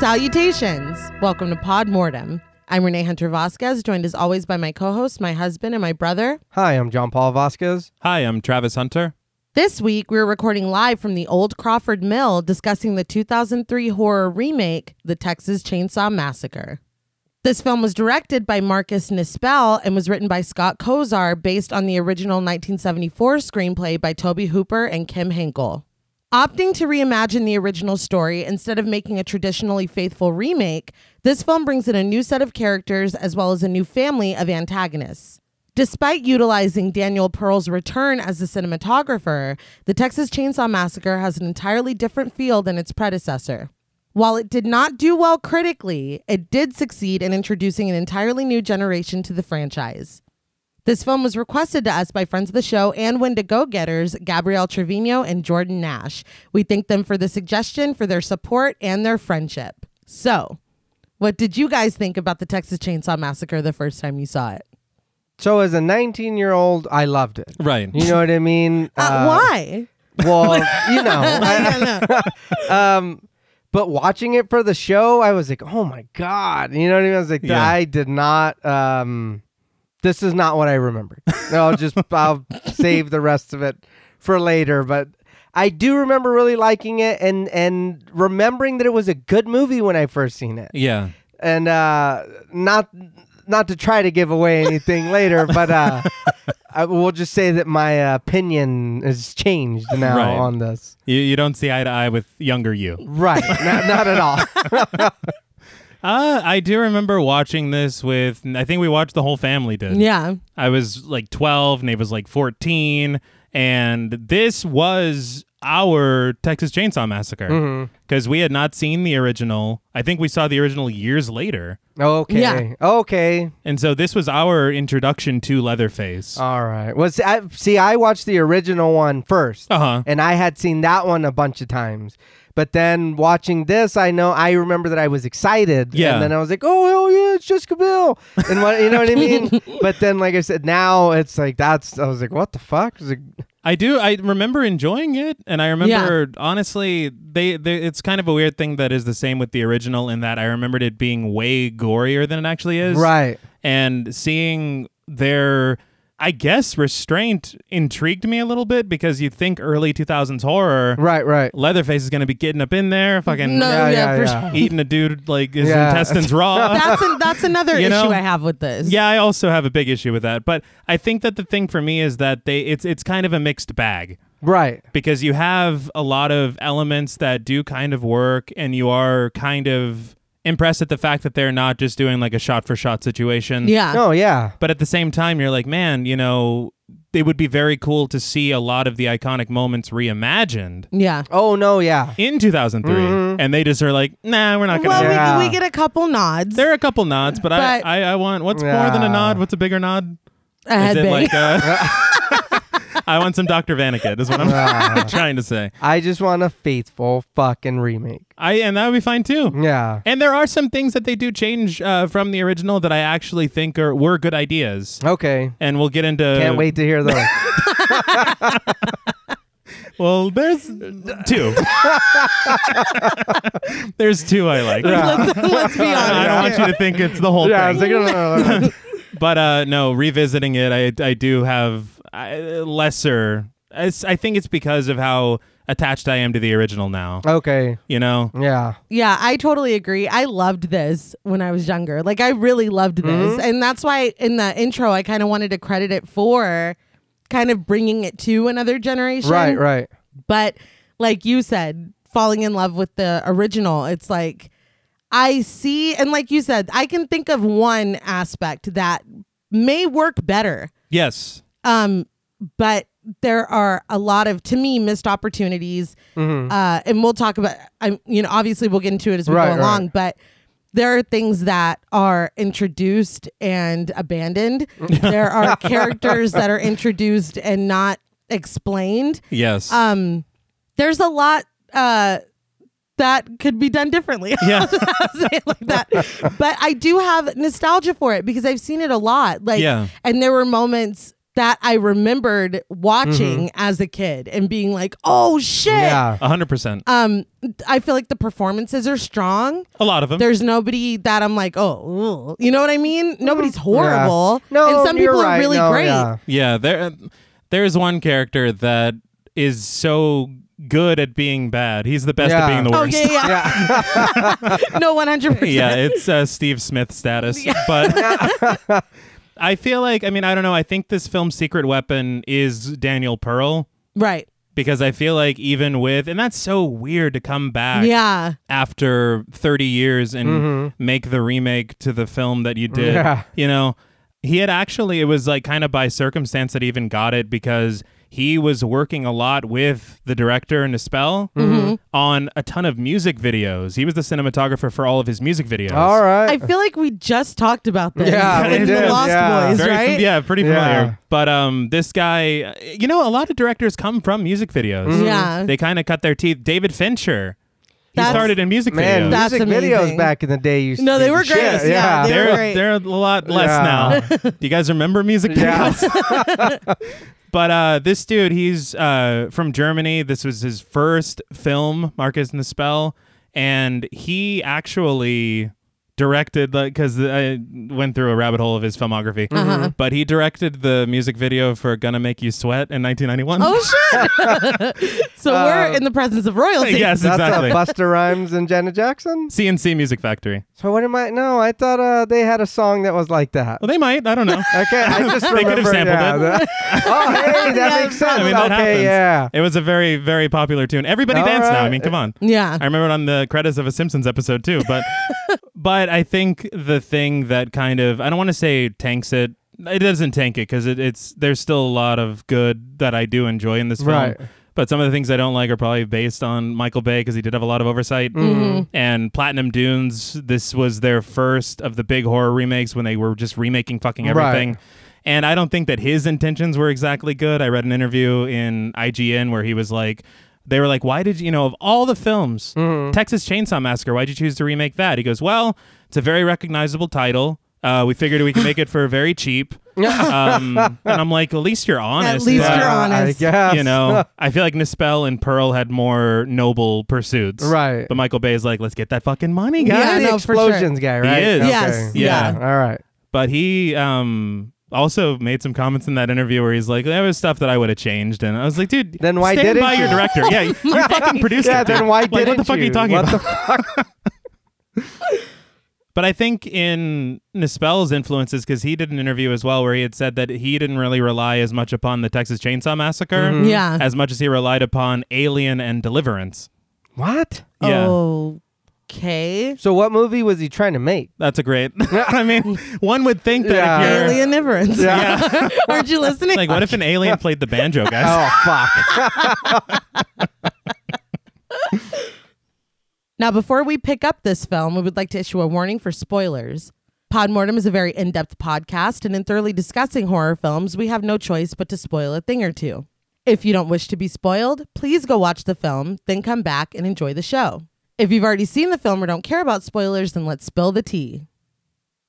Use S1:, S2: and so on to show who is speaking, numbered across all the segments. S1: Salutations. Welcome to Pod Mortem. I'm Renee Hunter Vasquez, joined as always by my co host, my husband, and my brother.
S2: Hi, I'm John Paul Vasquez.
S3: Hi, I'm Travis Hunter.
S1: This week, we're recording live from the old Crawford Mill discussing the 2003 horror remake, The Texas Chainsaw Massacre. This film was directed by Marcus Nispel and was written by Scott Kozar based on the original 1974 screenplay by Toby Hooper and Kim Hinkle. Opting to reimagine the original story instead of making a traditionally faithful remake, this film brings in a new set of characters as well as a new family of antagonists. Despite utilizing Daniel Pearl's return as the cinematographer, the Texas Chainsaw Massacre has an entirely different feel than its predecessor. While it did not do well critically, it did succeed in introducing an entirely new generation to the franchise. This film was requested to us by friends of the show and Winda Go Getters, Gabrielle Trevino and Jordan Nash. We thank them for the suggestion, for their support, and their friendship. So, what did you guys think about the Texas Chainsaw Massacre the first time you saw it?
S2: So, as a 19 year old, I loved it.
S3: Right.
S2: You know what I mean?
S1: Uh, why?
S2: Well, you know. um, but watching it for the show, I was like, oh my God. You know what I mean? I was like,
S3: Yeah.
S2: I did not. Um, this is not what I remembered. I'll just I'll save the rest of it for later. But I do remember really liking it and and remembering that it was a good movie when I first seen it.
S3: Yeah.
S2: and uh, not not to try to give away anything later, but uh, I will just say that my opinion has changed now
S3: Right.
S2: on this.
S3: You, you don't see eye to eye with younger you.
S2: Right, not, not at all.
S3: Uh, I do remember watching this with, I think we watched the whole family did.
S1: yeah.
S3: I was like 12, Nate was like 14, and this was our Texas Chainsaw Massacre because we had not seen the original. I think we saw the original years later.
S2: Okay,
S1: Yeah.
S2: okay,
S3: And so this was our introduction to Leatherface.
S2: all right. Was I see? I watched the original one first,
S3: Uh-huh.
S2: and I had seen that one a bunch of times. But then watching this, I know I remember that I was excited.
S3: Yeah.
S2: And then I was like, oh, hell yeah, it's Jessica Biel. And what you know what I mean? but then, like I said, now it's like that's. I was like, what the fuck? I was like,
S3: I do. I remember enjoying it, and I remember honestly, they, they it's kind of a weird thing that is the same with the original in that I remembered it being way gorier than it actually is,
S2: Right.
S3: And seeing their, I guess, restraint intrigued me a little bit because you think early two thousands horror,
S2: Right, right.
S3: Leatherface is gonna be getting up in there, fucking
S1: No,
S2: Yeah,
S1: yeah,
S2: yeah,
S1: for
S2: yeah.
S1: sure.
S3: eating a dude like his
S2: Yeah.
S3: intestines raw.
S1: That's, an, that's another
S3: You
S1: issue
S3: know?
S1: I have with this.
S3: Yeah, I also have a big issue with that, but I think that the thing for me is that they it's it's kind of a mixed bag.
S2: Right.
S3: because you have a lot of elements that do kind of work and you are kind of impressed at the fact that they're not just doing like a shot for shot situation.
S1: Yeah.
S2: No, yeah.
S3: But at the same time you're like, man, you know, it would be very cool to see a lot of the iconic moments reimagined
S1: Yeah.
S2: Oh no, yeah.
S3: in 2003 and they just are like, nah, we're not going to.
S1: Well,
S3: do it.
S2: Yeah.
S1: we, we get a couple nods.
S3: There are a couple nods, but,
S1: But-
S3: I, I I want what's more than a
S2: Yeah.
S3: nod? What's a bigger nod?
S1: a
S3: Is
S1: headbang.
S3: it like uh I want some Dr. Vanikin is what I'm trying to say.
S2: I just want a faithful fucking remake.
S3: I and that would be fine too.
S2: Yeah.
S3: And there are some things that they do change uh, from the original that I actually think are were good ideas.
S2: Okay.
S3: And we'll get into.
S2: Can't wait to hear those.
S3: Well, there's two. there's two I like.
S1: let's, let's be honest.
S3: I don't want you to think it's the whole
S2: yeah, I was
S3: thing.
S2: like, no, no, no, no.
S3: but uh, no, revisiting it, I I do have uh, lesser. It's, I think it's because of how attached I am to the original now.
S2: Okay.
S3: You know.
S2: Yeah.
S1: Yeah, I totally agree. I loved this when I was younger. Like I really loved this.
S3: Mm-hmm.
S1: And that's why in the intro I kind of wanted to credit it for kind of bringing it to another generation.
S2: Right, right.
S1: But like you said, falling in love with the original, it's like I see and like you said, I can think of one aspect that may work better.
S3: Yes.
S1: Um, but there are a lot of, to me, missed opportunities. Uh, and we'll talk about, I, you know, obviously we'll get into it as we
S2: Mm-hmm. Right,
S1: go
S2: right.
S1: along, but there are things that are introduced and abandoned. there are characters that are introduced and not explained.
S3: Yes.
S1: Um, there's a lot, uh, that could be done differently.
S3: yeah.
S1: I'll say it like that. But I do have nostalgia for it because I've seen it a lot. Like,
S3: Yeah.
S1: and there were moments that I remembered watching as a kid and being like, oh shit.
S2: Yeah.
S3: 100%.
S1: Um, I feel like the performances are strong.
S3: a lot of them.
S1: There's nobody that I'm like, oh, ugh." you know what I mean? Nobody's horrible.
S2: Yeah. No,
S1: and some
S2: you're
S1: people
S2: right.
S1: are really
S2: No,
S1: great.
S2: yeah.
S3: Yeah, there there is one character that is so good at being bad. He's the best
S2: Yeah.
S3: at being the
S1: Oh
S3: worst.
S1: yeah, yeah.
S2: Yeah.
S1: no, one hundred percent.
S3: yeah, it's uh, Steve Smith status. But I feel like I mean I don't know. I think this film's secret weapon is Daniel Pearl
S1: Right.
S3: because I feel like even with and that's so weird to come back
S1: Yeah.
S3: after 30 years and make the remake to the film that you did.
S2: Mm-hmm. Yeah.
S3: You know, he had actually, it was like kind of by circumstance that he even got it because he was working a lot with the director Nispel
S1: Mm-hmm.
S3: on a ton of music videos. He was the cinematographer for all of his music videos.
S2: All
S1: I
S2: right.
S1: feel like we just talked about this
S2: Yeah,
S3: we
S1: in
S3: did,
S1: the Lost
S2: yeah.
S1: Boys,
S3: Very fam-
S1: right?
S3: yeah, pretty
S2: Yeah.
S3: familiar. But um, this guy, you know, a lot of directors come from music videos.
S2: Mm-hmm.
S1: Yeah.
S3: They kind of cut their teeth. David Fincher, he
S1: That's-
S3: started in music
S2: Man,
S3: videos.
S1: That's
S2: music
S1: amazing.
S2: videos back in the day used to
S1: No, they
S2: be the
S1: were great.
S2: shit.
S1: Yeah, they-
S2: Yeah.
S1: were
S3: they're
S1: great.
S3: they're a lot less
S2: Yeah.
S3: now. Do you guys remember music
S2: Yeah.
S3: videos? but uh, this dude, he's uh, from Germany. This was his first film, Marcus Nispel, and he actually directed because I went through a rabbit hole of his filmography. But he directed the music video for "Gonna Make You Sweat" in 1991.
S1: Oh shit! so we're in the presence of royalty.
S3: Um, yes,
S2: That's
S3: exactly.
S2: a Buster Rhymes and Janet Jackson.
S3: CNC Music Factory.
S2: So what am I? No, I thought uh, they had a song that was like that.
S3: Well, they might. I don't know.
S2: Okay, I just
S3: They could
S2: remember.
S3: have sampled
S2: yeah,
S3: it.
S2: that- oh, hey, that
S1: Yeah,
S2: makes sense.
S3: I mean, that happens.
S2: okay, yeah.
S3: It was a very, very popular tune. Everybody
S2: All
S3: dance now. I
S2: right.
S3: mean, come on.
S1: Yeah.
S3: I remember it on the credits of a Simpsons episode too, but but I think the thing that kind of I don't want to say tanks it. It doesn't tank it because it, it's there's still a lot of good that I do enjoy in this film.
S2: Right.
S3: But some of the things I don't like are probably based on Michael Bay because he did have a lot of oversight. And Platinum Dunes, this was their first of the big horror remakes when they were just remaking fucking
S2: Right.
S3: everything. And I don't think that his intentions were exactly good. I read an interview in IGN where he was like, they were like, why did you, you know, of all the films,
S2: Mm-hmm.
S3: Texas Chainsaw Massacre, why'd you choose to remake that? He goes, well, it's a very recognizable title. Uh, we figured we can make it for very cheap. um, and I'm like, at least you're honest.
S1: least
S3: but,
S1: you're
S2: Yeah,
S1: honest.
S2: I guess.
S3: You know, I feel like Nispel and Pearl had more noble pursuits.
S2: Right.
S3: But Michael Bay is like, let's get that fucking money, guys.
S1: Yeah,
S2: He's the
S1: no, for sure.
S2: explosions guy, right?
S3: is.
S2: Okay.
S1: Yes, yeah.
S3: Yeah.
S2: All right.
S3: but he um also made some comments in that interview where he's like, "There was stuff that I would have changed," and I was like, "Dude,
S2: Then why
S3: stand
S2: didn't
S3: by your
S2: you?
S3: director? Yeah, you fucking produced
S2: Yeah.
S3: it. dude.
S2: Then why
S3: Like,
S2: didn't
S3: what the fuck are you talking
S2: what
S3: about?"
S2: The fuck?
S3: but I think in Nispel's influences, because he did an interview as well where he had said that he didn't really rely as much upon the Texas Chainsaw Massacre,
S2: Mm-hmm.
S1: Yeah.
S3: as much as he relied upon Alien and Deliverance.
S2: what?
S3: Yeah.
S1: Oh. Okay.
S2: So what movie was he trying to make?
S3: That's a great. I mean, one would think that
S2: Yeah.
S3: if you're
S1: Alien Everance. Aren't you listening?
S3: like, what if an alien played the banjo, guys?
S2: Oh fuck.
S1: Now, before we pick up this film, we would like to issue a warning for spoilers. Podmortem is a very in depth podcast, and in thoroughly discussing horror films, we have no choice but to spoil a thing or two. If you don't wish to be spoiled, please go watch the film, then come back and enjoy the show. If you've already seen the film or don't care about spoilers, then let's spill the tea.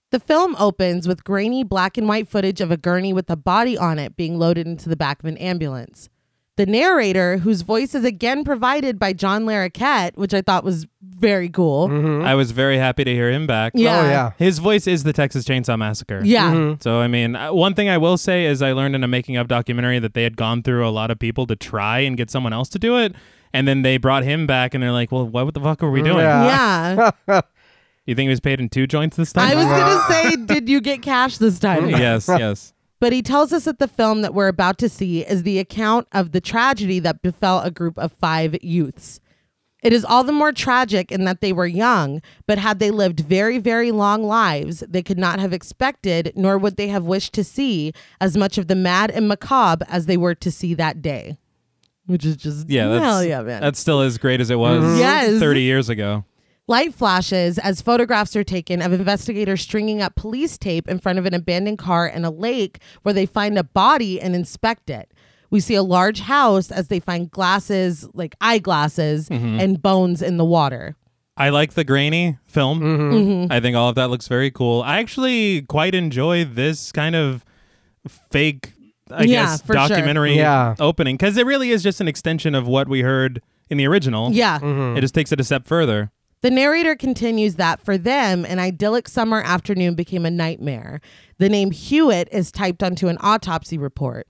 S1: The film opens with grainy black and white footage of a gurney with a body on it being loaded into the back of an ambulance. The narrator, whose voice is again provided by John Larroquette, which I thought was very cool.
S3: I was very happy to hear him back.
S1: Yeah.
S2: Mm-hmm. Oh yeah.
S3: His voice is the Texas Chainsaw Massacre.
S1: Yeah.
S3: So I mean, uh, one thing I will say is I learned in a making of documentary that they had gone through a lot of people to try and get someone else to do it, and then they brought him back, and they're like, "Well, what the fuck are we doing?
S2: Mm, Yeah.
S1: Yeah.
S3: You think he was paid in two joints this
S1: I
S3: time?"
S1: was going to say, did you get cash this time?
S3: yes, yes.
S1: But he tells us that the film that we're about to see is the account of the tragedy that befell a group of five youths. It is all the more tragic in that they were young, but had they lived very, very long lives, they could not have expected, nor would they have wished to see, as much of the mad and macabre as they were to see that day. Which is just,
S3: Yeah, that's,
S1: hell yeah, man.
S3: that's still as great as it
S2: Mm-hmm.
S3: was
S1: Yes.
S3: 30 years ago.
S1: Light flashes as photographs are taken of investigators stringing up police tape in front of an abandoned car in a lake where they find a body and inspect it. We see a large house as they find glasses, like eyeglasses, and bones in the water.
S3: I like the grainy film.
S1: Mm-hmm.
S3: I think all of that looks very cool. I actually quite enjoy this kind of fake I
S1: Yeah,
S3: guess,
S1: for sure.
S3: documentary
S2: Yeah.
S3: opening because it really is just an extension of what we heard in the original.
S1: Yeah.
S3: It just takes it a step further.
S1: The narrator continues that for them, an idyllic summer afternoon became a nightmare. The name Hewitt is typed onto an autopsy report.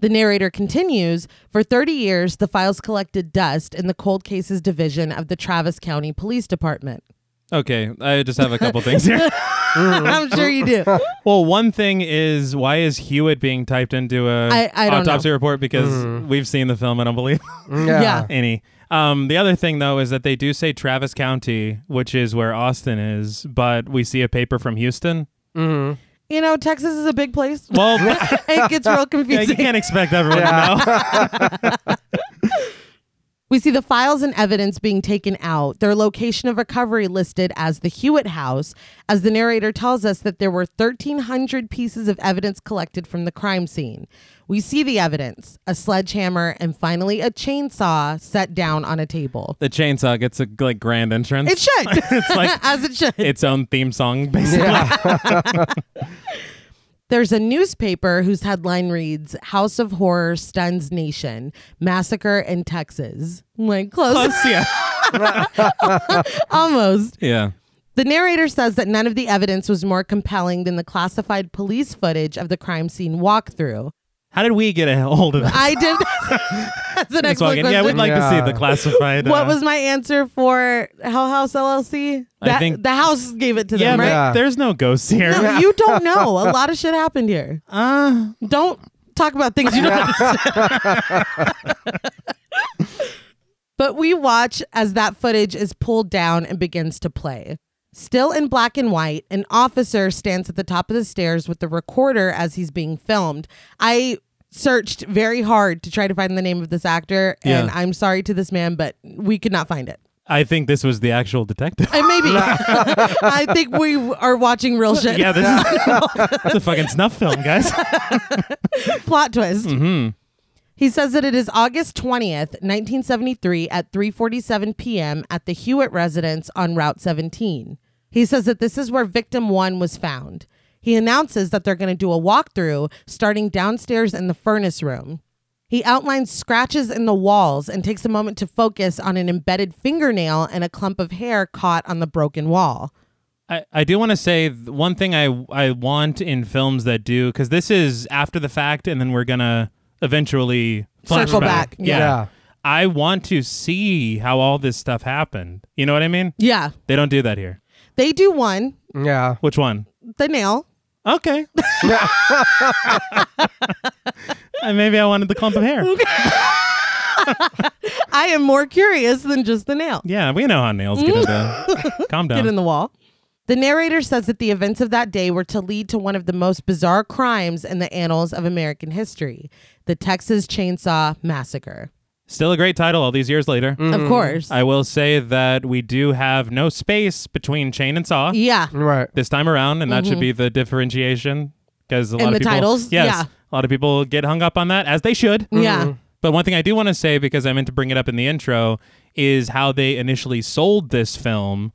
S1: The narrator continues For 30 years, the files collected dust in the cold cases division of the Travis County Police Department.
S3: Okay, I just have a couple things here.
S1: I'm sure you do.
S3: Well, one thing is why is Hewitt being typed into a
S1: I- I don't
S3: autopsy report because we've seen the film. I don't believe
S2: Yeah.
S1: Yeah.
S3: any. Um, the other thing though is that they do say Travis County, which is where Austin is, but we see a paper from Houston.
S1: You know, Texas is a big place.
S3: Well,
S1: it gets real
S3: yeah, you
S1: confusing.
S3: can't expect everyone to know.
S1: We see the files and evidence being taken out, their location of recovery listed as the Hewitt House, as the narrator tells us that there were 1,300 pieces of evidence collected from the crime scene. We see the evidence a sledgehammer, and finally a chainsaw set down on a table.
S3: The chainsaw gets a like grand entrance.
S1: It should,
S3: it's like
S1: as it should.
S3: its own theme song, basically.
S1: There's a newspaper whose headline reads House of Horror Stuns Nation Massacre in Texas. Like, close,
S3: yeah.
S1: almost.
S3: Yeah.
S1: The narrator says that none of the evidence was more compelling than the classified police footage of the crime scene walkthrough.
S3: How did we get a hold of that?
S1: I did. That's an
S3: It's
S1: excellent
S3: walking-
S1: question.
S3: yeah, we'd like to see
S2: Yeah.
S3: the classified.
S1: what
S3: uh,
S1: was my answer for Hell House LLC?
S3: I
S1: That,
S3: think-
S1: the house gave it to
S3: yeah,
S1: them,
S3: but
S1: right?
S2: Yeah.
S3: there's no ghosts here.
S1: No, you don't know. A lot of shit happened here.
S3: Uh,
S1: Don't talk about things you don't understand. but we watch as that footage is pulled down and begins to play. Still in black and white, an officer stands at the top of the stairs with the recorder as he's being filmed. I searched very hard to try to find the name of this actor, and
S3: Yeah.
S1: I'm sorry to this man, but we could not find it.
S3: I think this was the actual detective.
S1: And maybe I think we are watching real shit.
S3: yeah, this is it's a fucking snuff film, guys.
S1: plot twist. He says that it is August 20th, 1973 at 3:47 p.m. at the Hewitt residence on Route 17. He says that this is where victim 1 was found. He announces that they're going to do a walkthrough starting downstairs in the furnace room. He outlines scratches in the walls and takes a moment to focus on an embedded fingernail and a clump of hair caught on the broken wall.
S3: I, I do want to say th- one thing I I want in films that do because this is after the fact, and then we're gonna eventually
S1: Circle
S3: flashback.
S1: back, yeah.
S2: Yeah.
S3: I want to see how all this stuff happened. You know what I mean?
S1: Yeah,
S3: They don't do that here.
S1: they do one,
S2: Yeah.
S3: Which one?
S1: the nail.
S3: Okay. Uh, Maybe I wanted the clump of hair.
S1: I am more curious than just the nail.
S3: Yeah, we know how nails get into. Calm down.
S1: get in the wall. The narrator says that the events of that day were to lead to one of the most bizarre crimes in the annals of American history the Texas Chainsaw Massacre.
S3: Still a great title all these years later.
S1: Of course.
S3: I will say that we do have no space between chain and saw
S1: yeah.
S2: Right.
S3: this time around, and that should be the differentiation because a
S1: Mm-hmm.
S3: lot
S1: And
S3: of
S1: the
S3: people,
S1: titles,
S3: yes,
S1: yeah.
S3: a lot of people get hung up on that as they should.
S1: Yeah.
S3: But one thing I do want to say, because I meant to bring it up in the intro, is how they initially sold this film.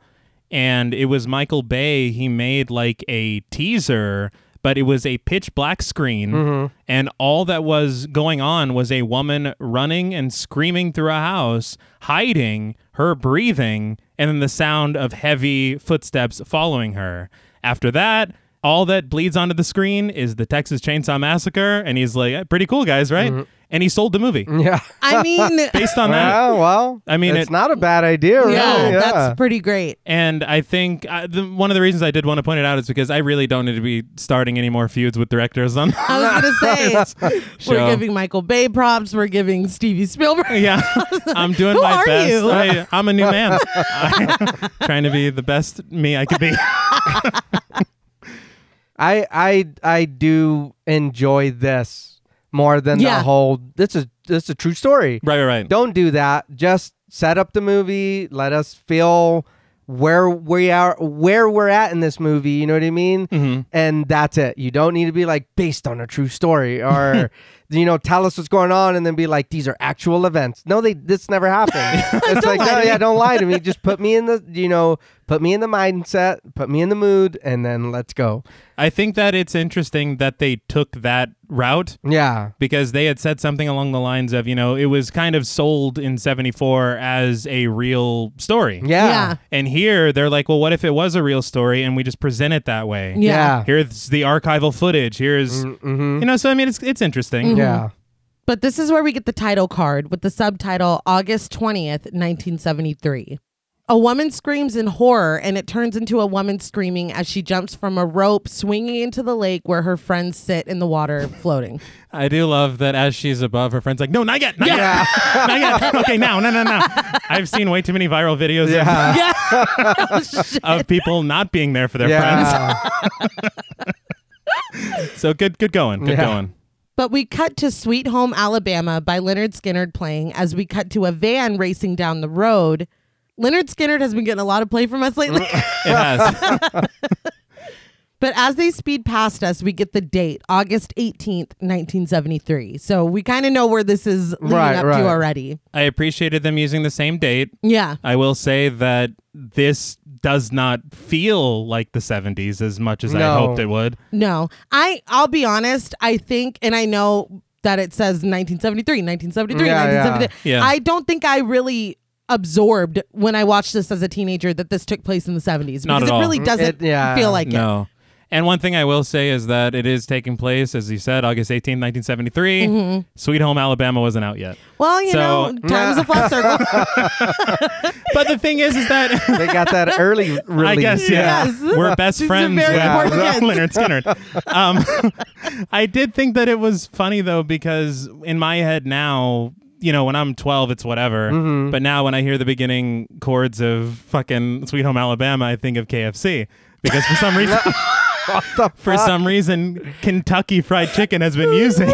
S3: And it was Michael Bay. He made like a teaser, but it was a pitch black screen. And all that was going on was a woman running and screaming through a house, hiding, her breathing, and then the sound of heavy footsteps following her. After that, all that bleeds onto the screen is the Texas Chainsaw Massacre, and he's like, "Eh, "Pretty cool, guys, right?"
S1: Mm-hmm.
S3: And he sold the movie
S2: Yeah.
S1: I mean, yeah,
S3: based on that.
S2: Well, well,
S3: I mean,
S2: it's
S3: it-
S2: not a bad idea, really. Yeah.
S1: that's pretty great.
S3: And I think uh, the, one of the reasons I did want to point it out is because I really don't need to be starting any more feuds with directors on.
S1: I was going to say,
S3: Show.
S1: we're giving Michael Bay props, we're giving Stevie Spielberg.
S3: yeah, I'm doing
S1: Who
S3: my
S1: are
S3: best.
S1: you?
S3: I, I'm a new man, I, trying to be the best me I could be.
S2: I I I do enjoy this more than
S1: Yeah.
S2: the whole. This is this is a true story.
S3: right, right, right.
S2: Don't do that. Just set up the movie. Let us feel where we are, where we're at in this movie. You know what I mean?
S3: Mm-hmm.
S2: And that's it. You don't need to be like based on a true story, or you know, tell us what's going on, and then be like these are actual events. No, they this never happened. it's like
S1: lie
S2: no,
S1: to
S2: yeah,
S1: me.
S2: don't lie to me. Just put me in the you know, put me in the mindset, put me in the mood, and then let's go.
S3: I think that it's interesting that they took that route
S2: Yeah.
S3: because they had said something along the lines of, you know, it was kind of sold in 74 as a real story.
S2: Yeah.
S1: Yeah.
S3: And here they're like, well, what if it was a real story and we just present it that way?
S2: Yeah.
S3: Here's the archival footage. Here's,
S2: Mm-hmm.
S3: you know, so I mean, it's, it's interesting.
S2: Yeah.
S1: But this is where we get the title card with the subtitle August 20th, 1973. A woman screams in horror, and it turns into a woman screaming as she jumps from a rope swinging into the lake where her friends sit in the water floating.
S3: I do love that as she's above, her friend's like, no, not yet. Not yet. not yet. Okay, now, no, no, no. I've seen way too many viral videos of-
S2: Yeah.
S1: yeah.
S3: of, people not being there for their
S2: Yeah.
S3: friends. So good, good going. Good
S2: Yeah.
S3: going.
S1: But we cut to Sweet Home Alabama by Leonard Skinnard playing as we cut to a van racing down the road. Leonard Skinnard has been getting a lot of play from us lately.
S3: It has.
S1: but as they speed past us, we get the date, August 18th, 1973. So we kind of know where this is leading
S2: Right,
S1: up
S2: right.
S1: to already.
S3: I appreciated them using the same date.
S1: Yeah.
S3: I will say that this does not feel like the 70s as much as I
S2: No.
S3: hoped it would.
S1: No. I I'll be honest, I think and I know that it says 1973, 1973,
S2: Yeah, yeah.
S1: 1973.
S3: Yeah.
S1: I don't think I really absorbed when I watched this as a teenager that this took place in the 70s because
S3: Not at
S1: it
S3: all.
S1: really doesn't
S2: Mm, It- yeah.
S1: feel like it.
S3: No. And one thing I will say is that it is taking place, as you said, August 18th, 1973. Sweet Home Alabama wasn't out yet.
S1: Well, you
S3: So-
S1: know, time's a flat circle.
S3: But the thing is, is that.
S2: They got that early release.
S3: I guess yeah.
S1: Yes.
S3: We're best
S1: These are
S3: friends
S1: very
S3: with
S1: important kids.
S3: Leonard Skinner. Um, I did think that it was funny though because in my head now, you know, when I'm 12, it's whatever.
S1: Mm-hmm.
S3: But now when I hear the beginning chords of fucking Sweet Home Alabama, I think of KFC because for some reason,
S2: What the
S3: for some reason, Kentucky Fried Chicken has been using.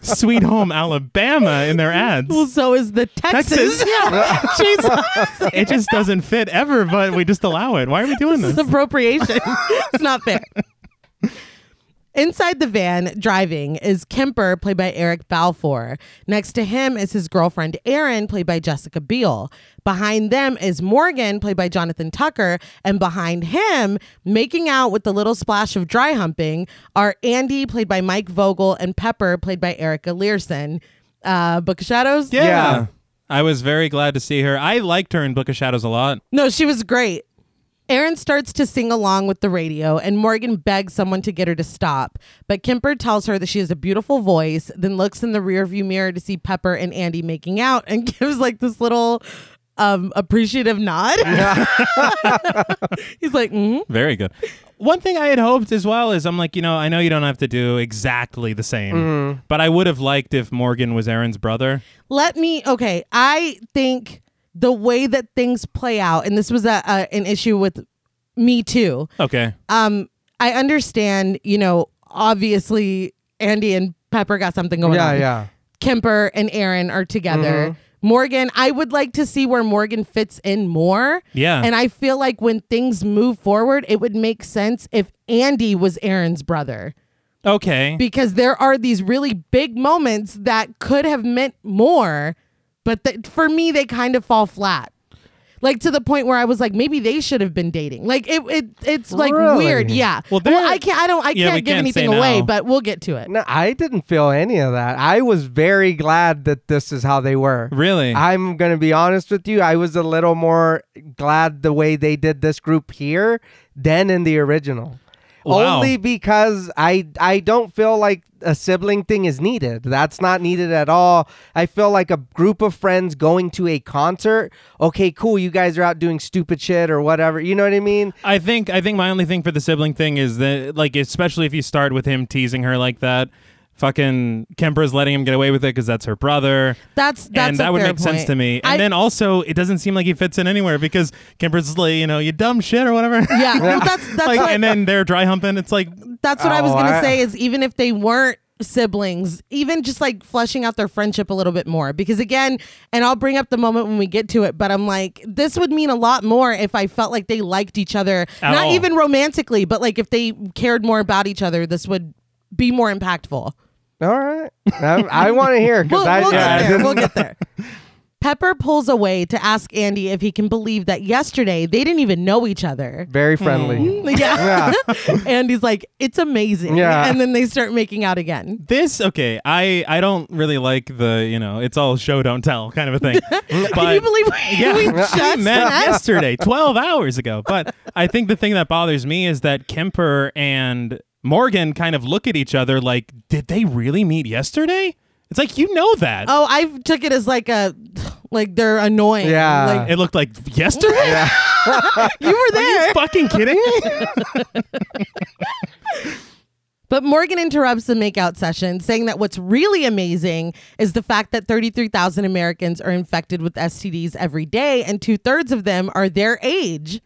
S3: Sweet Home Alabama in their ads.
S1: well, so is the Texas.
S3: Texas.
S1: Yeah. Jesus.
S3: It just doesn't fit ever, but we just allow it. Why are we doing
S1: It's
S3: this?
S1: appropriation. it's not fair. Inside the van, driving, is Kemper, played by Eric Balfour. Next to him is his girlfriend Erin, played by Jessica Biel. Behind them is Morgan, played by Jonathan Tucker. And behind him, making out with the little splash of dry humping, are Andy, played by Mike Vogel, and Pepper, played by Erica Learson. Uh, Book of Shadows?
S3: Yeah.
S2: Yeah.
S3: I was very glad to see her. I liked her in Book of Shadows a lot.
S1: No, she was great. Erin starts to sing along with the radio, and Morgan begs someone to get her to stop. But Kemper tells her that she has a beautiful voice, then looks in the rearview mirror to see Pepper and Andy making out and gives like this little um, appreciative nod. He's like, mm
S3: Very good. One thing I had hoped as well is I'm like, you know, I know you don't have to do exactly the same, but I would have liked if Morgan was Aaron's brother.
S1: let me okay i think the way that things play out and this was a, a an issue with me too
S3: Okay.
S1: um i understand you know obviously andy and pepper got something going
S2: Yeah, Mm-hmm.
S1: on
S2: yeah.
S1: kemper and aaron are together morgan i would like to see where morgan fits in more
S3: Yeah.
S1: and i feel like when things move forward it would make sense if andy was aaron's brother
S3: okay.
S1: because there are these really big moments that could have meant more, but that for me they kind of fall flat. Like to the point where I was like, maybe they should have been dating. Like it, it it's like
S2: Really?
S1: weird. Yeah.
S3: Well,
S1: Well,
S3: there-
S1: I can't. I don't. I
S3: Yeah, we
S1: can't give
S3: can't say
S1: anything away.
S3: now.
S1: But we'll get to it.
S2: No, I didn't feel any of that. I was very glad that this is how they were.
S3: really?
S2: I'm going to be honest with you. I was a little more glad the way they did this group here than in the original.
S3: Wow.
S2: Only because I I don't feel like a sibling thing is needed. That's not needed at all. I feel like a group of friends going to a concert. Okay, cool. You guys are out doing stupid shit or whatever. You know what I mean?
S3: I think I think my only thing for the sibling thing is that like especially if you start with him teasing her like that, fucking Kemper's letting him get away with it because that's her brother.
S1: That's that's
S3: and
S1: a
S3: that would
S1: fair
S3: make sense
S1: point.
S3: to me. And
S1: I-
S3: then also, it doesn't seem like he fits in anywhere because Kemper's like, you know, you dumb shit or whatever.
S1: yeah, well, that's that's
S3: like,
S1: what,
S3: and then they're dry humping. It's like,
S1: that's what I was
S2: Oh,
S1: gonna
S2: I-
S1: say is even if they weren't siblings, even just like fleshing out their friendship a little bit more. Because again, and I'll bring up the moment when we get to it, but I'm like, this would mean a lot more if I felt like they liked each other,
S3: At
S1: not
S3: all.
S1: even romantically, but like if they cared more about each other, this would be more impactful.
S2: All right. I, I want to hear because
S1: We'll,
S2: I,
S1: we'll
S2: I
S1: get there.
S2: didn't-
S1: We'll get there. Pepper pulls away to ask Andy if he can believe that yesterday they didn't even know each other.
S2: Very friendly.
S1: Yeah. Andy's like, it's amazing.
S2: Yeah.
S1: And then they start making out again.
S3: This okay, I I don't really like the you know it's all show don't tell kind of a thing. but
S1: Can you believe we,
S3: yeah,
S1: we
S3: we
S1: just
S3: met
S1: met?
S3: yesterday, twelve hours ago. But I think the thing that bothers me is that Kemper and Morgan kind of look at each other like, did they really meet yesterday? It's like you know that.
S1: Oh, I took it as like a, like they're annoying.
S2: Yeah.
S1: Like,
S3: It looked like yesterday.
S1: you were there.
S3: Fucking kidding me?
S1: But Morgan interrupts the makeout session, saying that what's really amazing is the fact that 33,000 Americans are infected with STDs every day, and two thirds of them are their age.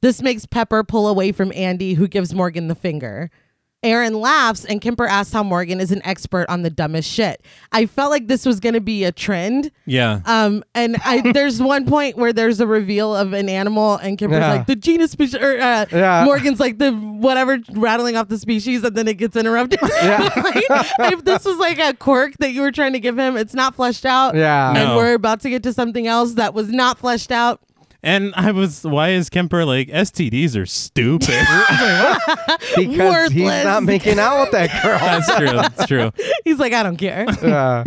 S1: This makes Pepper pull away from Andy, who gives Morgan the finger. Aaron laughs, and Kemper asks how Morgan is an expert on the dumbest shit. I felt like this was going to be a trend.
S3: Yeah.
S1: Um, and I there's one point where there's a reveal of an animal, and Kimber's
S2: Yeah.
S1: like the genus species, or uh,
S2: Yeah.
S1: Morgan's like the whatever rattling off the species, and then it gets interrupted. Like, if this was like a quirk that you were trying to give him, it's not fleshed out.
S2: Yeah.
S1: and
S3: No.
S1: we're about to get to something else that was not fleshed out.
S3: And I was, why is Kemper like STDs are stupid?
S2: Because he's
S1: Worthless.
S2: not making out with that girl.
S3: that's true. That's true.
S1: He's like, I don't care.
S2: Yeah.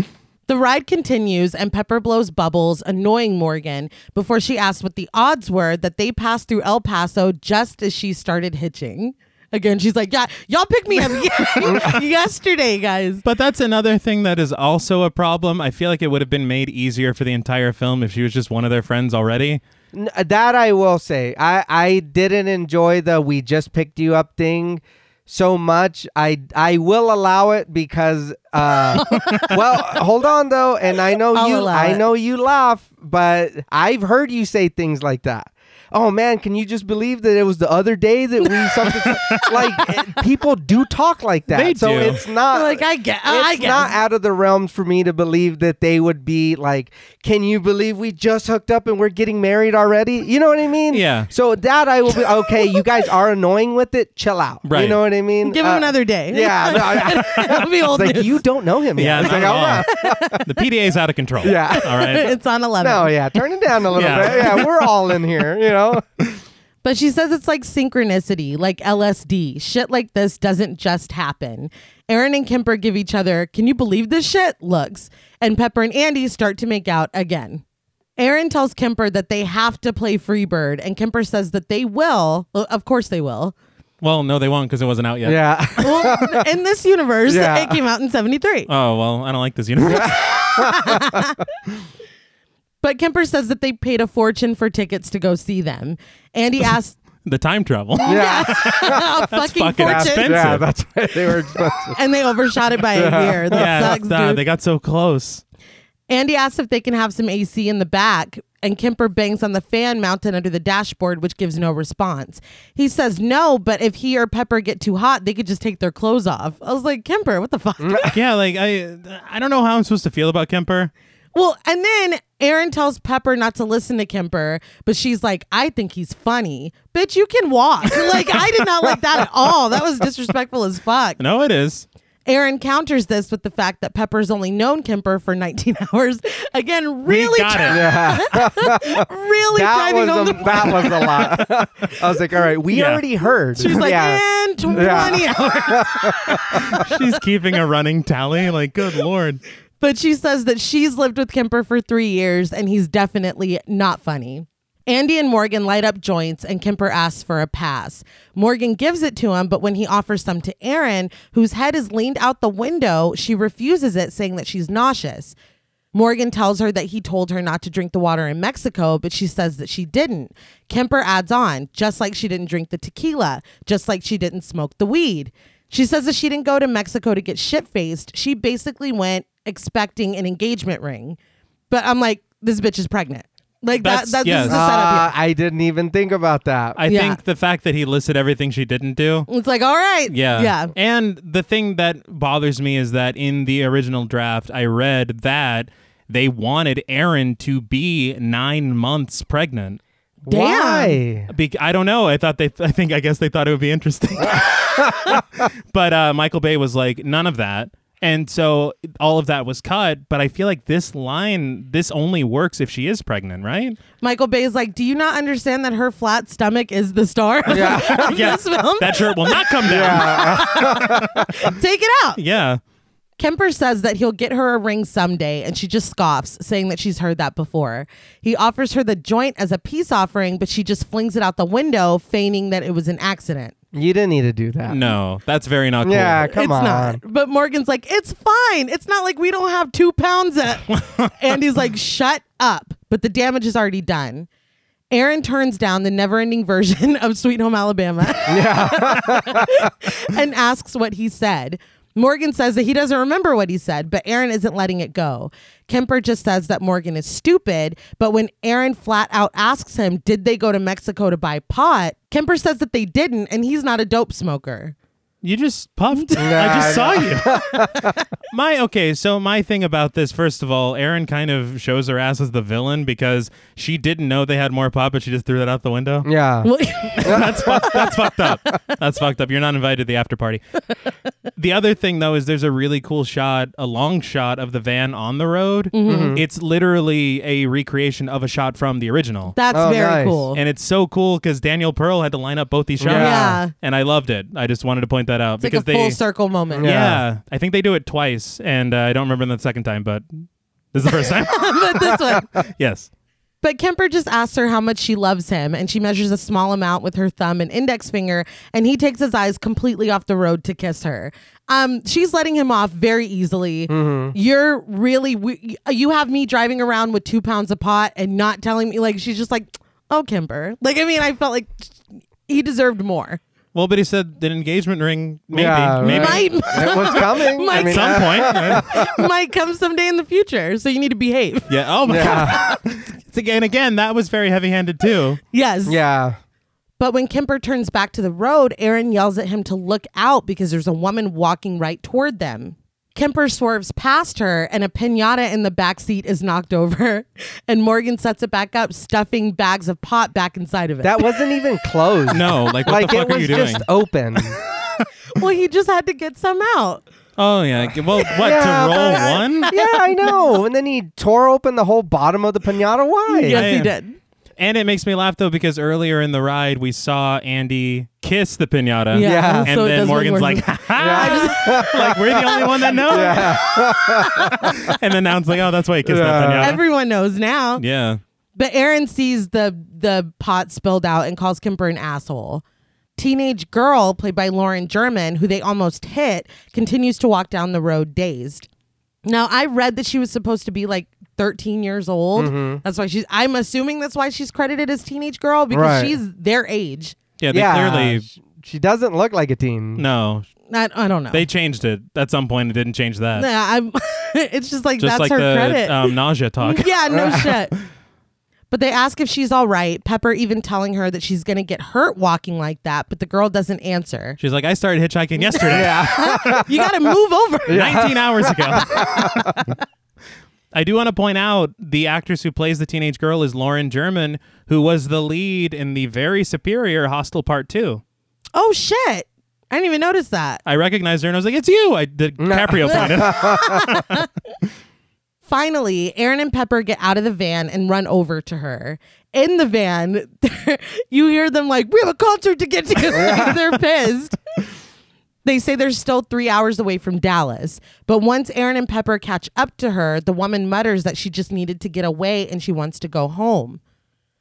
S1: The ride continues, and Pepper blows bubbles, annoying Morgan, before she asks what the odds were that they passed through El Paso just as she started hitching. Again, she's like, "Yeah, y'all picked me up yesterday, guys."
S3: But that's another thing that is also a problem. I feel like it would have been made easier for the entire film if she was just one of their friends already.
S2: N- uh, that I will say. I I didn't enjoy the we just picked you up thing so much. I I will allow it because uh well, hold on though, and I know
S1: I'll
S2: you
S1: allow
S2: I
S1: it.
S2: know you laugh, but I've heard you say things like that. Oh man, can you just believe that it was the other day that we something like it- people do talk like that.
S3: They
S2: so
S3: do.
S2: it's not
S1: Like, I get, Uh, I
S2: it's
S1: guess.
S2: not out of the realm for me to believe that they would be like, "Can you believe we just hooked up and we're getting married already?" You know what I mean?
S3: Yeah.
S2: So that I will be okay. You guys are annoying with it. Chill out. You
S3: Right.
S2: know what I mean?
S1: Give him
S2: Uh,
S1: another day.
S2: Yeah. No, I-
S1: It'll be old
S2: it's like
S1: news.
S2: you don't know him. Yet.
S3: Yeah,
S2: It's
S3: not
S2: like, oh,
S3: at
S2: all
S3: all.
S2: right.
S3: the PDA's out of control.
S2: Yeah.
S3: All right.
S1: it's on eleven.
S2: No, yeah. Turn it down a little
S3: Yeah.
S2: bit. Yeah, we're all in here. You know.
S1: But she says it's like synchronicity, like LSD. Shit like this doesn't just happen. Aaron and Kemper give each other, can you believe this shit? Looks. And Pepper and Andy start to make out again. Aaron tells Kemper that they have to play Freebird, and Kemper says that they will. Well, Of course they will.
S3: Well, no, they won't because it wasn't out yet.
S2: Yeah.
S1: Well, in this universe,
S2: Yeah.
S1: it came out in 73.
S3: Oh, well, I don't like this universe.
S1: But Kemper says that they paid a fortune for tickets to go see them. Andy asks,
S3: the time travel.
S2: Yeah.
S1: a fucking,
S3: fucking
S1: fortune.
S3: Oh, expensive.
S2: yeah. That's why they were expensive.
S1: And they overshot it by a year. That
S3: Yeah,
S1: sucks,
S3: nah,
S1: dude.
S3: they got so close.
S1: Andy asks if they can have some AC in the back, and Kemper bangs on the fan mounted under the dashboard, which gives no response. He says no, but if he or Pepper get too hot, they could just take their clothes off. I was like, Kemper, what the fuck?
S3: Yeah, like I, I don't know how I'm supposed to feel about Kemper.
S1: well, and then Aaron tells Pepper not to listen to Kemper, but she's like, I think he's funny. Bitch, you can walk. like, I did not like that at all. That was disrespectful as fuck.
S3: No, it is.
S1: Aaron counters this with the fact that Pepper's only known Kemper for 19 hours. Again, really,
S3: we got
S1: try-
S3: it.
S2: Yeah.
S1: really
S2: That
S1: driving
S2: was
S1: home the
S2: a,
S1: point.
S2: that was a lot. I was like, all right, we
S3: Yeah.
S2: already heard.
S1: She's like,
S2: yeah.
S1: and 20
S2: Yeah.
S1: hours.
S3: She's keeping a running tally. Like, good lord.
S1: But she says that she's lived with Kemper for three years and he's definitely not funny. Andy and Morgan light up joints and Kemper asks for a pass. Morgan gives it to him, but when he offers some to Aaron, whose head is leaned out the window, she refuses it, saying that she's nauseous. Morgan tells her that he told her not to drink the water in Mexico, but she says that she didn't. Kemper adds on, just like she didn't drink the tequila, just like she didn't smoke the weed. She says that she didn't go to Mexico to get shit faced. She basically went expecting an engagement ring. But I'm like, this bitch is pregnant. Like
S3: That's-
S1: that, that
S3: yes.
S1: this is the setup
S2: Uh, I didn't even think about that.
S3: I
S1: Yeah.
S3: think the fact that he listed everything she didn't do.
S1: here. It's like, all right.
S3: Yeah.
S1: Yeah.
S3: And the thing that bothers me is that in the original draft, I read that they wanted Aaron to be nine months pregnant.
S1: Damn.
S2: Why?
S3: Be- I don't know. I thought they. I think. I guess they thought it would be interesting. but uh, Michael Bay was like, none of that. And so all of that was cut, but I feel like this line this only works if she is pregnant, right?
S1: Michael Bay's like, do you not understand that her flat stomach is the star of this film?
S3: That shirt will not come down. Yeah.
S1: Take it out. Kemper says that he'll get her a ring someday, and she just scoffs, saying that she's heard that before. He offers her the joint as a peace offering, but she just flings it out the window, feigning that it was an accident.
S2: You didn't need to do that.
S3: No, that's very not cool.
S2: Yeah, come
S1: it's
S2: on.
S1: not. But Morgan's like, it's fine. It's not like we don't have two pounds. At-. Andy's like, shut up. But the damage is already done. Aaron turns down the never ending version of Sweet Home Alabama and asks what he said. Morgan says that he doesn't remember what he said, but Aaron isn't letting it go. Kemper just says that Morgan is stupid, but when Aaron flat out asks him, Did they go to Mexico to buy pot? Kemper says that they didn't, and he's not a dope smoker.
S3: You just puffed. I just saw you. my okay, so my thing about this, first of all, Aaron kind of shows her ass as the villain because she didn't know they had more pop, but she just threw that out the window.
S2: Yeah.
S3: that's fucked, that's fucked up. That's fucked up. You're not invited to the after party. The other thing though is there's a really cool shot, a long shot of the van on the road.
S1: Mm-hmm.
S3: It's literally a recreation of a shot from the original.
S1: That's
S2: Oh,
S1: very
S2: nice.
S1: cool.
S3: and it's so cool because Daniel Pearl had to line up both these shots.
S1: Yeah. Yeah.
S3: And I loved it. I just wanted to point that
S1: it's
S3: out
S1: like a
S3: because
S1: full
S3: they
S1: circle moment.
S2: Yeah.
S3: yeah. I think they do it twice, and uh, I don't remember the second time, but this is the first time.
S1: but this one.
S3: yes.
S1: But Kemper just asks her how much she loves him, and she measures a small amount with her thumb and index finger, and he takes his eyes completely off the road to kiss her. Um, she's letting him off very easily.
S2: Mm-hmm.
S1: You're really, we- you have me driving around with two pounds of pot and not telling me, like, she's just like, oh, Kemper. Like, I mean, I felt like he deserved more.
S3: Well, but he said an engagement ring, maybe,
S2: Yeah,
S3: maybe
S2: right.
S1: Might,
S2: it was coming.
S1: Mike-
S2: I mean,
S3: at some
S2: uh,
S3: point.
S1: might come someday in the future, so you need to behave.
S3: yeah. Oh my
S2: Yeah.
S3: god. It's again, again. That was very heavy-handed too.
S1: Yes.
S2: Yeah.
S1: But when Kemper turns back to the road, Aaron yells at him to look out because there's a woman walking right toward them. Kemper swerves past her, and a pinata in the back seat is knocked over. And Morgan sets it back up, stuffing bags of pot back inside of it.
S2: That wasn't even closed.
S3: No, like what
S2: Like
S3: the
S2: it
S3: fuck are
S2: was
S3: you
S2: just
S3: doing?
S2: open.
S1: well, he just had to get some out.
S3: Oh yeah. Well, what
S2: Yeah,
S3: to roll
S2: but I-
S3: one?
S2: yeah, I know. And then he tore open the whole bottom of the pinata. Why?
S1: yes,
S3: yeah.
S1: he did.
S3: And it makes me laugh though because earlier in the ride we saw Andy kiss the pinata.
S2: Yeah.
S3: And
S1: so it
S3: then
S1: does make
S3: Morgan's
S1: more
S3: like,
S1: sense.
S3: ha ha like we're the only one that knows. and then Noun's like, oh, that's why he kissed that
S2: Yeah.
S3: pinata.
S1: everyone knows now.
S3: yeah.
S1: But Aaron sees the the pot spilled out and calls Kemper an asshole. Teenage girl, played by Lauren German, who they almost hit, continues to walk down the road dazed. Now I read that she was supposed to be like 13 years old.
S3: Mm-hmm.
S1: That's why she's I'm assuming that's why she's credited as teenage girl because
S2: Right.
S1: she's their age.
S3: Yeah, they
S2: Yeah.
S3: clearly
S2: sh- She doesn't look like a teen.
S3: no.
S1: I, I don't know.
S3: They changed it at some point. It didn't change that.
S1: Nah, I'm it's just like
S3: Just
S1: that's
S3: like
S1: her
S3: the
S1: credit.
S3: Um, nausea talk.
S1: yeah, no shit. But they ask if she's all right. Pepper even telling her that she's going to get hurt walking like that, but the girl doesn't answer.
S3: She's like, I started hitchhiking yesterday,
S1: You got to move over.
S3: 19 hours ago. I do want to point out the actress who plays the teenage girl is Lauren German, who was the lead in the very superior Hostel Part 2.
S1: Oh shit. I didn't even notice that.
S3: I recognized her and I was like, it's you. I did Caprio pointed.
S1: Finally, Aaron and Pepper get out of the van and run over to her. In the van, you hear them like, "We have a concert to get to." Like, They're pissed. They say they're still three hours away from Dallas. But once Aaron and Pepper catch up to her, the woman mutters that she just needed to get away and she wants to go home.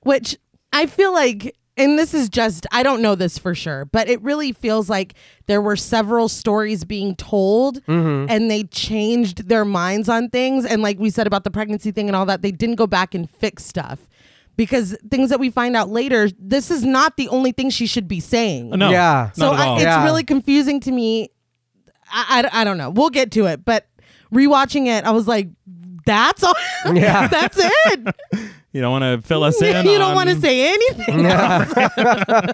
S1: Which I feel like, and this is just, I don't know this for sure, but it really feels like there were several stories being told and they changed their minds on things. And like we said about the pregnancy thing and all that, they didn't go back and fix stuff. Because things that we find out later, this is not the only thing she should be saying.
S3: No.
S2: Yeah.
S3: Not
S1: So
S3: at
S1: I,
S3: all.
S1: it's
S2: Yeah.
S1: really confusing to me. I, I, I don't know. We'll get to it, but rewatching it, I was like, that's all.
S2: Yeah.
S1: that's it.
S3: you don't want to fill us in.
S1: you don't want to
S3: on-
S1: say anything.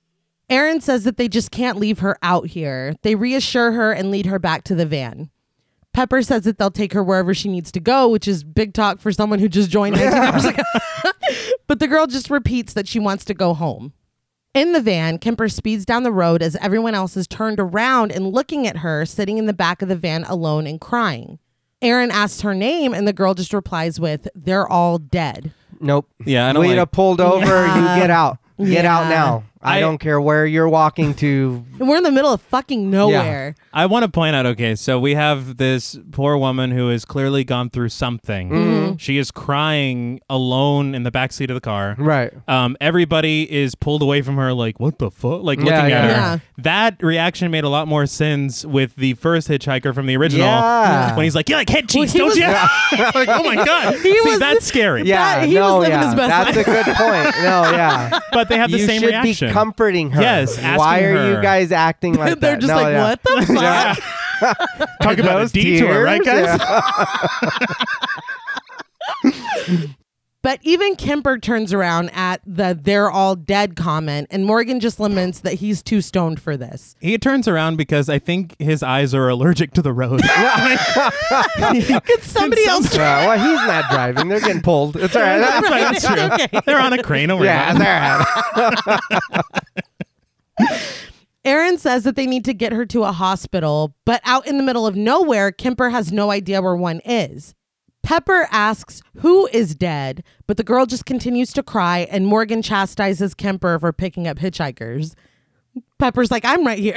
S1: Aaron says that they just can't leave her out here. They reassure her and lead her back to the van. Pepper says that they'll take her wherever she needs to go, which is big talk for someone who just joined 19 hours ago. but the girl just repeats that she wants to go home. In the van, Kemper speeds down the road as everyone else is turned around and looking at her sitting in the back of the van alone and crying. Aaron asks her name, and the girl just replies with, They're all dead.
S2: Nope.
S3: Yeah, I don't
S2: Lita
S3: like-
S2: pulled over.
S1: Yeah.
S2: You get out. Get out
S1: Yeah.
S2: now. I,
S3: I-
S2: don't care where you're walking to.
S1: And we're in the middle of fucking nowhere.
S3: I want to point out okay, so we have this poor woman who has clearly gone through something.
S2: Mm-hmm.
S3: She is crying alone in the backseat of the car.
S2: Right.
S3: Um, everybody is pulled away from her, like, what the fuck? Like, looking
S2: Yeah,
S3: at
S2: yeah.
S3: her.
S1: Yeah.
S3: That reaction made a lot more sense with the first hitchhiker from the original.
S2: Yeah.
S3: When he's like, you like head cheese,
S1: he
S3: don't
S1: was-
S3: you? like, oh my God.
S1: He
S3: See,
S1: was-
S3: that's scary.
S2: Yeah.
S1: That- he was
S2: no,
S1: living
S2: yeah.
S1: his best
S2: That's a good point. No, yeah.
S3: But they have the
S2: you
S3: same
S2: should
S3: reaction.
S2: be comforting her.
S3: Yes,
S2: Why
S3: asking
S2: are you
S3: her.
S2: guys acting like
S1: They're
S2: that?
S1: just
S2: No,
S1: like,
S2: yeah.
S1: What the fuck?
S3: Yeah. Talk about a
S2: Those
S3: detour, right,
S2: tears?
S3: guys?
S2: Yeah.
S1: But even Kemper turns around at the they're all dead comment, and Morgan just laments that he's too stoned for this.
S3: He turns around because I think his eyes are allergic to the road.
S1: Could somebody
S3: some-
S1: else?
S2: Yeah, well, he's not driving. They're getting pulled. It's all right.
S3: right, that's true.
S1: Okay.
S3: They're on a crane over
S2: yeah,
S3: there.
S2: they're
S1: Aaron says that they need to get her to a hospital, but out in the middle of nowhere, Kemper has no idea where one is. Pepper asks who is dead, but the girl just continues to cry, and Morgan chastises Kemper for picking up hitchhikers. Pepper's like, I'm right here.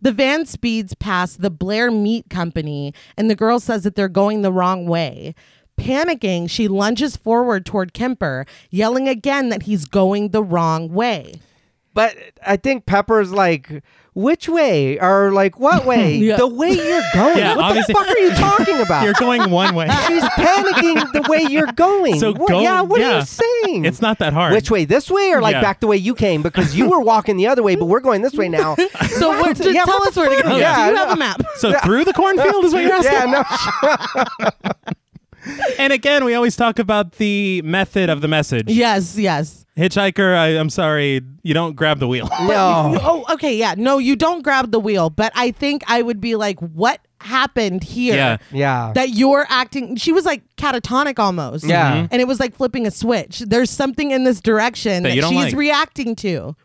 S1: the van speeds past the Blair Meat Company, and the girl says that they're going the wrong way. Panicking, she lunges forward toward Kemper, yelling again that he's going the wrong way.
S2: But I think Pepper's like, which way? Or like, what way?
S1: Yeah.
S2: The way you're going.
S3: Yeah,
S2: what the
S3: obviously-
S2: fuck are you talking about?
S3: You're going one way.
S2: She's panicking the way you're going.
S3: So
S2: what,
S3: go-
S2: yeah, what are
S3: yeah.
S2: you saying?
S3: It's not that hard.
S2: which way? This way or like
S3: Yeah.
S2: back the way you came because you were walking the other way, but we're going this way now.
S1: So what, just
S2: Yeah,
S1: tell
S2: what
S1: us where to go.
S2: fuck? Yeah,
S1: Do you
S2: no.
S1: have a map?
S3: So through the cornfield is what you're asking.
S2: yeah, no.
S3: And again, we always talk about the method of the message.
S1: Yes, yes.
S3: Hitchhiker, I, I'm sorry, you don't grab the wheel.
S2: No.
S1: Oh, okay, yeah. No, you don't grab the wheel, but I think I would be like, what happened here?
S3: Yeah.
S2: Yeah.
S1: That you're acting. She was like catatonic almost.
S2: Yeah. Mhm.
S1: And it was like flipping a switch. There's something in this direction
S3: That
S1: that,
S3: you don't
S1: she's
S3: like.
S1: reacting to.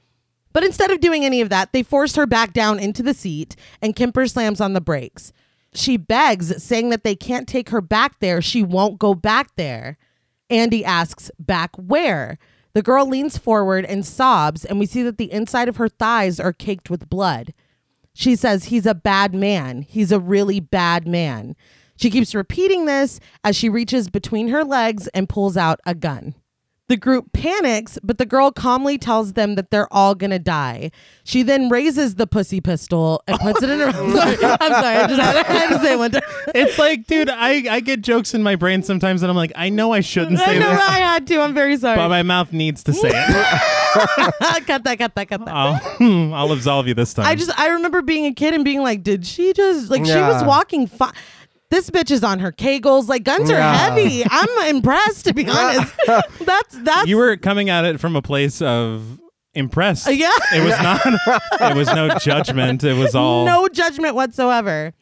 S1: But instead of doing any of that, they force her back down into the seat, and Kemper slams on the brakes. She begs, saying that they can't take her back there. She won't go back there. Andy asks, Back where? The girl leans forward and sobs, and we see that the inside of her thighs are caked with blood. She says, He's a bad man. He's a really bad man. She keeps repeating this as she reaches between her legs and pulls out a gun. The group panics, but the girl calmly tells them that they're all gonna die. She then raises the pussy pistol and puts it in her. I'm sorry, I'm sorry. I just had, I had to say it one time.
S3: It's like, dude, I, I get jokes in my brain sometimes and I'm like, I know I shouldn't
S1: I
S3: say
S1: know
S3: this,
S1: I had to. I'm very sorry.
S3: but my mouth needs to say it.
S1: cut that, cut that, cut that.
S3: I'll, I'll absolve you this time.
S1: I just I remember being a kid and being like, did she just like she
S2: Yeah.
S1: was walking fi- this bitch is on her kegels. Like guns
S2: Yeah.
S1: are heavy. I'm impressed to be honest. that's that's
S3: you were coming at it from a place of
S2: Uh,
S3: impressed.
S1: Yeah.
S3: It was not, it was no judgment. It was
S2: Oh.
S3: all.
S1: no judgment whatsoever.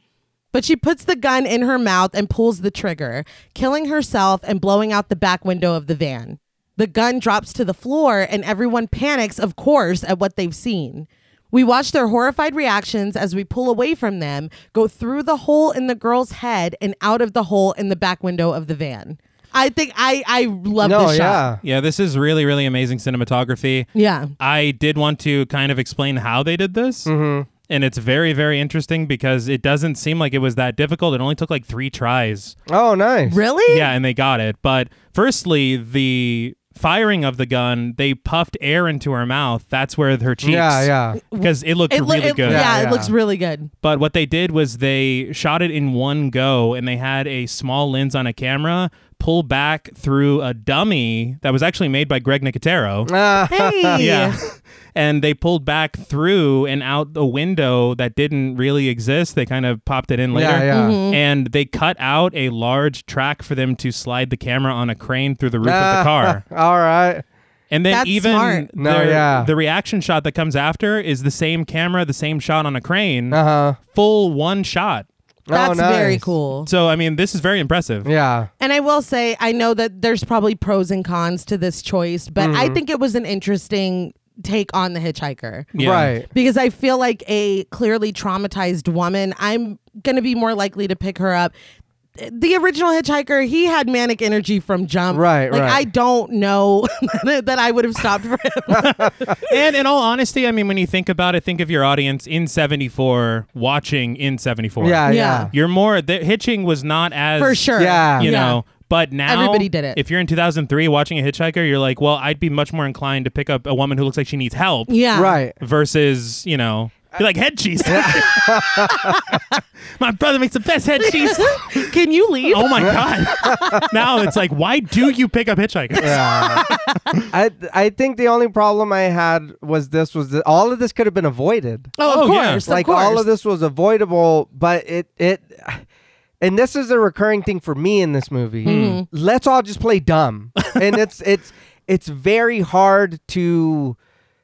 S1: But she puts the gun in her mouth and pulls the trigger, killing herself and blowing out the back window of the van. The gun drops to the floor, and everyone panics, of course, at what they've seen. We watch their horrified reactions as we pull away from them, go through the hole in the girl's head and out of the hole in the back window of the van. I think I I love
S2: no,
S1: this shot.
S2: yeah.
S3: Yeah, this is really, really amazing cinematography.
S1: Yeah.
S3: I did want to kind of explain how they did this.
S2: Mm-hmm.
S3: And it's very, very interesting because it doesn't seem like it was that difficult. It only took like three tries.
S2: Oh, nice.
S1: Really?
S3: Yeah, and they got it. But firstly, the firing of the gun, they puffed air into her mouth. That's where her cheeks.
S2: Yeah, yeah.
S3: Because it looked
S1: It, loo-
S3: really
S1: it-
S3: good.
S1: yeah,
S2: Yeah,
S1: it looks
S2: yeah.
S1: really good.
S3: But what they did was they shot it in one go and they had a small lens on a camera pull back through a dummy that was actually made by Greg Nicotero.
S2: Ah,
S1: Hey.
S3: Yeah. And they pulled back through and out the window that didn't really exist. They kind of popped it in later.
S2: Yeah, yeah.
S1: Mm-hmm.
S2: Mhm.
S3: And they cut out a large track for them to slide the camera on a crane through the roof of
S2: ah,
S3: the car.
S2: All right.
S3: And then
S1: That's
S3: even
S1: smart.
S2: No,
S3: their-
S2: yeah.
S3: the reaction shot
S2: Ah.
S3: that comes after is the same camera, the same shot on a crane,
S2: Uh huh.
S3: full one shot.
S1: That's very
S2: Oh, nice.
S1: cool.
S3: So I mean, this is very impressive.
S2: Yeah.
S1: And I will say, I know that there's probably pros and cons to this choice, but I
S2: Mm-hmm.
S1: think it was an interesting take on the hitchhiker.
S3: Yeah.
S2: Right.
S1: Because I feel like a clearly traumatized woman, I'm going to be more likely to pick her up. The original hitchhiker, he had manic energy from jump.
S2: Right,
S1: Like
S2: right.
S1: I don't know that I would have stopped for him.
S3: And in all honesty, I mean, when you think about it, think of your audience in '74 watching in '74.
S2: Yeah.
S1: Yeah.
S2: Yeah.
S3: You're more the hitching was not as
S1: for sure.
S2: Yeah.
S3: You
S1: Yeah.
S3: know. But now
S1: Everybody did it.
S3: If you're in 2003 watching a hitchhiker, you're like, well, I'd be much more inclined to pick up a woman who looks like she needs help.
S1: Yeah.
S2: Right.
S3: versus you know be like head cheese. my brother makes the best head cheese.
S1: Can you leave?
S3: oh my god! now it's like, why do you pick up hitchhikers?
S2: Yeah. I I think the only problem I had was this was that all of this could have been avoided.
S1: Oh, of
S3: Oh, yeah.
S1: course.
S2: like
S1: of course.
S2: all of this was avoidable, but it it and this is a recurring thing for me in this movie.
S1: Hmm.
S2: Let's all just play dumb. and it's it's it's very hard to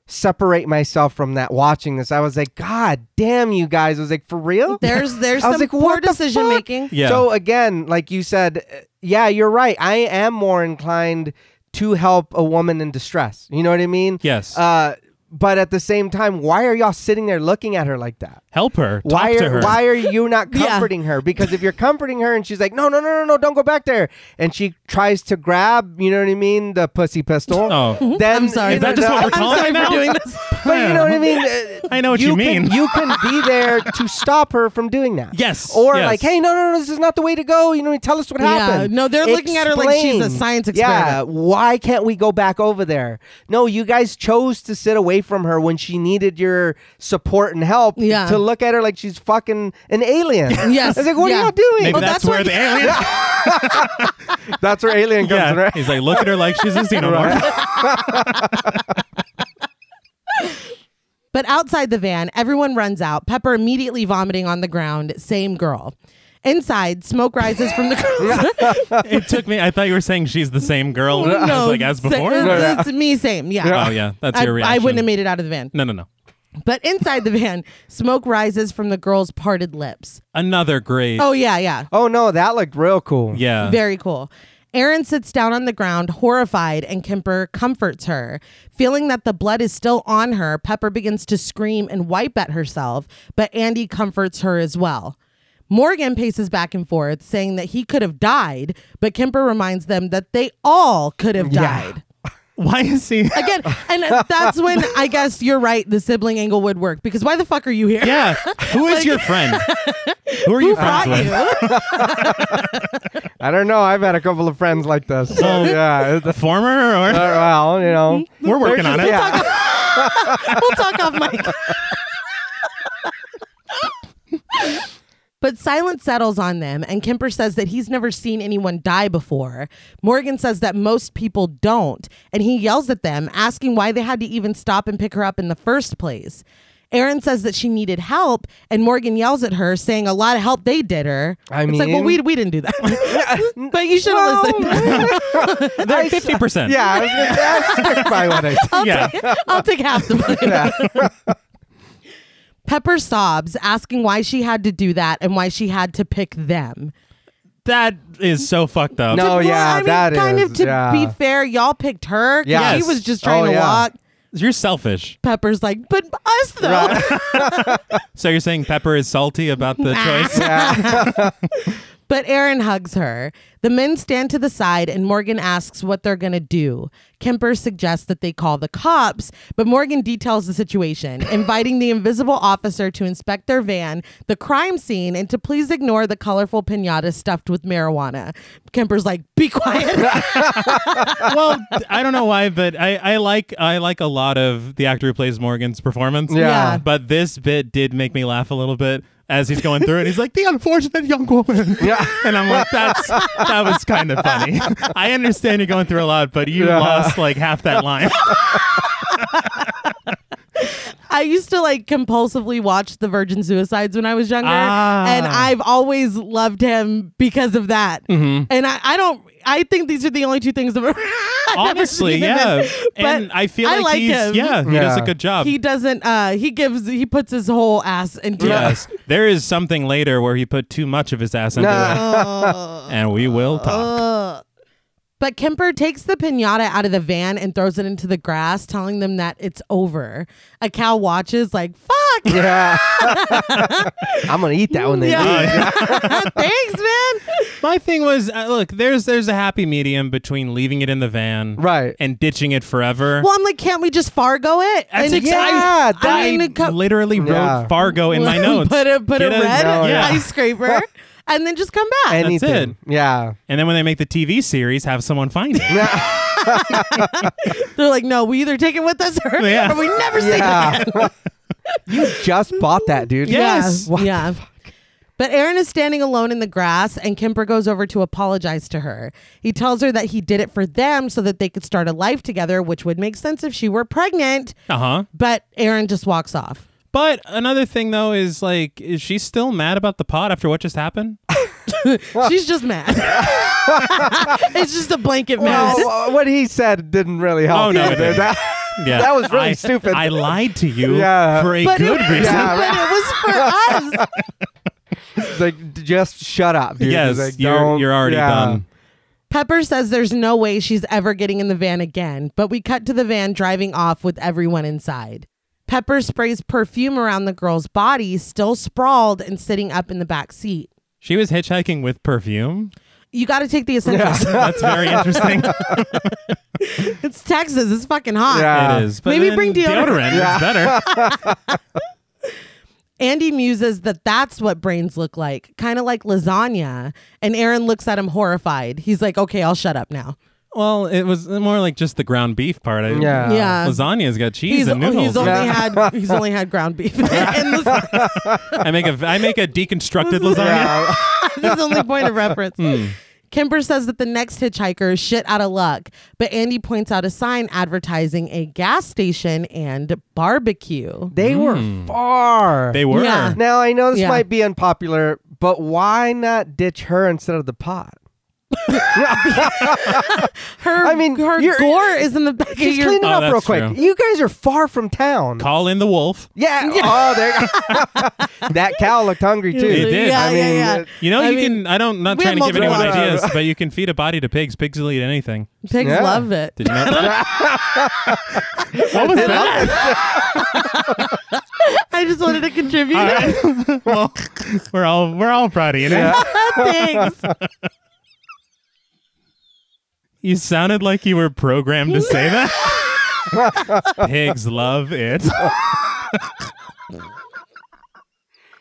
S2: separate myself from that watching this. I was like, God damn you guys. I was like, for real?
S1: There's there's some
S2: I was like,
S1: poor
S2: what the
S1: decision
S2: fuck?
S1: making.
S3: Yeah.
S2: So again, like you said, uh, yeah, you're right. I am more inclined to help a woman in distress. You know what I mean?
S3: Yes.
S2: Uh, but at the same time, why are y'all sitting there looking at her like that?
S3: Help her. Talk
S2: Why
S3: to
S2: are
S3: her.
S2: why are you not
S1: Yeah.
S2: comforting her? Because if you're comforting her and she's like, no, no, no, no, no, don't go back there, and she tries to grab, you know what I mean, the pussy pistol.
S3: Oh.
S2: then
S1: I'm sorry.
S2: you
S3: Is that
S2: know,
S3: just what
S2: no,
S3: we're calling it now? doing this?
S2: But you know what I mean. Uh,
S3: I know what you
S2: can-
S3: mean.
S2: you can be there to stop her from doing that.
S3: Yes,
S2: Or
S3: yes.
S2: like, hey, no, no, no, this is not the way to go. You know, tell us what
S1: Yeah,
S2: happened.
S1: no, they're looking at her like she's a
S2: Explain.
S1: science
S2: Yeah.
S1: experiment.
S2: Why can't we go back over there? No, you guys chose to sit away from her when she needed your support and help.
S1: Yeah.
S2: To look at her like she's fucking an alien.
S1: Yes,
S2: I was like, what
S1: yeah.
S2: are y'all doing?
S3: Maybe
S1: Well, that's
S3: that's, where
S1: where-
S3: the alien.
S2: that's where alien comes
S3: yeah.
S2: in, right?
S3: He's like, look at her like she's a xenomorph.
S1: But outside the van, everyone runs out, Pepper immediately vomiting on the ground, same girl. Inside, smoke rises from the cruiser.
S3: It took me. I thought you were saying she's the same girl. I was like, as
S1: sa-
S3: before.
S1: It's me, same. Yeah.
S3: Oh yeah, that's
S1: I,
S3: your reaction.
S1: I wouldn't have made it out of the van.
S3: No, no, no.
S1: But inside the van, smoke rises from the girl's parted lips.
S3: Another great.
S1: Oh, yeah, yeah.
S2: Oh no, that looked real cool.
S3: yeah.
S1: Very cool. Aaron sits down on the ground, horrified, and Kemper comforts her. Feeling that the blood is still on her, Pepper begins to scream and wipe at herself, but Andy comforts her as well. Morgan paces back and forth, saying that he could have died, but Kemper reminds them that they all could have died.
S3: Why is he?
S1: Again, and that's when I guess you're right, the sibling angle would work because why the fuck are you here?
S3: Yeah. Who is your friend? Who are
S1: Who
S3: you friends
S1: brought
S3: with?
S1: you?
S2: I don't know. I've had a couple of friends like this. So,
S3: Oh.
S2: yeah. it's-
S3: The former or
S2: uh, well, you know.
S3: we're working
S2: They're
S3: on it.
S2: just- yeah.
S1: we'll talk off mic. But silence settles on them, and Kemper says that he's never seen anyone die before. Morgan says that most people don't, and he yells at them, asking why they had to even stop and pick her up in the first place. Aaron says that she needed help, and Morgan yells at her, saying a lot of help they did her.
S2: I
S1: it's like, well,
S2: mean-
S1: we, we didn't do that. but you should have listened.
S3: They're fifty percent.
S2: Yeah, I was gonna say, I stick by what I said.
S3: Yeah.
S1: I'll take half the blame. Pepper sobs, asking why she had to do that and why she had to pick them.
S3: That is so fucked up.
S2: No. Oh,
S1: Well,
S2: yeah,
S1: I mean,
S2: that
S1: kind
S2: is,
S1: of to
S2: yeah.
S1: be fair, y'all picked her. 'cause
S2: Yes.
S1: she was just trying
S2: Oh,
S1: to
S2: yeah.
S1: walk.
S3: You're selfish.
S1: Pepper's like, but us though.
S3: So you're saying Pepper is salty about the choice?
S1: But Aaron hugs her. The men stand to the side, and Morgan asks what they're going to do. Kemper suggests that they call the cops, but Morgan details the situation, inviting the invisible officer to inspect their van, the crime scene, and to please ignore the colorful pinata stuffed with marijuana. Kemper's like, be quiet.
S3: well, I don't know why, but I, I like I like a lot of the actor who plays Morgan's performance.
S2: Yeah.
S1: Yeah.
S3: But this bit did make me laugh a little bit as he's going through it. He's like, the unfortunate young woman.
S2: Yeah.
S3: And I'm like, that's that was kind of funny. I understand you're going through a lot, but you
S2: Yeah.
S3: lost like half that line.
S1: I used to like compulsively watch The Virgin Suicides when I was younger,
S3: Ah.
S1: and I've always loved him because of that. And I, I don't. I think these are the only two things that were.
S3: Honestly, yeah. and I feel like, he's, yeah, he does a
S2: Yeah.
S3: good job.
S1: He doesn't. Uh, he gives. He puts his whole ass into. it.
S3: yes. there is something later where he put too much of his ass into
S2: Nah.
S3: it. And we will talk.
S1: Ugh. But Kemper takes the pinata out of the van and throws it into the grass, telling them that it's over. A cow watches, like, fuck.
S2: Yeah. I'm gonna eat that when they leave.
S1: Yeah. Thanks, man.
S3: My thing was, uh, look, there's there's a happy medium between leaving it in the van
S2: Right.
S3: and ditching it forever.
S1: Well, I'm like, can't we just Fargo it?
S3: That's
S1: And-
S3: exactly.
S2: Yeah,
S1: I mean,
S3: I
S1: it co-
S3: literally wrote
S2: Yeah.
S3: Fargo in my notes.
S1: put a put a
S3: Get
S1: red
S2: No, yeah.
S1: ice scraper, and then just come back.
S2: Anything. Yeah.
S3: And then when they make the TV series, have someone find it.
S2: Yeah.
S1: They're like, no, we either take it with us or,
S3: Yeah.
S1: or we never see it.
S2: yeah. you just bought that, dude.
S3: Yeah. Yes.
S1: Yeah. yeah. But Aaron is standing alone in the grass, and Kemper goes over to apologize to her. He tells her that he did it for them so that they could start a life together, which would make sense if she were pregnant.
S3: Uh huh.
S1: But Aaron just walks off.
S3: But another thing though is like, is she still mad about the pot after what just happened?
S1: She's just mad. it's just a blanket mad.
S2: Well, uh, what he said didn't really help.
S3: Oh, no,
S2: either.
S3: it didn't.
S2: That,
S3: Yeah,
S2: that was really
S3: I-
S2: stupid.
S3: I lied to you
S2: Yeah.
S3: for a
S1: but, it,
S3: good reason.
S2: Yeah.
S1: but it was for us.
S2: like, d- just shut up, dude.
S3: Yes,
S2: Like,
S3: you're
S2: don't-
S3: you're already
S2: yeah.
S3: done.
S1: Pepper says there's no way she's ever getting in the van again, but we cut to the van driving off with everyone inside. Pepper sprays perfume around the girl's body, still sprawled and sitting up in the back seat.
S3: She was hitchhiking with perfume.
S1: You got to take the essentials.
S3: That's very interesting.
S1: it's Texas. It's fucking hot.
S2: Yeah.
S3: it is. But
S1: Maybe
S3: then
S1: bring deodorant.
S3: Uh, Deodorant is better.
S1: Andy muses that that's what brains look like, kind of like lasagna. And Aaron looks at him horrified. He's like, okay, I'll shut up now.
S3: well, it was more like just the ground beef part. I,
S2: Yeah.
S1: Yeah.
S3: Lasagna's got cheese
S1: He's,
S3: and
S1: he's
S3: noodles.
S1: only had he's only had ground beef. and this,
S3: I make a I make a deconstructed lasagna.
S2: Yeah.
S1: this is the only point of reference.
S3: Hmm.
S1: Kimber says that the next hitchhiker is shit out of luck, but Andy points out a sign advertising a gas station and barbecue.
S2: They were far.
S3: Hmm. They were.
S1: Yeah.
S2: now I know this
S1: Yeah.
S2: might be unpopular, but why not ditch her instead of the pot?
S1: Her,
S2: I mean,
S1: her
S2: you're-
S1: gore is in the back of
S2: Just
S1: your
S2: clean it
S3: Oh,
S2: up real
S3: that's
S2: quick.
S3: true.
S2: You guys are far from town.
S3: Call in the wolf.
S2: Yeah. Oh, there. that cow looked hungry too.
S3: It did.
S1: Yeah,
S2: I mean,
S1: yeah, yeah.
S2: it-
S3: You know,
S1: I
S3: you
S1: mean,
S3: can. I don't. Not
S1: we
S3: trying
S1: have
S3: to give anyone
S1: multiple-
S3: ideas, but you can feed a body to pigs. Pigs will eat anything.
S1: Pigs
S2: Yeah.
S1: love it.
S3: Did you know that? what was that?
S1: I just wanted to contribute.
S3: well, we're all we're all proud of you. now.
S1: Thanks.
S3: You sounded like you were programmed to say that. pigs love it.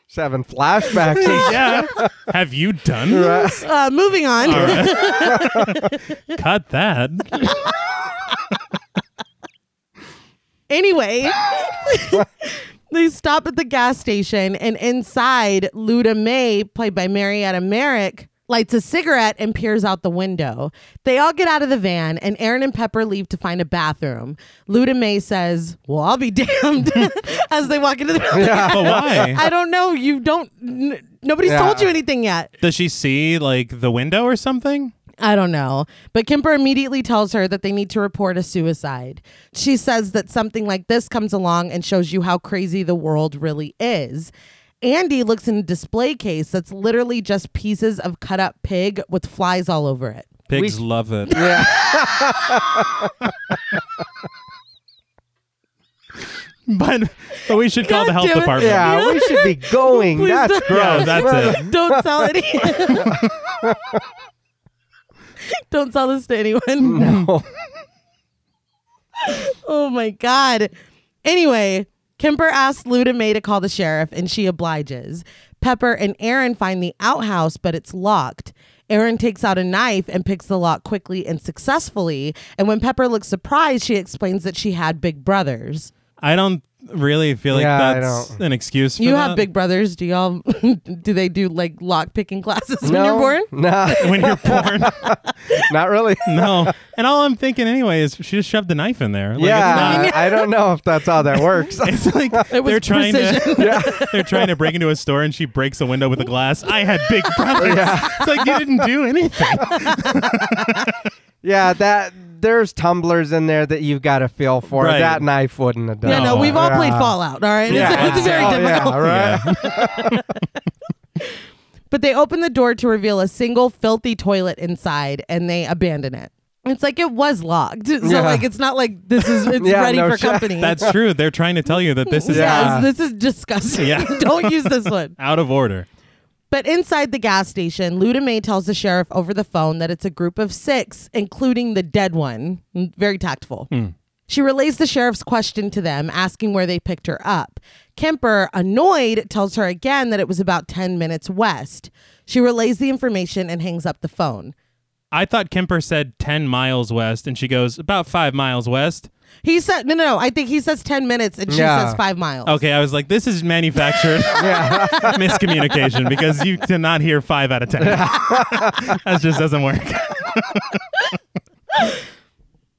S2: Just having flashbacks.
S3: yeah. Have you done? this?
S1: Uh, moving on.
S3: All right. Cut that.
S1: Anyway, they stop at the gas station, and inside, Luda May, played by Marietta Merrick, lights a cigarette and peers out the window. They all get out of the van, and Aaron and Pepper leave to find a bathroom. Luda May says, Well, I'll be damned, as they walk into the building.
S3: But why?
S1: I don't know. You don't. N- nobody's
S2: Yeah.
S1: told you anything yet.
S3: Does she see like the window or something?
S1: I don't know. But Kemper immediately tells her that they need to report a suicide. She says that something like this comes along and shows you how crazy the world really is. Andy looks in a display case that's literally just pieces of cut up pig with flies all over it.
S3: Pigs love it.
S2: Yeah.
S3: But but we should call the
S1: God
S3: health
S1: damn it.
S3: department.
S2: Yeah, we should be going.
S1: Please
S2: That's
S1: don't.
S3: Bro,
S2: gross.
S3: that's it.
S1: Don't sell any. don't sell this to anyone.
S2: No.
S1: Oh my God. Anyway, Kemper asks Luda May to call the sheriff, and she obliges. Pepper and Aaron find the outhouse, but it's locked. Aaron takes out a knife and picks the lock quickly and successfully. And when Pepper looks surprised, she explains that she had big brothers.
S3: I don't really feel like
S2: Yeah, I
S3: that's
S2: don't-
S3: an excuse. For
S1: You
S3: that.
S1: have big brothers. Do y'all? do they do like lock picking classes when you're born?
S2: No,
S3: when you're born.
S2: not really.
S3: no, and all I'm thinking anyway is she just shoved a knife in there. Like, it's not-
S2: yeah, I, I don't know if that's how that works.
S3: It's like
S1: was
S3: they're trying to they're trying to break into a store and she breaks a window with a glass. I had big brothers. It's like you didn't do anything.
S2: yeah, that there's tumblers in there that you've got to feel for.
S3: Right.
S2: That knife wouldn't have done.
S1: Yeah, no,
S3: No.
S1: we've all played
S2: Yeah.
S1: Fallout. All right, It's-
S3: Yeah.
S1: it's, very
S2: Oh,
S1: difficult.
S2: Yeah, right.
S3: Yeah.
S1: But they open the door to reveal a single filthy toilet inside and they abandon it. It's like it was locked. So
S2: Yeah.
S1: like it's not like this is it's
S2: Yeah,
S1: ready
S2: no
S1: for
S2: shit.
S1: company.
S3: That's true. They're trying to tell you that this is
S1: yes,
S2: Yeah.
S1: this is disgusting.
S3: Yeah.
S1: Don't use this one.
S3: out of order.
S1: But inside the gas station, Luda May tells the sheriff over the phone that it's a group of six, including the dead one. Mm, Very tactful. She relays the sheriff's question to them, asking where they picked her up. Kemper, annoyed, tells her again that it was about 10 minutes west. She relays the information and hangs up the phone.
S3: I thought Kemper said 10 miles west, and she goes, about five miles west.
S1: He said, no, no, no, I think he says 10 minutes and she
S2: Yeah.
S1: says five miles.
S3: Okay, I was like, this is manufactured miscommunication because you cannot hear five out of 10. that just doesn't work.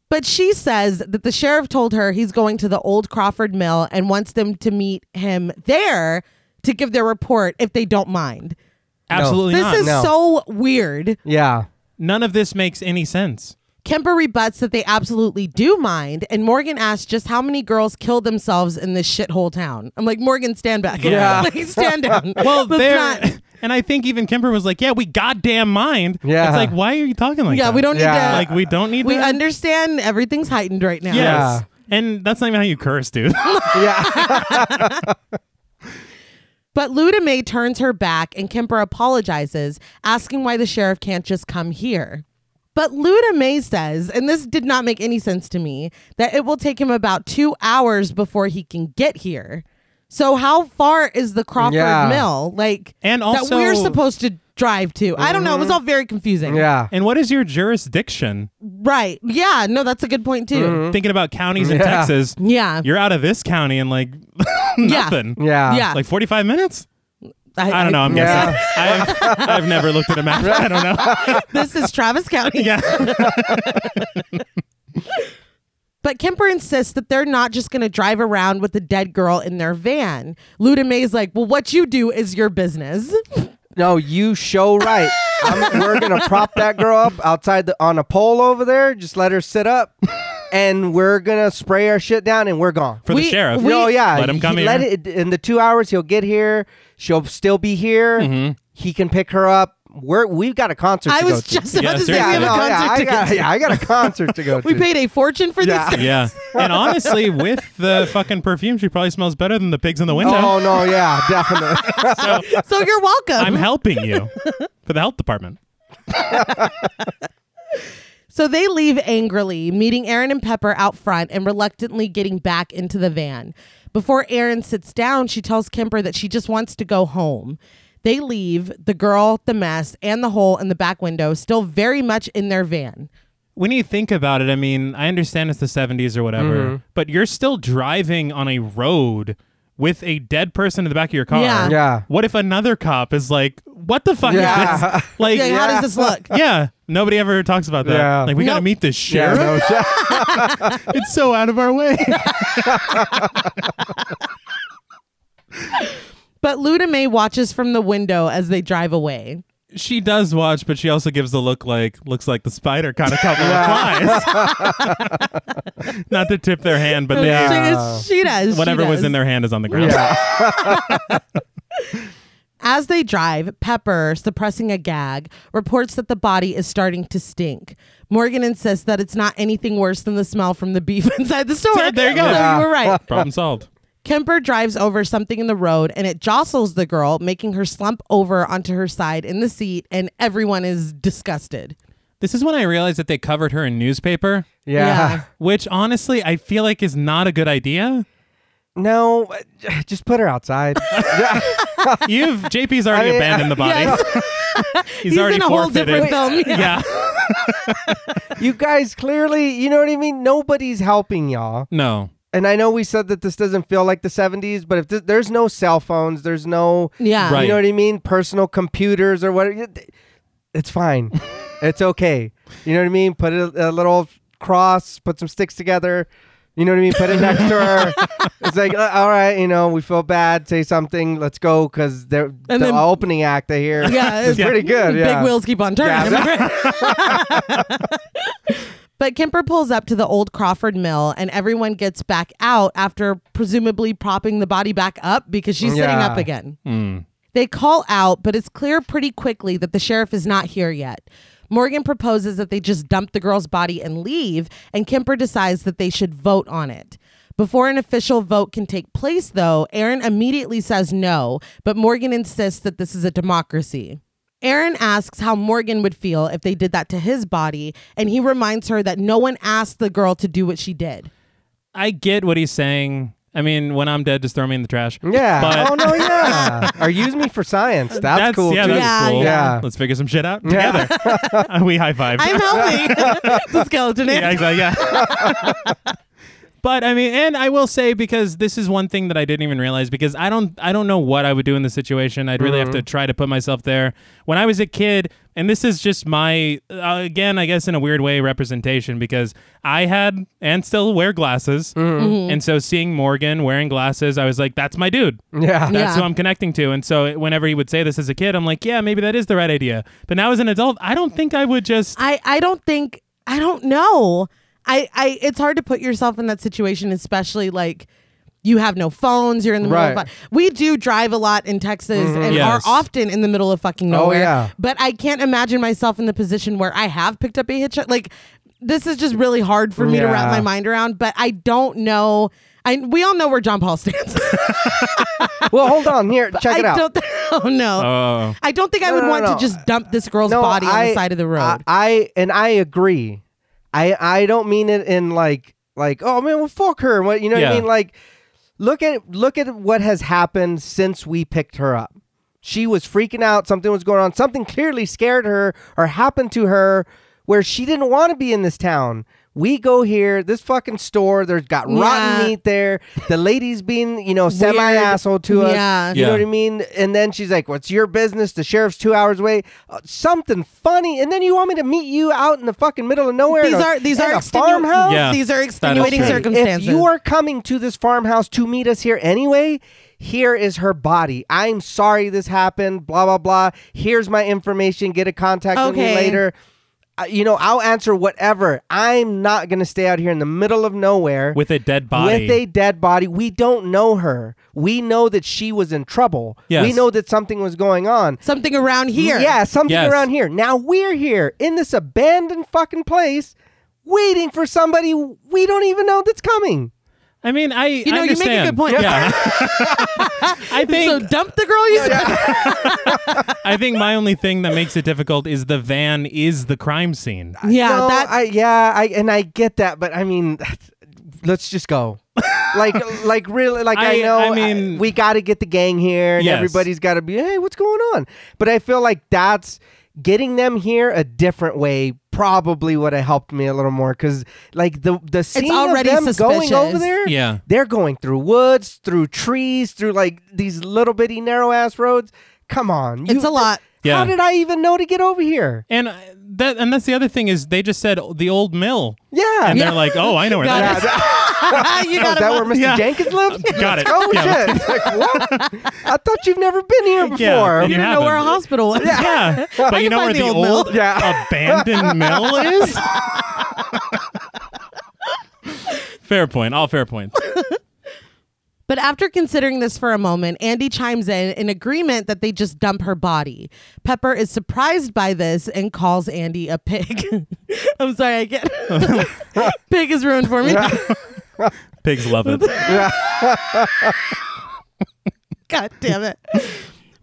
S1: But she says that the sheriff told her he's going to the old Crawford Mill and wants them to meet him there to give their report if they don't mind.
S3: Absolutely
S1: This
S3: not.
S1: is
S2: no.
S1: so weird.
S2: Yeah.
S3: None of this makes any sense.
S1: Kemper rebuts that they absolutely do mind, and Morgan asks just how many girls killed themselves in this shithole town. I'm like, Morgan, stand back.
S2: Yeah.
S1: Like, stand down.
S3: Well,
S1: Let's
S3: there.
S1: not-
S3: And I think even Kemper was like, "Yeah, we goddamn mind."
S2: Yeah.
S3: It's like, why are you talking like
S1: yeah,
S3: that?
S1: we don't need
S2: Yeah.
S1: to.
S3: Like, we don't need.
S1: we
S3: that?
S1: understand everything's heightened right now.
S3: Yes.
S2: Yeah.
S3: And that's not even how you curse, dude.
S2: Yeah.
S1: But Luda May turns her back and Kemper apologizes, asking why the sheriff can't just come here. But Luda May says, and this did not make any sense to me, that it will take him about two hours before he can get here. So how far is the Crawford
S2: Yeah.
S1: Mill? Like
S3: And
S1: that
S3: also-
S1: we're supposed to drive to. I don't know. It was all very confusing.
S2: Mm-hmm. yeah.
S3: and what is your jurisdiction?
S1: Right. Yeah. No, that's a good point too.
S3: Thinking about counties in
S2: Hmm? Yeah.
S3: Texas,
S1: Yeah.
S3: you're out of this county in like nothing.
S2: Yeah.
S1: Yeah.
S3: Like 45 minutes? I don't know. I'm guessing. I've, I've never looked at a map. I don't know.
S1: this is Travis County.
S3: Yeah.
S1: But Kemper insists that they're not just going to drive around with the dead girl in their van. Luda May's like, well, what you do is your business.
S2: No, you show right. I'm, we're gonna prop that girl up outside the, on a pole over there. Just let her sit up, and we're gonna spray our shit down, and we're gone.
S3: For
S1: We-
S3: the sheriff.
S1: we-
S2: oh yeah,
S3: Let him come
S2: he,
S3: here.
S2: Let it, in the two hours he'll get here. She'll still be here.
S3: Mm-hmm.
S2: He can pick her up. We're we've got a concert.
S1: I
S2: to
S1: was
S2: go to.
S1: just about to say,
S3: seriously.
S1: we
S2: Yeah,
S1: have a
S2: no,
S1: concert
S2: yeah, I
S1: ticket.
S2: got, yeah, I got a concert to go to.
S1: We paid a fortune for
S2: Yeah.
S1: this.
S3: Yeah. And honestly, with the fucking perfume, she probably smells better than the pigs in the window.
S2: Oh no, yeah, definitely.
S1: So you're welcome.
S3: I'm helping you for the health department.
S1: so they leave angrily, meeting Aaron and Pepper out front and reluctantly getting back into the van. Before Aaron sits down, she tells Kemper that she just wants to go home. They leave the girl, the mess, and the hole in the back window still very much in their van.
S3: When you think about it, I mean, I understand it's the 70s or whatever,
S2: Mm-hmm.
S3: but you're still driving on a road with a dead person in the back of your car.
S1: Yeah.
S2: Yeah.
S3: What if another cop is like, what the fuck
S2: Yeah.
S3: is this? Like,
S1: Yeah, how does this look?
S3: yeah, nobody ever talks about that.
S2: Yeah.
S3: Like, we got to
S1: Nope.
S3: meet this
S2: yeah,
S3: sheriff.
S2: no, yeah.
S3: It's so out of our way.
S1: But Luda May watches from the window as they drive away.
S3: she does watch, but she also gives the look like looks like the spider kind of couple of flies. Not to tip their hand, but
S1: She,
S3: they,
S1: does- she does. she
S3: whatever was
S1: does.
S3: in their hand is on the ground.
S2: Yeah.
S1: As they drive, Pepper, suppressing a gag, reports that the body is starting to stink. Morgan insists that it's not anything worse than the smell from the beef inside the store.
S3: Yeah, there you go.
S1: So
S3: Yeah.
S1: you were right.
S3: Problem solved.
S1: Kemper drives over something in the road and it jostles the girl, making her slump over onto her side in the seat, and everyone is disgusted.
S3: This is when I realized that they covered her in newspaper,
S2: yeah.
S3: which honestly I feel like is not a good idea.
S2: No, just put her outside.
S3: You've JP's already
S2: I mean,
S3: abandoned the body. He's,
S1: He's
S3: already
S1: in a whole
S3: forfeited.
S1: different film. Yeah.
S3: Yeah.
S2: you guys clearly, you know what I mean? Nobody's helping y'all.
S3: No.
S2: and I know we said that this doesn't feel like the 70s, but if th- there's no cell phones, there's no,
S1: Yeah.
S3: Right.
S2: you know what I mean, personal computers or whatever, it's fine. it's okay. You know what I mean? Put a, a little cross, put some sticks together. You know what I mean? Put it next to her. It's like, uh, all right, you know, we feel bad. Say something. Let's go because the
S1: And then-
S2: opening act I hear
S1: Yeah,
S2: is
S1: it's-
S2: pretty good. Yeah.
S1: Big wheels keep on turning.
S2: Yeah.
S1: But Kemper pulls up to the old Crawford mill and everyone gets back out after presumably propping the body back up because she's sitting
S2: Yeah.
S1: up again. They call out, but it's clear pretty quickly that the sheriff is not here yet. Morgan proposes that they just dump the girl's body and leave, and Kemper decides that they should vote on it. Before an official vote can take place, though, Aaron immediately says no, but Morgan insists that this is a democracy. Aaron asks how Morgan would feel if they did that to his body, and he reminds her that no one asked the girl to do what she did.
S3: I get what he's saying. I mean, when I'm dead, just throw me in the trash.
S2: Yeah.
S3: But-
S2: oh no, yeah. or use me for science. That's, cool
S3: Yeah,
S2: too.
S3: that's
S1: Yeah,
S3: cool.
S2: yeah.
S3: Let's figure some shit out together. we high five.
S1: I'm helping. the skeleton.
S3: yeah, exactly. Yeah. but I mean, and I will say because this is one thing that I didn't even realize because I don't I don't know what I would do in this situation. I'd really have
S2: Mm-hmm.
S3: to try to put myself there. When I was a kid, and this is just my uh, again, I guess in a weird way representation because I had and still wear glasses,
S2: Mm-hmm.
S3: and so seeing Morgan wearing glasses, I was like, that's my dude.
S2: Yeah.
S1: Yeah.
S3: That's who I'm connecting to. And so it- whenever he would say this as a kid, I'm like, yeah, maybe that is the right idea. But now as an adult, I don't think I would just
S1: I I don't think I don't know. I I it's hard to put yourself in that situation, especially like you have no phones. You're in the middle
S2: Right. Mm-hmm.
S1: of. fu- We do drive a lot in Texas and
S3: Yes.
S1: are often in the middle of fucking nowhere.
S2: Oh, yeah.
S1: But I can't imagine myself in the position where I have picked up a hitch. Like this is just really hard for me to wrap
S2: Yeah.
S1: my mind around. But I don't know. I we all know where John Paul stands.
S2: Well, hold on here. Check
S1: I
S2: it out.
S1: don't. oh no.
S3: Oh.
S1: I don't think I
S2: No,
S1: would
S2: no,
S1: want
S2: no.
S1: to just dump this girl's body on the side of the road.
S2: I, I- and I agree. I I don't mean it in like like oh man, well fuck her. What you know what
S3: Yeah.
S2: I mean? Like look at look at what has happened since we picked her up. She was freaking out. Something was going on. Something clearly scared her or happened to her where she didn't want to be in this town. We go here, this fucking store, there's got rotten
S1: Yeah.
S2: meat there. The lady's being, you know, semi asshole to us.
S1: Yeah.
S2: You know what I
S3: Yeah.
S2: mean? mean? And then she's like, "What's your business?" The sheriff's two hours away. Uh, something funny, and then you want me to meet you out in the fucking middle of nowhere.
S1: these
S2: at a-
S1: are these
S2: at
S1: are
S2: a
S1: extenu-
S2: farmhouse.
S3: Yeah.
S1: These are
S3: that is
S1: extenuating
S3: true.
S1: circumstances.
S2: If you are coming to this farmhouse to meet us here anyway, here is her body. I'm sorry this happened. Blah blah blah. Here's my information. Get a contact with me
S1: Okay.
S2: later. Uh, you know, I'll answer whatever. I'm not gonna stay out here in the middle of nowhere
S3: with a dead body.
S2: with a dead body. We don't know her. We know that she was in trouble.
S3: Yes.
S2: We know that something was going on.
S1: something around here,
S2: Yeah, something
S3: Yes.
S2: around here. Now we're here in this abandoned fucking place waiting for somebody we don't even know that's coming.
S3: I mean, I
S1: you know,
S3: I
S1: you make a
S3: understand.
S1: good point.
S3: Yeah, I
S1: So
S3: think
S1: dump the girl you said.
S3: I think my only thing that makes it difficult is the van is the crime scene.
S1: Yeah,
S2: no,
S1: that
S2: I yeah, I and I get that, but I mean let's just go. like like really like I,
S3: I-
S2: know
S3: I mean-
S2: we got to get the gang here and
S3: Yes.
S2: everybody's got to be hey, what's going on? But I feel like that's getting them here a different way probably would have helped me a little more cuz like the the scene
S1: already
S2: of them going over
S1: suspicious.
S2: there
S3: Yeah.
S2: they're going through woods, through trees, through like these little bitty narrow ass roads. Come on.
S1: it's a lot.
S3: Yeah.
S2: How did I even know to get over here?
S3: And uh, that and that's the other thing is they just said the old mill,
S2: Yeah.
S3: and they're like, oh, I know where
S1: Got
S3: that
S1: it.
S3: is.
S1: you
S2: Oh, is
S1: got
S2: that where
S1: to
S2: Mr.
S3: Yeah.
S2: Jenkins lives?
S3: Got it.
S2: Oh
S3: Yeah.
S2: shit! It's like what? I thought you've never been here before.
S3: Yeah, and you
S1: know where a hospital was.
S3: Yeah, but you know where
S1: find
S3: the,
S1: the old mill.
S3: old
S2: Yeah.
S3: abandoned mill is. fair point. All fair points.
S1: But after considering this for a moment, Andy chimes in in agreement that they just dump her body. Pepper is surprised by this and calls Andy a pig. I'm sorry, I can't. pig is ruined for me.
S3: Pigs love it.
S1: God damn it.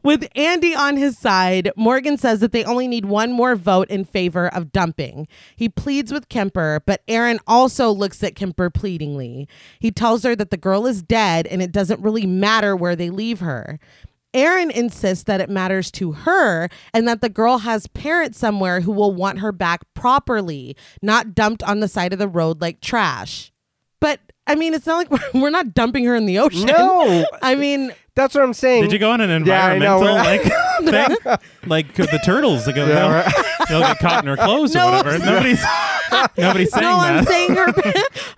S1: With Andy on his side, Morgan says that they only need one more vote in favor of dumping. He pleads with Kemper, but Aaron also looks at Kemper pleadingly. He tells her that the girl is dead and it doesn't really matter where they leave her. Aaron insists that it matters to her and that the girl has parents somewhere who will want her back properly, not dumped on the side of the road like trash. But I mean, it's not like we're, we're not dumping her in the ocean.
S2: No.
S1: I mean,
S2: That's what I'm saying.
S3: Did you go on an
S2: Yeah, I know,
S3: environmental like thing? Like the turtles that go,
S2: Yeah,
S3: they'll,
S2: right.
S3: they'll get caught in her clothes
S1: No,
S3: or whatever.
S1: I'm
S3: Nobody's nobody's saying
S1: no,
S3: that.
S1: I'm saying her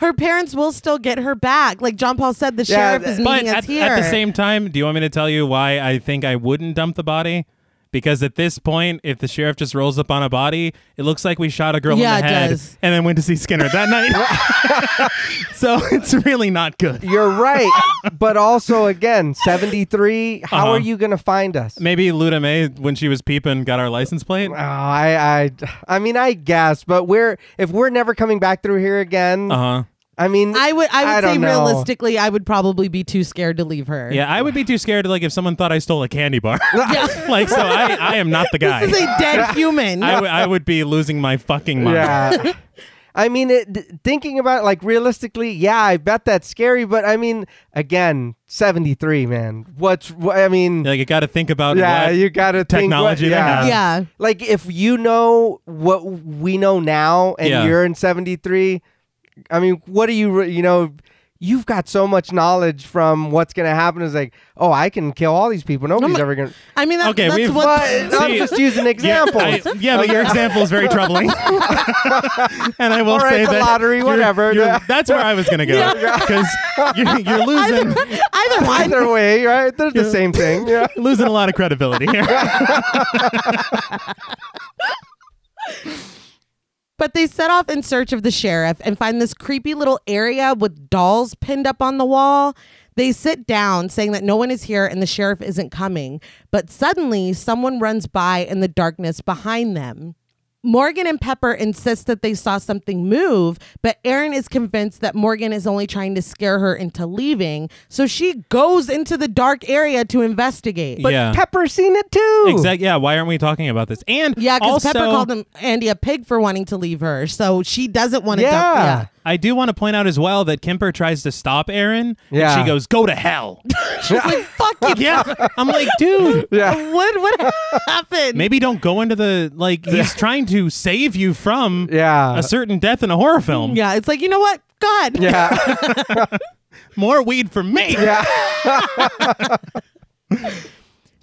S1: her parents will still get her back. Like John Paul said, the
S2: Yeah,
S1: sheriff is
S2: th-
S1: meeting
S3: but
S1: us
S3: at,
S1: here.
S3: at the same time, do you want me to tell you why I think I wouldn't dump the body? Because at this point, if the sheriff just rolls up on a body, it looks like we shot a girl
S1: Yeah,
S3: in
S1: it
S3: the head
S1: does.
S3: and then went to see Skinner that night. so it's really not good.
S2: You're right. but also, again, 73, how
S3: Uh-huh.
S2: are you going to find us?
S3: Maybe Luda May, when she was peeping, got our license plate.
S2: Oh, I, I, I mean, I guess, but we're if we're never coming back through here again.
S3: Uh huh.
S2: I mean,
S1: I would I would
S2: don't
S1: say
S2: know.
S1: realistically, I would probably be too scared to leave her.
S3: Yeah, I would be too scared. Like if someone thought I stole a candy bar. like so, I, I am not the guy.
S1: This is a dead human.
S3: I would- I would be losing my fucking mind.
S2: Yeah. I mean, it, d- thinking about it, like realistically, yeah, I bet that's scary. But I mean, again, seventy three, man. What's wh- I mean,
S3: Like you got to think about
S2: yeah,
S3: what-
S2: you got to
S3: technology
S2: Think
S3: they
S2: what,
S3: have.
S1: yeah.
S2: Like if you know what we know now, and
S3: Yeah.
S2: you're in seventy three, I mean, what do you re- you know? You've got so much knowledge from what's going to happen. Is like, oh, I can kill all these people. Nobody's
S1: my-
S2: ever going. to...
S1: I mean, that,
S3: Okay,
S1: that's
S3: we've-
S1: what.
S2: But I'm
S3: See-
S2: just using
S3: Yeah,
S2: examples.
S3: I- yeah, but your example is very troubling. and I will
S2: All right,
S3: say
S2: the
S3: that
S2: lottery,
S3: you're-
S2: whatever.
S3: you're- that's where I was going to go because you're, you're losing
S1: Either one.
S2: Either way, right? They're the same thing. Yeah.
S3: losing a lot of credibility here.
S1: But they set off in search of the sheriff and find this creepy little area with dolls pinned up on the wall. They sit down, saying that no one is here and the sheriff isn't coming. But suddenly, someone runs by in the darkness behind them. Morgan and Pepper insist that they saw something move, but Erin is convinced that Morgan is only trying to scare her into leaving. So she goes into the dark area to investigate.
S2: But
S3: yeah,
S2: Pepper's seen it too.
S3: exactly. Yeah, why aren't we talking about this? And
S1: Yeah, because
S3: also,
S1: Pepper called him Andy a pig for wanting to leave her, so she doesn't want to.
S2: Yeah.
S1: Dump,
S3: I do want to point out as well that Kemper tries to stop Aaron.
S2: Yeah.
S3: and she goes, "Go to hell."
S1: yeah. she's like, "Fuck you."
S3: yeah, I'm like, dude.
S2: Yeah.
S1: What what happened?
S3: Maybe don't go into the like. He's trying to save you from
S2: Yeah.
S3: a certain death in a horror film.
S1: Yeah, it's like you know what, God.
S2: Yeah.
S3: More weed for me.
S2: yeah.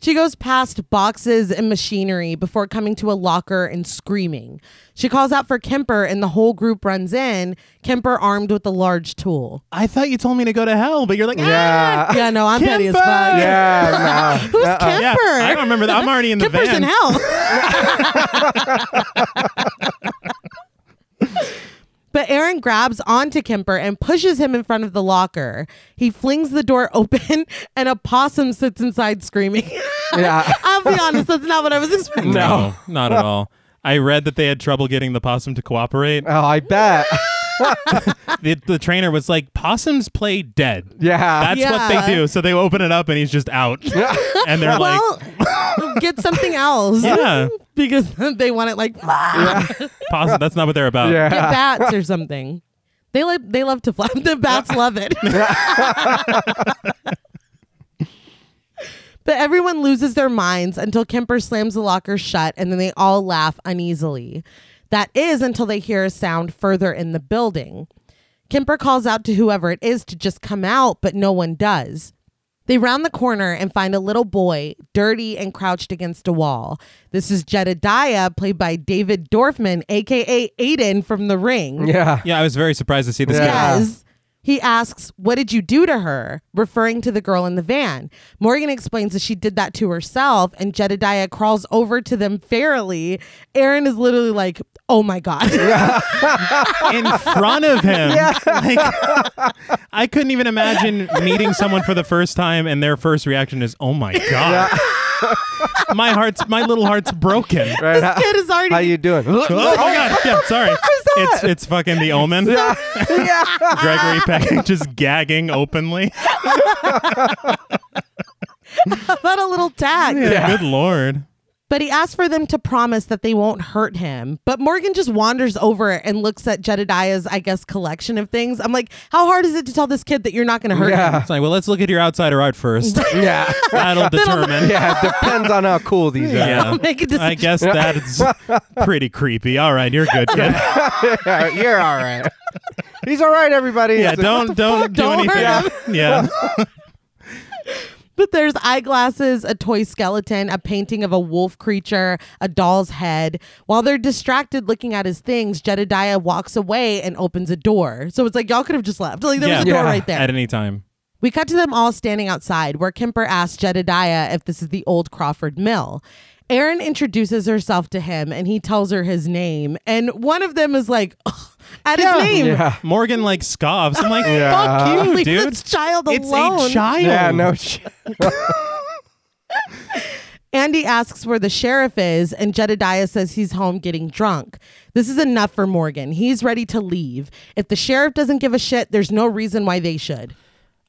S1: She goes past boxes and machinery before coming to a locker and screaming. She calls out for Kemper, and the whole group runs in. Kemper armed with a large tool.
S3: I thought you told me to go to hell, but you're like,
S2: Yeah.
S1: Yeah, no, I'm petty as
S3: Kemper!
S1: fuck.
S2: Yeah. Uh, nah.
S1: Who's
S3: "Ah."
S1: Kemper?
S3: Yeah, I don't remember that. I'm already in the
S1: Kemper's in
S3: van.
S1: hell. But Aaron grabs onto Kemper and pushes him in front of the locker. He flings the door open and a possum sits inside screaming.
S2: Yeah.
S1: I'll be honest, that's not what I was expecting.
S3: No, not at all. I read that they had trouble getting the possum to cooperate.
S2: Oh, I bet.
S3: The, the trainer was like, "Possums play dead.
S2: Yeah.
S3: That's what they
S1: Yeah.
S3: do." So they open it up, and he's just out. and they're
S1: Well, get something else.
S3: like, "Yeah,
S1: Because they want it like "Ah,
S3: possum. That's not what they're about."
S1: get
S2: yeah.
S1: bats or something. They like they love to fly. The bats love it. But everyone loses their minds until Kemper slams the locker shut and then they all laugh uneasily. That is until they hear a sound further in the building. Kemper calls out to whoever it is to just come out, but no one does. They round the corner and find a little boy, dirty and crouched against a wall. This is Jedediah, played by David Dorfman, aka Aiden from The Ring.
S2: Yeah.
S3: Yeah, I was very surprised to see this.
S2: Yeah.
S3: guy.
S1: Yes. He asks, What did you do to her? referring to the girl in the van. Morgan explains that she did that to herself, and Jedediah crawls over to them fairly. Aaron is literally like, Oh my God.
S3: in front of him. Like, I couldn't even imagine meeting someone for the first time and their first reaction is, "Oh my god." my heart's my little heart's broken.
S2: Right.
S1: this
S2: How,
S1: kid is already.
S2: how you doing?
S3: Oh my god. Yeah, sorry. It's it's fucking the omen.
S2: yeah.
S3: Gregory Peck just gagging openly.
S1: but a little tag.
S3: Good lord.
S1: But he asks for them to promise that they won't hurt him. But Morgan just wanders over and looks at Jedediah's, I guess, collection of things. I'm like, How hard is it to tell this kid that you're not going to hurt him?
S3: It's like, well, let's look at your outsider art first.
S2: Yeah.
S3: That'll determine.
S2: Yeah. It depends on how cool these are.
S3: Yeah.
S1: I'll make a decision.
S3: I guess that's pretty creepy. All right, you're good, kid.
S2: Yeah, You're all right. He's all right, everybody.
S3: Yeah,
S2: It's a-
S3: don't don't do
S1: Don't hurt
S3: anything. Yeah.
S1: But there's eyeglasses, a toy skeleton, a painting of a wolf creature, a doll's head. While they're distracted looking at his things, Jedediah walks away and opens a door. So it's like y'all could have just left. Like there was a
S3: Yeah.
S1: door
S2: Yeah.
S1: right there.
S3: At any time.
S1: We cut to them all standing outside, where Kemper asks Jedediah if this is the old Crawford Mill. Erin introduces herself to him and he tells her his name. And one of them is like, "Ugh," at his name.
S2: Yeah.
S3: Morgan like scoffs. I'm like,
S1: Fuck you,
S3: fuck you,
S1: leave
S3: Uh-huh. dude.
S1: this child
S3: It's
S1: alone.
S3: a child.
S2: Yeah, no. shit.
S1: Andy asks where the sheriff is, and Jedediah says he's home getting drunk. This is enough for Morgan. He's ready to leave. If the sheriff doesn't give a shit, there's no reason why they should.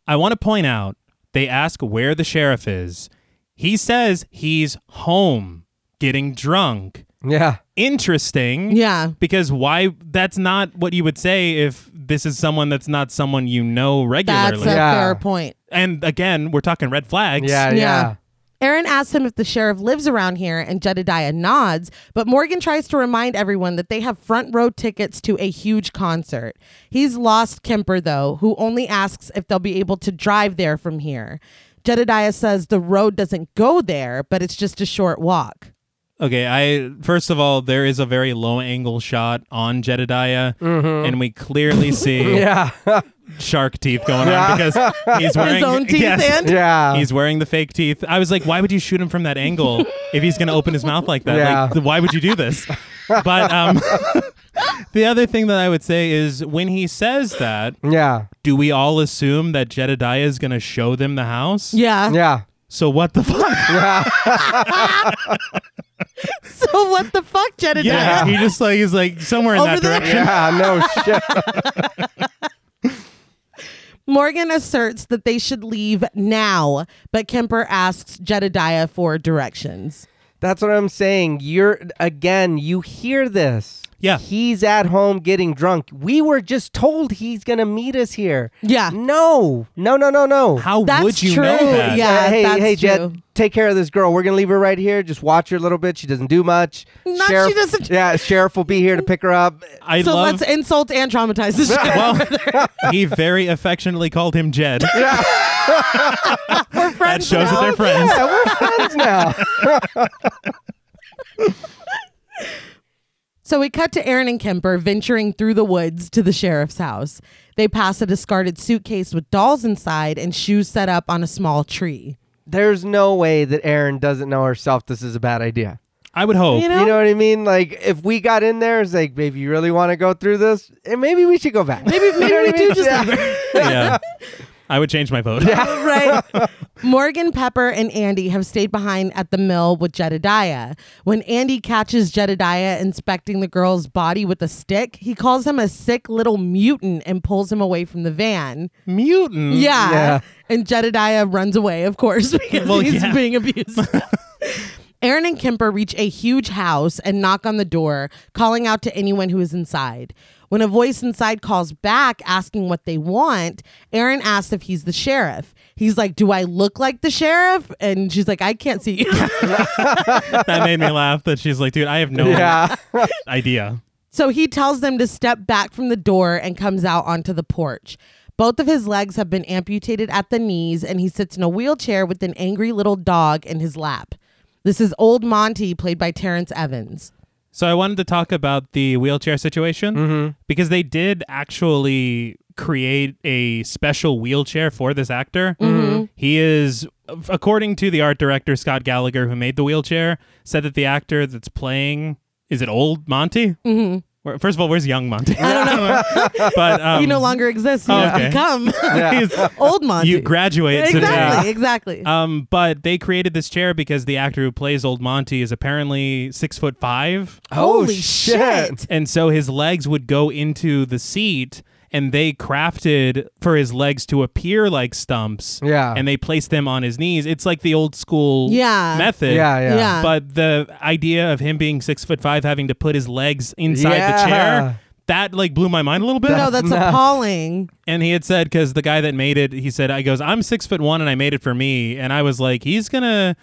S3: I want to point out they ask where the sheriff is. He says he's home getting drunk.
S2: yeah.
S3: Interesting.
S1: Yeah.
S3: Because why? That's not what you would say if this is someone that's not someone you know
S1: That's
S3: regularly.
S1: a
S2: Yeah.
S1: fair point.
S3: and again, we're talking red flags.
S2: Yeah, yeah.
S1: Aaron asks him if the sheriff lives around here, and Jedediah nods, but Morgan tries to remind everyone that they have front row tickets to a huge concert. He's lost Kemper, though, who only asks if they'll be able to drive there from here. Jedediah says the road doesn't go there, but it's just a short walk.
S3: Okay, I first of all, there is a very low angle shot on Jedediah,
S1: Mm-hmm.
S3: and we clearly see
S2: Yeah.
S3: shark teeth going on because he's wearing
S1: own teeth
S3: yes,
S1: in?
S2: Yeah.
S3: He's wearing the fake teeth. I was like, why would you shoot him from that angle if he's going to open his mouth like that?
S2: Yeah.
S3: Like, th- why would you do this? But um, the other thing that I would say is when he says that,
S2: yeah.
S3: do we all assume that Jedediah is going to show them the house?
S1: Yeah.
S2: Yeah.
S3: So what the fuck?
S1: So what the fuck, Jedediah?
S3: yeah. He just like, he's like somewhere in
S1: Over
S3: that
S1: there.
S3: direction.
S2: Yeah. No shit.
S1: Morgan asserts that they should leave now, but Kemper asks Jedediah for directions.
S2: That's what I'm saying. You're again, you hear this.
S3: Yeah.
S2: He's at home getting drunk. We were just told he's gonna meet us here.
S1: Yeah.
S2: No. No, no, no, no.
S3: How
S1: That's
S3: would you
S1: true.
S3: know that?
S1: Yeah.
S2: Uh, hey,
S1: that's
S2: hey, Jet,
S1: true.
S2: take care of this girl. We're gonna leave her right here. Just watch her a little bit. She doesn't do much.
S1: Not she
S2: sheriff,
S1: doesn't-
S2: Yeah, sheriff will be here to pick her up.
S3: I
S1: so
S3: love.
S1: let's insult and traumatize this shit
S3: well, he very affectionately called him Jed.
S1: for
S3: That
S1: friends.
S3: shows that
S1: now.
S3: they're friends.
S2: Yeah, we're friends now.
S1: So we cut to Aaron and Kemper venturing through the woods to the sheriff's house. They pass a discarded suitcase with dolls inside and shoes set up on a small tree.
S2: There's no way that Erin doesn't know herself this is a bad idea.
S3: I would hope.
S1: You know?
S2: You know what I mean? Like if we got in there, it's like, babe, you really want to go through this? And maybe we should go back. Maybe
S1: maybe we do just
S3: yeah. I would change my vote.
S1: right. Morgan, Pepper, and Andy have stayed behind at the mill with Jedediah. When Andy catches Jedediah inspecting the girl's body with a stick, he calls him a sick little mutant and pulls him away from the van.
S3: Mutant.
S1: Yeah.
S2: Yeah.
S1: And Jedediah runs away, of course, because
S3: Well,
S1: he's
S3: yeah.
S1: being abused. Aaron and Kemper reach a huge house and knock on the door, calling out to anyone who is inside. When a voice inside calls back asking what they want, Aaron asks if he's the sheriff. He's like, Do I look like the sheriff? And she's like, I can't see you.
S3: That made me laugh that she's like, dude, I have no
S2: Yeah.
S3: idea.
S1: So he tells them to step back from the door and comes out onto the porch. Both of his legs have been amputated at the knees, and he sits in a wheelchair with an angry little dog in his lap. This is Old Monty, played by Terrence Evans.
S3: So I wanted to talk about the wheelchair situation because they did actually create a special wheelchair for this actor. He is, according to the art director Scott Gallagher, who made the wheelchair, said that the actor that's playing is it old Monty? Mm-hmm. First of all, where's young Monty? I don't know. but um,
S1: he no longer exists. He
S3: oh,
S1: has
S3: okay.
S1: become
S3: he's-
S1: Old Monty.
S3: you graduate today.
S1: exactly, exactly.
S3: Um, but they created this chair because the actor who plays Old Monty is apparently six foot five,
S1: Holy shit.
S3: and so his legs would go into the seat, and they crafted for his legs to appear like stumps.
S2: Yeah.
S3: and they placed them on his knees. It's like the old school
S1: Yeah.
S3: method.
S2: Yeah, yeah.
S1: Yeah.
S3: But the idea of him being six foot five, having to put his legs inside the
S2: Yeah.
S3: chair. That like blew my mind a little bit.
S1: no, that's appalling.
S3: And he had said because the guy that made it, he said, "I goes, I'm six foot one and I made it for me." And I was like, "He's gonna,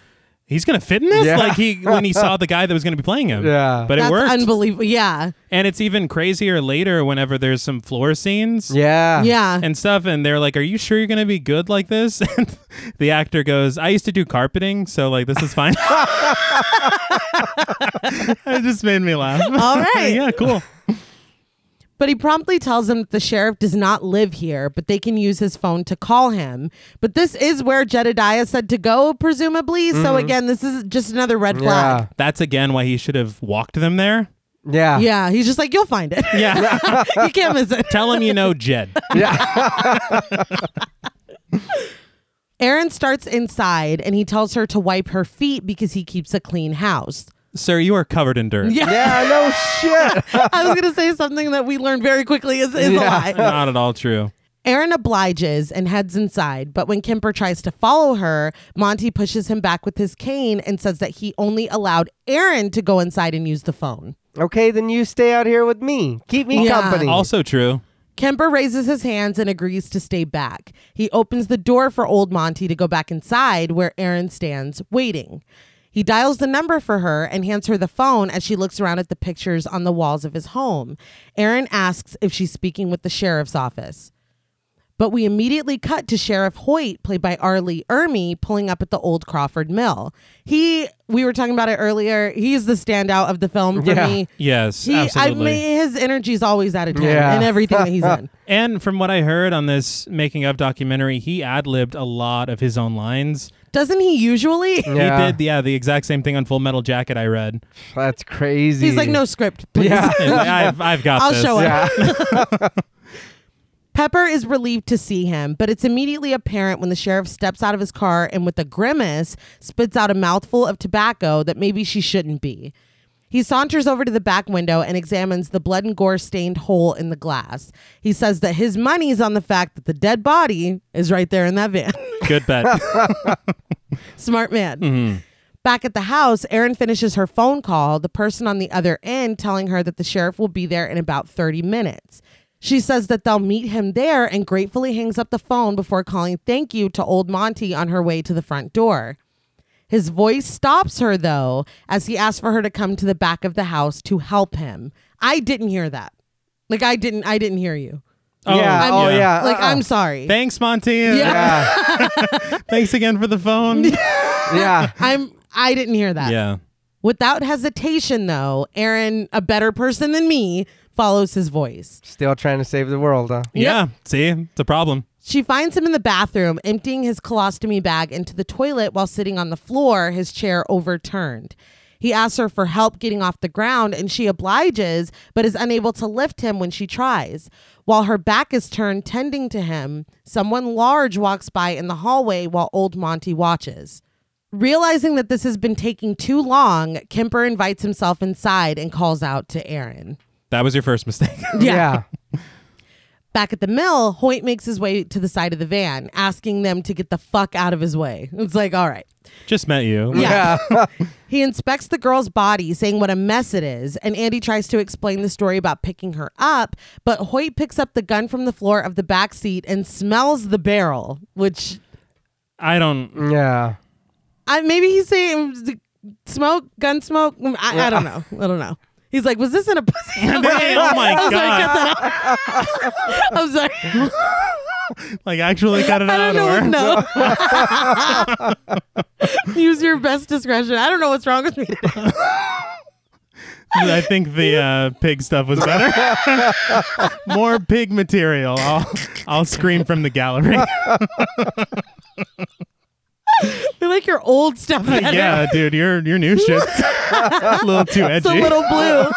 S3: he's gonna fit in this.
S2: Yeah.
S3: Like he when he saw the guy that was gonna be playing him.
S2: Yeah.
S3: but
S1: That's
S3: it worked.
S1: unbelievable. Yeah.
S3: and it's even crazier later whenever there's some floor scenes.
S2: Yeah.
S1: Yeah.
S3: and stuff and they're like are you sure you're gonna be good like this and the actor goes i used to do carpeting so like this is fine it just made me laugh
S1: All right.
S3: yeah cool
S1: But he promptly tells them that the sheriff does not live here, but they can use his phone to call him. But this is where Jedediah said to go, presumably. So again, this is just another red
S2: Yeah.
S1: flag.
S3: that's again why he should have walked them there
S2: Yeah.
S1: Yeah, he's just like, you'll find it.
S3: yeah
S1: you can't miss it.
S3: tell him you know jed
S1: Aaron starts inside and he tells her to wipe her feet because he keeps a clean house.
S3: sir you are covered in dirt
S1: Yeah,
S2: Yeah, no shit.
S1: I was going to say something that we learned very quickly is, is a lie.
S3: not at all true
S1: Aaron obliges and heads inside, but when Kemper tries to follow her, Monty pushes him back with his cane and says that he only allowed Aaron to go inside and use the phone.
S2: okay, then you stay out here with me. Keep me
S1: Yeah.
S2: company.
S3: also true
S1: Kemper raises his hands and agrees to stay back. He opens the door for old Monty to go back inside where Aaron stands waiting. He dials the number for her and hands her the phone as she looks around at the pictures on the walls of his home. Aaron asks if she's speaking with the sheriff's office. But we immediately cut to Sheriff Hoyt, played by Arlie Ermy, pulling up at the old Crawford Mill. He, we were talking about it earlier, he's the standout of the film for
S2: Yeah.
S1: me.
S3: yes
S1: He, I
S3: absolutely
S1: mean, his energy is always out of 10
S2: Yeah.
S1: in everything that he's in.
S3: and from what i heard on this making of documentary he ad-libbed a lot of his own lines
S1: Doesn't he usually?
S2: Yeah.
S3: he did yeah the exact same thing on full metal jacket i read
S2: That's crazy.
S1: He's like, no script, please.
S2: Yeah.
S3: I've, I've got
S1: I'll
S3: this.
S1: show up.
S2: Yeah.
S1: Pepper is relieved to see him, but it's immediately apparent when the sheriff steps out of his car and, with a grimace, spits out a mouthful of tobacco that maybe she shouldn't be. He saunters over to the back window and examines the blood and gore stained hole in the glass. He says that his money's on the fact that the dead body is right there in that van.
S3: Good bet.
S1: Smart man. Back at the house, Erin finishes her phone call, the person on the other end telling her that the sheriff will be there in about 30 minutes. She says that they'll meet him there and gratefully hangs up the phone before calling thank you to old Monty on her way to the front door. His voice stops her, though, as he asks for her to come to the back of the house to help him. I didn't hear that. Like I didn't I didn't hear you.
S3: Oh,
S2: Yeah.
S1: I'm-
S2: oh, yeah.
S1: Like
S2: Uh-uh.
S1: I'm sorry.
S3: Thanks, Monty.
S2: Yeah.
S3: Thanks again for the phone.
S2: yeah.
S1: I'm I didn't hear that.
S3: yeah.
S1: Without hesitation, though, Aaron, a better person than me, follows his voice.
S2: Still trying to save the world, huh?
S3: Yeah. See, it's a problem.
S1: She finds him in the bathroom, emptying his colostomy bag into the toilet while sitting on the floor, his chair overturned. He asks her for help getting off the ground, and she obliges, but is unable to lift him when she tries. While her back is turned, tending to him, someone large walks by in the hallway while old Monty watches. Realizing that this has been taking too long, Kemper invites himself inside and calls out to Aaron.
S3: That was your first mistake.
S2: Yeah.
S1: Back at the mill, Hoyt makes his way to the side of the van, asking them to get the fuck out of his way. It's like, all right.
S3: Just met you.
S1: Yeah. he inspects the girl's body, saying what a mess it is, and Andy tries to explain the story about picking her up, but Hoyt picks up the gun from the floor of the back seat and smells the barrel, which
S3: I don't.
S2: Yeah. Yeah.
S1: I, maybe he's saying smoke, gun smoke. I, I don't know. I don't know. He's like, was this in a pussy? oh
S3: oh my
S1: I'm sorry, cut
S3: God.
S1: that out. I'm sorry.
S3: Like, actually cut it
S1: I
S3: out.
S1: don't know.
S3: or
S1: No. Use your best discretion. I don't know what's wrong with me. today.
S3: I think the uh, pig stuff was better. More pig material. I'll, I'll scream from the gallery.
S1: I like your old stuff. better.
S3: yeah, dude, your your new shit's a little too edgy.
S1: It's a little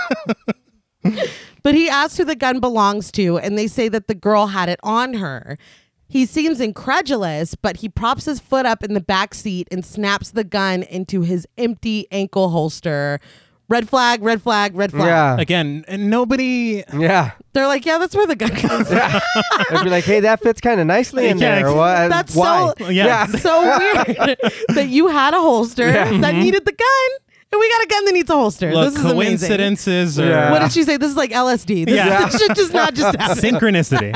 S1: blue. but he asks who the gun belongs to, and they say that the girl had it on her. He seems incredulous, but he props his foot up in the back seat and snaps the gun into his empty ankle holster. Red flag, red flag, red flag.
S2: Yeah.
S3: Again, and nobody.
S1: They're like, yeah, that's where the gun comes.
S2: I'd be like, hey, that fits kind of nicely in
S3: Yeah,
S2: there. What?
S1: That's
S2: Why?
S1: so
S3: Yeah.
S1: so weird that you had a holster that needed the gun, and we got a gun that needs a holster.
S3: Mm-hmm. Look,
S1: this is Amazing.
S3: coincidences or
S2: Yeah.
S1: What did she say? This is like LSD. This,
S3: Yeah.
S1: this shit does not just happen.
S3: synchronicity.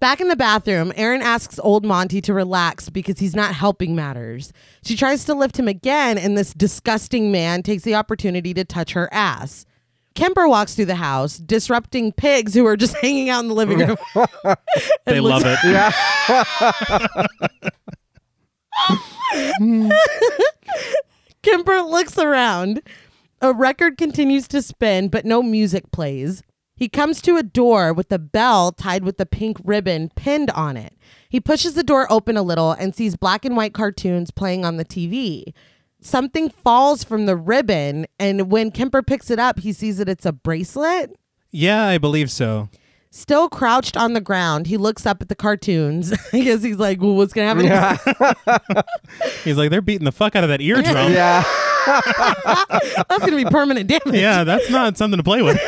S1: Back in the bathroom, Aaron asks old Monty to relax because he's not helping matters. She tries to lift him again, and this disgusting man takes the opportunity to touch her ass. Kemper walks through the house, disrupting pigs who are just hanging out in the living room.
S3: They love it.
S1: Kimber looks around. A record continues to spin, but no music plays. He comes to a door with a bell tied with a pink ribbon pinned on it. He pushes the door open a little and sees black and white cartoons playing on the TV. Something falls from the ribbon, and when Kemper picks it up, he sees that it's a bracelet.
S3: Yeah, I believe so.
S1: Still crouched on the ground, he looks up at the cartoons. I guess he's like, well, what's going to happen?
S3: He's like, they're beating the fuck out of that eardrum. yeah.
S2: Yeah.
S1: That's going to be permanent damage.
S3: that's not something to play with.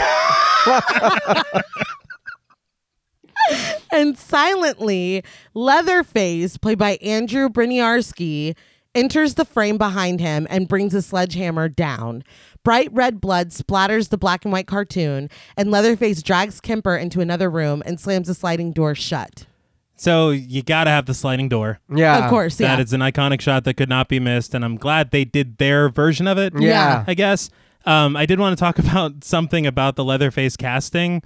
S1: And silently, Leatherface, played by Andrew Briniarski, enters the frame behind him and brings a sledgehammer down. Bright red blood splatters the black and white cartoon, and Leatherface drags Kemper into another room and slams the sliding door shut.
S3: So you gotta have the sliding door.
S2: Yeah.
S1: of course, yeah.
S3: That is an iconic shot that could not be missed, and I'm glad they did their version of it.
S2: Yeah.
S3: I guess. Um, I did want to talk about something about the Leatherface casting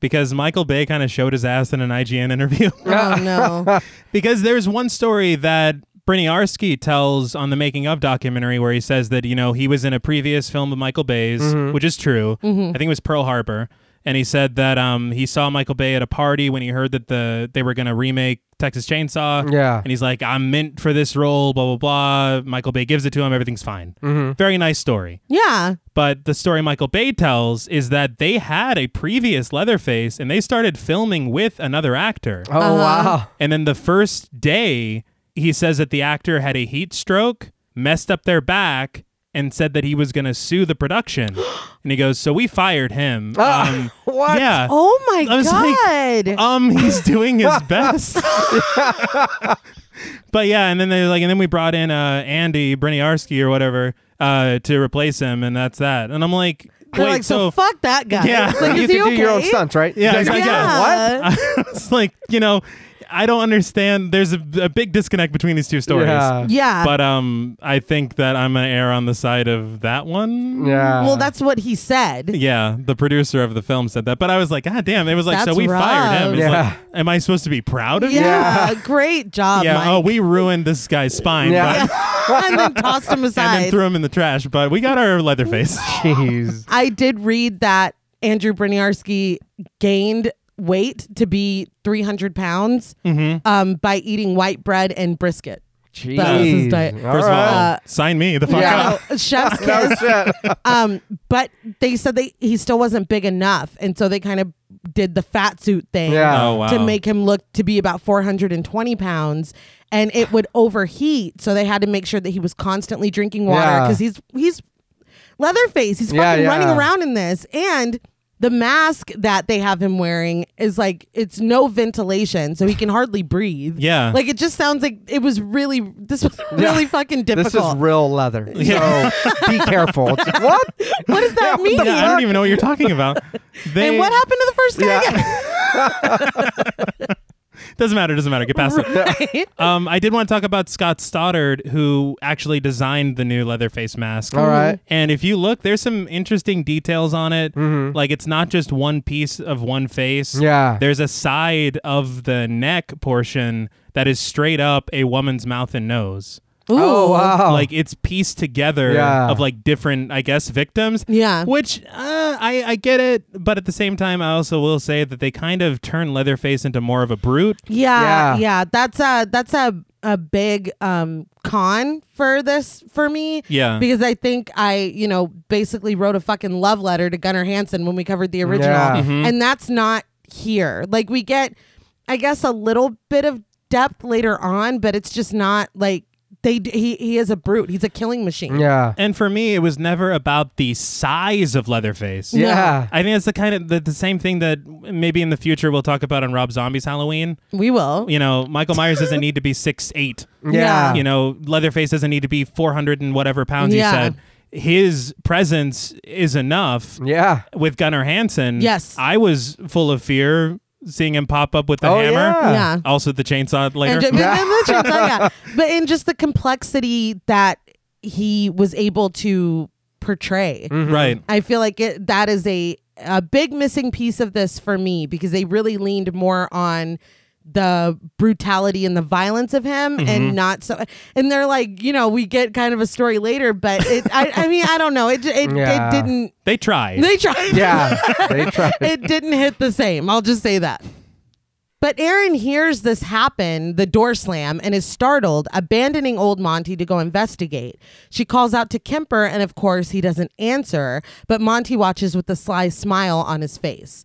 S3: because Michael Bay kind of showed his ass in an IGN interview.
S1: oh no.
S3: because there's one story that Briniarski tells on the making of documentary where he says that you know he was in a previous film of Michael Bay's, which is true. I think it was Pearl Harbor, and he said that um, he saw Michael Bay at a party when he heard that the they were going to remake Texas Chainsaw.
S2: Yeah.
S3: and he's like, "I'm meant for this role." Blah blah blah. Michael Bay gives it to him. Everything's fine. Very nice story.
S1: Yeah.
S3: But the story Michael Bay tells is that they had a previous Leatherface and they started filming with another actor.
S2: Oh
S1: Uh-huh.
S2: wow.
S3: And then the first day, he says that the actor had a heat stroke, messed up their back, and said that he was going to sue the production. and he goes, "So we fired him." Um,
S2: what?
S3: Yeah.
S1: Ah, Oh my
S3: I was like,
S1: god.
S3: Um, he's doing his best. but yeah, and then they're like, and then we brought in uh, Andy Briniarski or whatever uh, to replace him, and that's that. And I'm like,
S1: They're
S3: wait,
S1: like, so, fuck that guy.
S3: Yeah.
S1: It's like,
S2: you
S1: is
S2: can
S1: he
S2: do your own
S1: okay?
S2: stunts, right?
S3: Yeah,
S2: You guys
S3: exactly.
S2: got-
S1: Yeah.
S2: What?
S3: it's like you know, I don't understand. There's a, a big disconnect between these two stories.
S2: Yeah.
S1: Yeah.
S3: but um, I think that I'm gonna err on the side of that one.
S2: Yeah.
S1: well, that's what he said.
S3: Yeah, the producer of the film said that, but I was like, God damn! It was like, so
S1: That's
S3: we fired him.
S1: rough.
S3: It's
S2: Yeah.
S3: like, am I supposed to be proud of you?
S1: Yeah, great job,
S3: Yeah.
S1: Mike.
S3: Oh, we ruined this guy's spine,
S2: Yeah.
S3: but,
S1: and then tossed him aside.
S3: and then threw him in the trash. But we got our leather face.
S2: Jeez.
S1: I did read that Andrew Briniarski gained weight to be 300 pounds
S3: Mm-hmm.
S1: um, by eating white bread and brisket.
S2: Jeez.
S1: That was his diet.
S2: All
S3: First of all,
S2: right.
S1: Uh,
S3: sign me the fuck
S2: Yeah.
S3: up.
S1: So, chef's
S2: No
S1: kiss.
S2: shit.
S1: Um, but they said they he still wasn't big enough, and so they kind of did the fat suit thing
S2: Yeah.
S3: Oh wow.
S1: to make him look to be about 420 pounds. And it would overheat, so they had to make sure that he was constantly drinking water
S2: Yeah.
S1: because he's he's Leatherface. He's
S2: Yeah,
S1: fucking
S2: yeah.
S1: running around in this, and the mask that they have him wearing is like it's no ventilation, so he can hardly breathe.
S3: Yeah.
S1: like it just sounds like it was really this was really fucking
S2: This
S1: difficult.
S2: is real leather.
S3: Yeah.
S2: So be careful. It's- what?
S1: what does that mean?
S3: Yeah, I don't even know what you're talking about. They,
S1: and what happened to the first guy?
S2: Yeah.
S3: Doesn't matter. Doesn't matter. Get past it. Um, I did want to talk about Scott Stoddard, who actually designed the new Leatherface mask.
S2: All right.
S3: And if you look, there's some interesting details on it. Like it's not just one piece of one face.
S2: Mm-hmm. Yeah.
S3: There's a side of the neck portion that is straight up a woman's mouth and nose.
S1: Ooh.
S2: Oh wow.
S3: Like it's pieced together
S2: Yeah.
S3: of like different, I guess, victims.
S1: Yeah.
S3: Which uh, I I get it, but at the same time, I also will say that they kind of turn Leatherface into more of a brute.
S1: Yeah, yeah,
S2: Yeah.
S1: That's a that's a a big um con for this for me.
S3: Yeah.
S1: Because I think I, you know, basically wrote a fucking love letter to Gunnar Hansen when we covered the original.
S2: Yeah.
S1: And that's not here. Like we get I guess a little bit of depth later on, but it's just not like they d- he he is a brute. He's a killing machine.
S2: yeah.
S3: And for me, it was never about the size of Leatherface.
S2: Yeah.
S3: I think it's the kind of the, the same thing that maybe in the future we'll talk about on Rob Zombie's Halloween.
S1: We will.
S3: You know, Michael Myers doesn't need to be six eight.
S1: Yeah.
S2: Yeah.
S3: You know, Leatherface doesn't need to be four hundred and whatever pounds
S1: Yeah.
S3: he said. His presence is enough.
S2: Yeah.
S3: With Gunnar Hansen,
S1: Yes.
S3: I was full of fear seeing him pop up with the
S2: Oh,
S3: hammer.
S2: yeah.
S1: Yeah.
S3: Also the chainsaw later.
S1: And ju- and the chainsaw, oh, yeah. But in just the complexity that he was able to portray.
S3: right.
S1: I feel like it, that is a a big missing piece of this for me because they really leaned more on the brutality and the violence of him and not so and they're like you know we get kind of a story later but it I, I mean I don't know it j- it,
S2: Yeah.
S1: it didn't
S3: They tried.
S1: they tried
S2: Yeah, they tried.
S1: it didn't hit the same I'll just say that but Aaron hears this happen the door slam and is startled abandoning old Monty to go investigate she calls out to Kemper and of course he doesn't answer but Monty watches with a sly smile on his face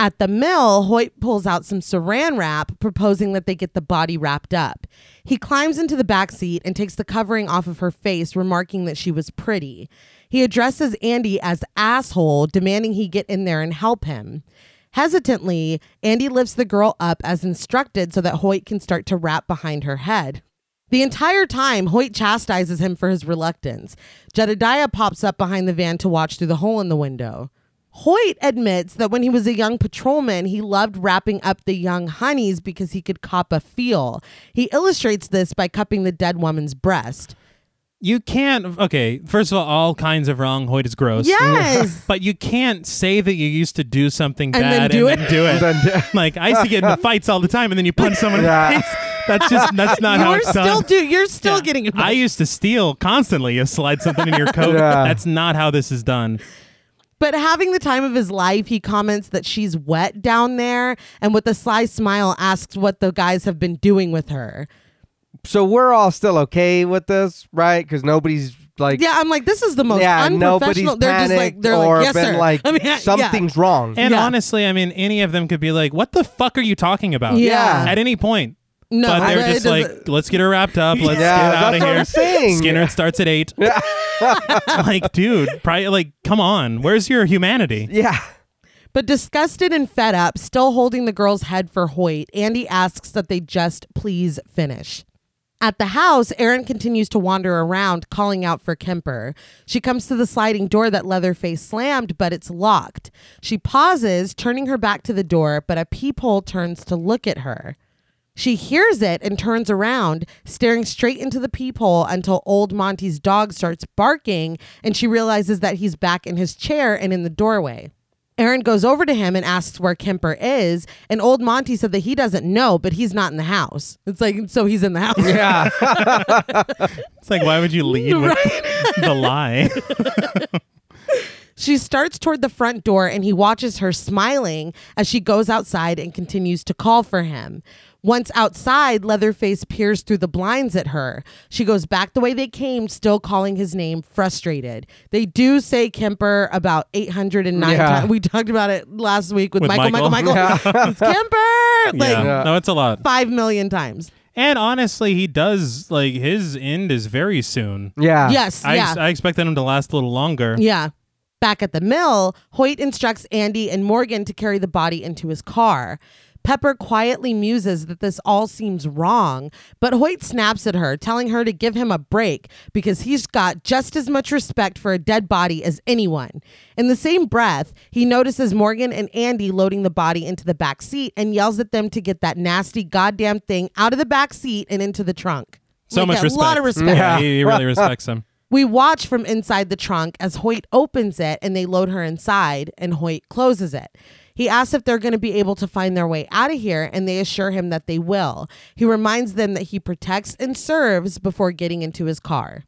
S1: at the mill, Hoyt pulls out some saran wrap, proposing that they get the body wrapped up. He climbs into the back seat and takes the covering off of her face, remarking that she was pretty. He addresses Andy as asshole, demanding he get in there and help him. Hesitantly, Andy lifts the girl up as instructed so that Hoyt can start to wrap behind her head. The entire time, Hoyt chastises him for his reluctance. Jedediah pops up behind the van to watch through the hole in the window. Hoyt admits that when he was a young patrolman, he loved wrapping up the young honeys because he could cop a feel. He illustrates this by cupping the dead woman's breast.
S3: you can't. Okay. First of all, all kinds of wrong. Hoyt is gross.
S1: Yes.
S3: But you can't say that you used to do something
S1: And then
S3: bad
S1: do
S3: and
S1: it.
S3: then do it.
S2: Then do-
S3: like I used to get into fights all the time, and then you punch someone
S2: Yeah.
S3: in the face. That's just that's not how
S1: You're
S3: it's
S1: still
S3: done.
S1: do you're still
S3: Yeah.
S1: getting it.
S3: I used to steal constantly. You slide something in your coat.
S2: Yeah.
S3: That's not how this is done.
S1: But having the time of his life, he comments that she's wet down there and with a sly smile asks what the guys have been doing with her.
S2: So we're all still okay with this, right? Because nobody's like,
S1: Yeah, I'm like, this is the most
S2: yeah, nobody's
S1: unprofessional.
S2: panicked
S1: They're just like they're
S2: or
S1: like, yes,
S2: been
S1: sir.
S2: like
S1: I mean, yeah.
S2: something's wrong.
S3: And
S1: Yeah.
S3: honestly, I mean, any of them could be like, "What the fuck are you talking about?"
S1: Yeah.
S3: At any point.
S1: No,
S3: but they're
S1: it
S3: just
S1: doesn't-
S3: like, "Let's get her wrapped up. Let's
S2: Yeah,
S3: get out
S2: that's
S3: of
S2: what
S3: here."
S2: I'm saying.
S3: Skinner starts at eight. like, dude, pri like, come on. Where's your humanity?
S2: yeah,
S1: But disgusted and fed up, still holding the girl's head for Hoyt, Andy asks that they just please finish. At the house, Erin continues to wander around, calling out for Kemper. She comes to the sliding door that Leatherface slammed, but it's locked. She pauses, turning her back to the door, but a peephole turns to look at her. She hears it and turns around, staring straight into the peephole until old Monty's dog starts barking and she realizes that he's back in his chair and in the doorway. Aaron goes over to him and asks where Kemper is, and old Monty said that he doesn't know, but he's not in the house. It's like, so he's in the house.
S2: yeah.
S3: It's like, why would you lead with the lie?
S1: She starts toward the front door and he watches her smiling as she goes outside and continues to call for him. Once outside, Leatherface peers through the blinds at her. She goes back the way they came, still calling his name, frustrated. They do say Kemper about 809
S2: Yeah.
S1: times. We talked about it last week with,
S3: With
S1: Michael, Michael,
S3: Michael.
S1: Michael. it's Kemper! Like
S3: yeah. No, it's a lot.
S1: five million times.
S3: And honestly, he does like his end is very soon.
S2: Yeah.
S1: yes,
S3: I,
S1: yeah.
S3: ex- I expected him to last a little longer.
S1: Yeah. Back at the mill, Hoyt instructs Andy and Morgan to carry the body into his car. Pepper quietly muses that this all seems wrong, but Hoyt snaps at her, telling her to give him a break because he's got just as much respect for a dead body as anyone. In the same breath, he notices Morgan and Andy loading the body into the back seat and yells at them to get that nasty goddamn thing out of the back seat and into the trunk.
S3: So
S1: Like,
S3: much respect.
S1: A lot of respect.
S3: Yeah, he, he really respects him.
S1: We watch from inside the trunk as Hoyt opens it and they load her inside, and Hoyt closes it. He asks if they're going to be able to find their way out of here, and they assure him that they will. He reminds them that he protects and serves before getting into his car.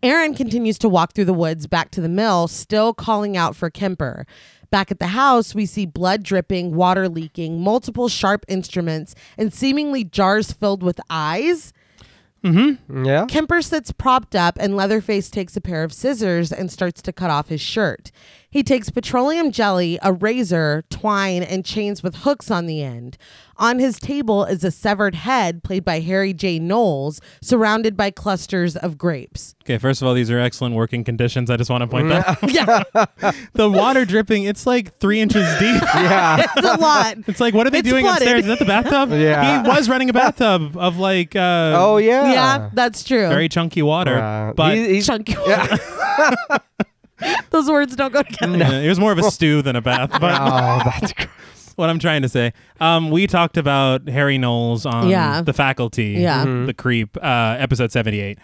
S1: Aaron continues to walk through the woods back to the mill, still calling out for Kemper. Back at the house, we see blood dripping, water leaking, multiple sharp instruments, and seemingly jars filled with eyes.
S2: Yeah.
S1: Kemper sits propped up, and Leatherface takes a pair of scissors and starts to cut off his shirt. He takes petroleum jelly, a razor, twine, and chains with hooks on the end. On his table is a severed head, played by Harry J. Knowles, surrounded by clusters of grapes.
S3: Okay, first of all, these are excellent working conditions. I just want to point that. out. the water dripping, it's like three inches deep.
S2: Yeah.
S1: It's a lot.
S3: It's like, what are they
S1: It's
S3: doing
S1: flooded.
S3: upstairs? Is that the bathtub?
S2: Yeah.
S3: He was running a bathtub of like uh,
S2: Oh yeah.
S1: yeah, that's true.
S3: very chunky water.
S2: Uh,
S3: but
S2: he- he's-
S1: Chunky. Those words don't go together.
S3: Yeah, it was more of a stew than a bath. But
S2: oh, that's gross.
S3: what I'm trying to say. Um, we talked about Harry Knowles on
S1: Yeah.
S3: the faculty,
S1: Yeah.
S3: the creep, uh, episode 78.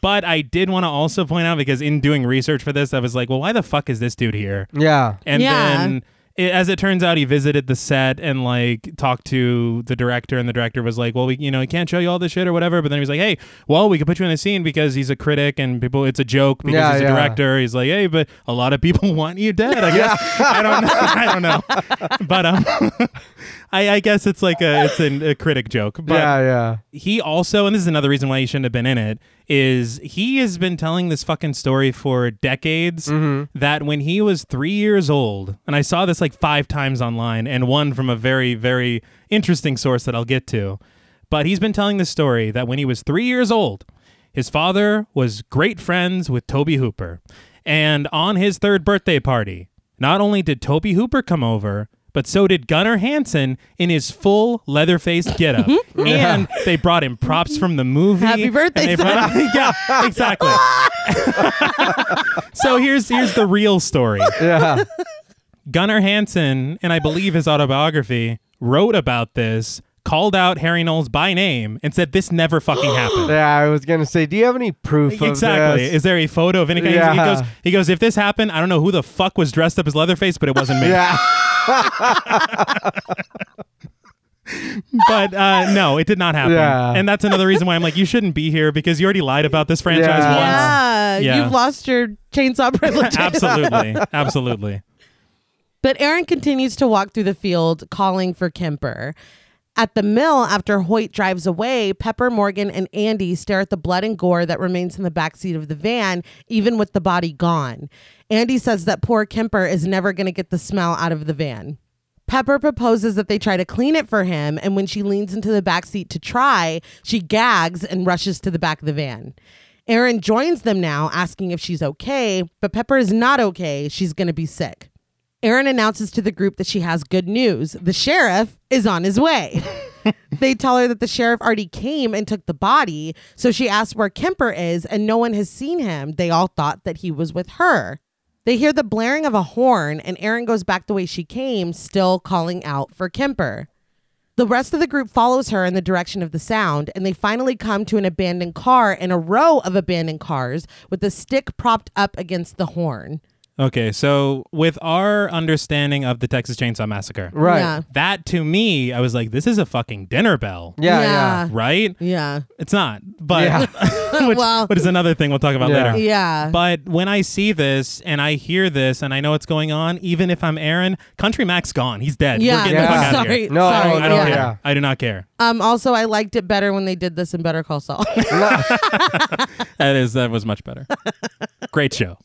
S3: but I did want to also point out because in doing research for this, I was like, well, why the fuck is this dude here?
S2: Yeah.
S3: And
S1: Yeah.
S3: then, it, as it turns out, he visited the set and like talked to the director, and the director was like, "Well, we, you know, we can't show you all this shit or whatever." But then he was like, "Hey, well, we can put you in the scene because he's a critic and people, it's a joke because
S2: Yeah,
S3: he's a
S2: yeah.
S3: director." He's like, "Hey, but a lot of people want you dead." I guess I don't know. I don't know. But um, I, I guess it's like a it's an, a critic joke. But
S2: yeah, yeah.
S3: he also, and this is another reason why he shouldn't have been in it, is he has been telling this fucking story for decades that when he was three years old, and I saw this like five times online, and one from a very, very interesting source that I'll get to, but he's been telling this story that when he was three years old, his father was great friends with Toby Hooper. And on his third birthday party, not only did Toby Hooper come over, but so did Gunnar Hansen in his full leather-faced getup, and they brought him props from the movie.
S1: Happy birthday,
S3: and they brought- yeah, exactly. so here's here's the real story.
S2: Yeah.
S3: Gunnar Hansen, and I believe his autobiography, wrote about this, called out Harry Knowles by name, and said this never fucking happened.
S2: Yeah, I was gonna say, do you have any proof of
S3: Exactly.
S2: this?
S3: Is there a photo of any kind? He
S2: Yeah.
S3: goes. He goes. If this happened, I don't know who the fuck was dressed up as Leatherface, but it wasn't me.
S2: Yeah.
S3: But uh, no, it did not happen.
S2: Yeah.
S3: And that's another reason why I'm like, you shouldn't be here because you already lied about this franchise
S2: Yeah.
S3: once.
S1: Yeah,
S3: Yeah.
S1: you've lost your chainsaw privileges.
S3: Absolutely. Absolutely.
S1: But Aaron continues to walk through the field calling for Kemper. At the mill, after Hoyt drives away, Pepper, Morgan, and Andy stare at the blood and gore that remains in the backseat of the van, even with the body gone. Andy says that poor Kemper is never going to get the smell out of the van. Pepper proposes that they try to clean it for him, and when she leans into the backseat to try, she gags and rushes to the back of the van. Aaron joins them now, asking if she's okay, but Pepper is not okay. She's going to be sick. Erin announces to the group that she has good news. The sheriff is on his way. they tell her that the sheriff already came and took the body, so she asks where Kemper is, and no one has seen him. They all thought that he was with her. They hear the blaring of a horn, and Erin goes back the way she came, still calling out for Kemper. The rest of the group follows her in the direction of the sound, and they finally come to an abandoned car and a row of abandoned cars with a stick propped up against the horn.
S3: Okay. So with our understanding of the Texas Chainsaw Massacre,
S2: Right.
S1: Yeah.
S3: that to me, I was like, this is a fucking dinner bell.
S2: Yeah,
S1: Yeah.
S2: yeah.
S3: Right?
S1: Yeah.
S3: It's not. But which,
S1: Well-
S3: which is another thing we'll talk about
S2: Yeah.
S3: later.
S1: Yeah.
S3: But when I see this and I hear this and I know what's going on, even if I'm Aaron, Country Mac's gone. He's dead. We're
S1: yeah.
S3: getting the
S2: Yeah.
S3: fuck out of
S1: Sorry.
S3: here.
S2: No,
S1: sorry.
S3: I don't
S1: yeah.
S3: care.
S2: Yeah.
S3: I do not care.
S1: Um also I liked it better when they did this in Better Call Saul.
S3: That is that was much better. Great show.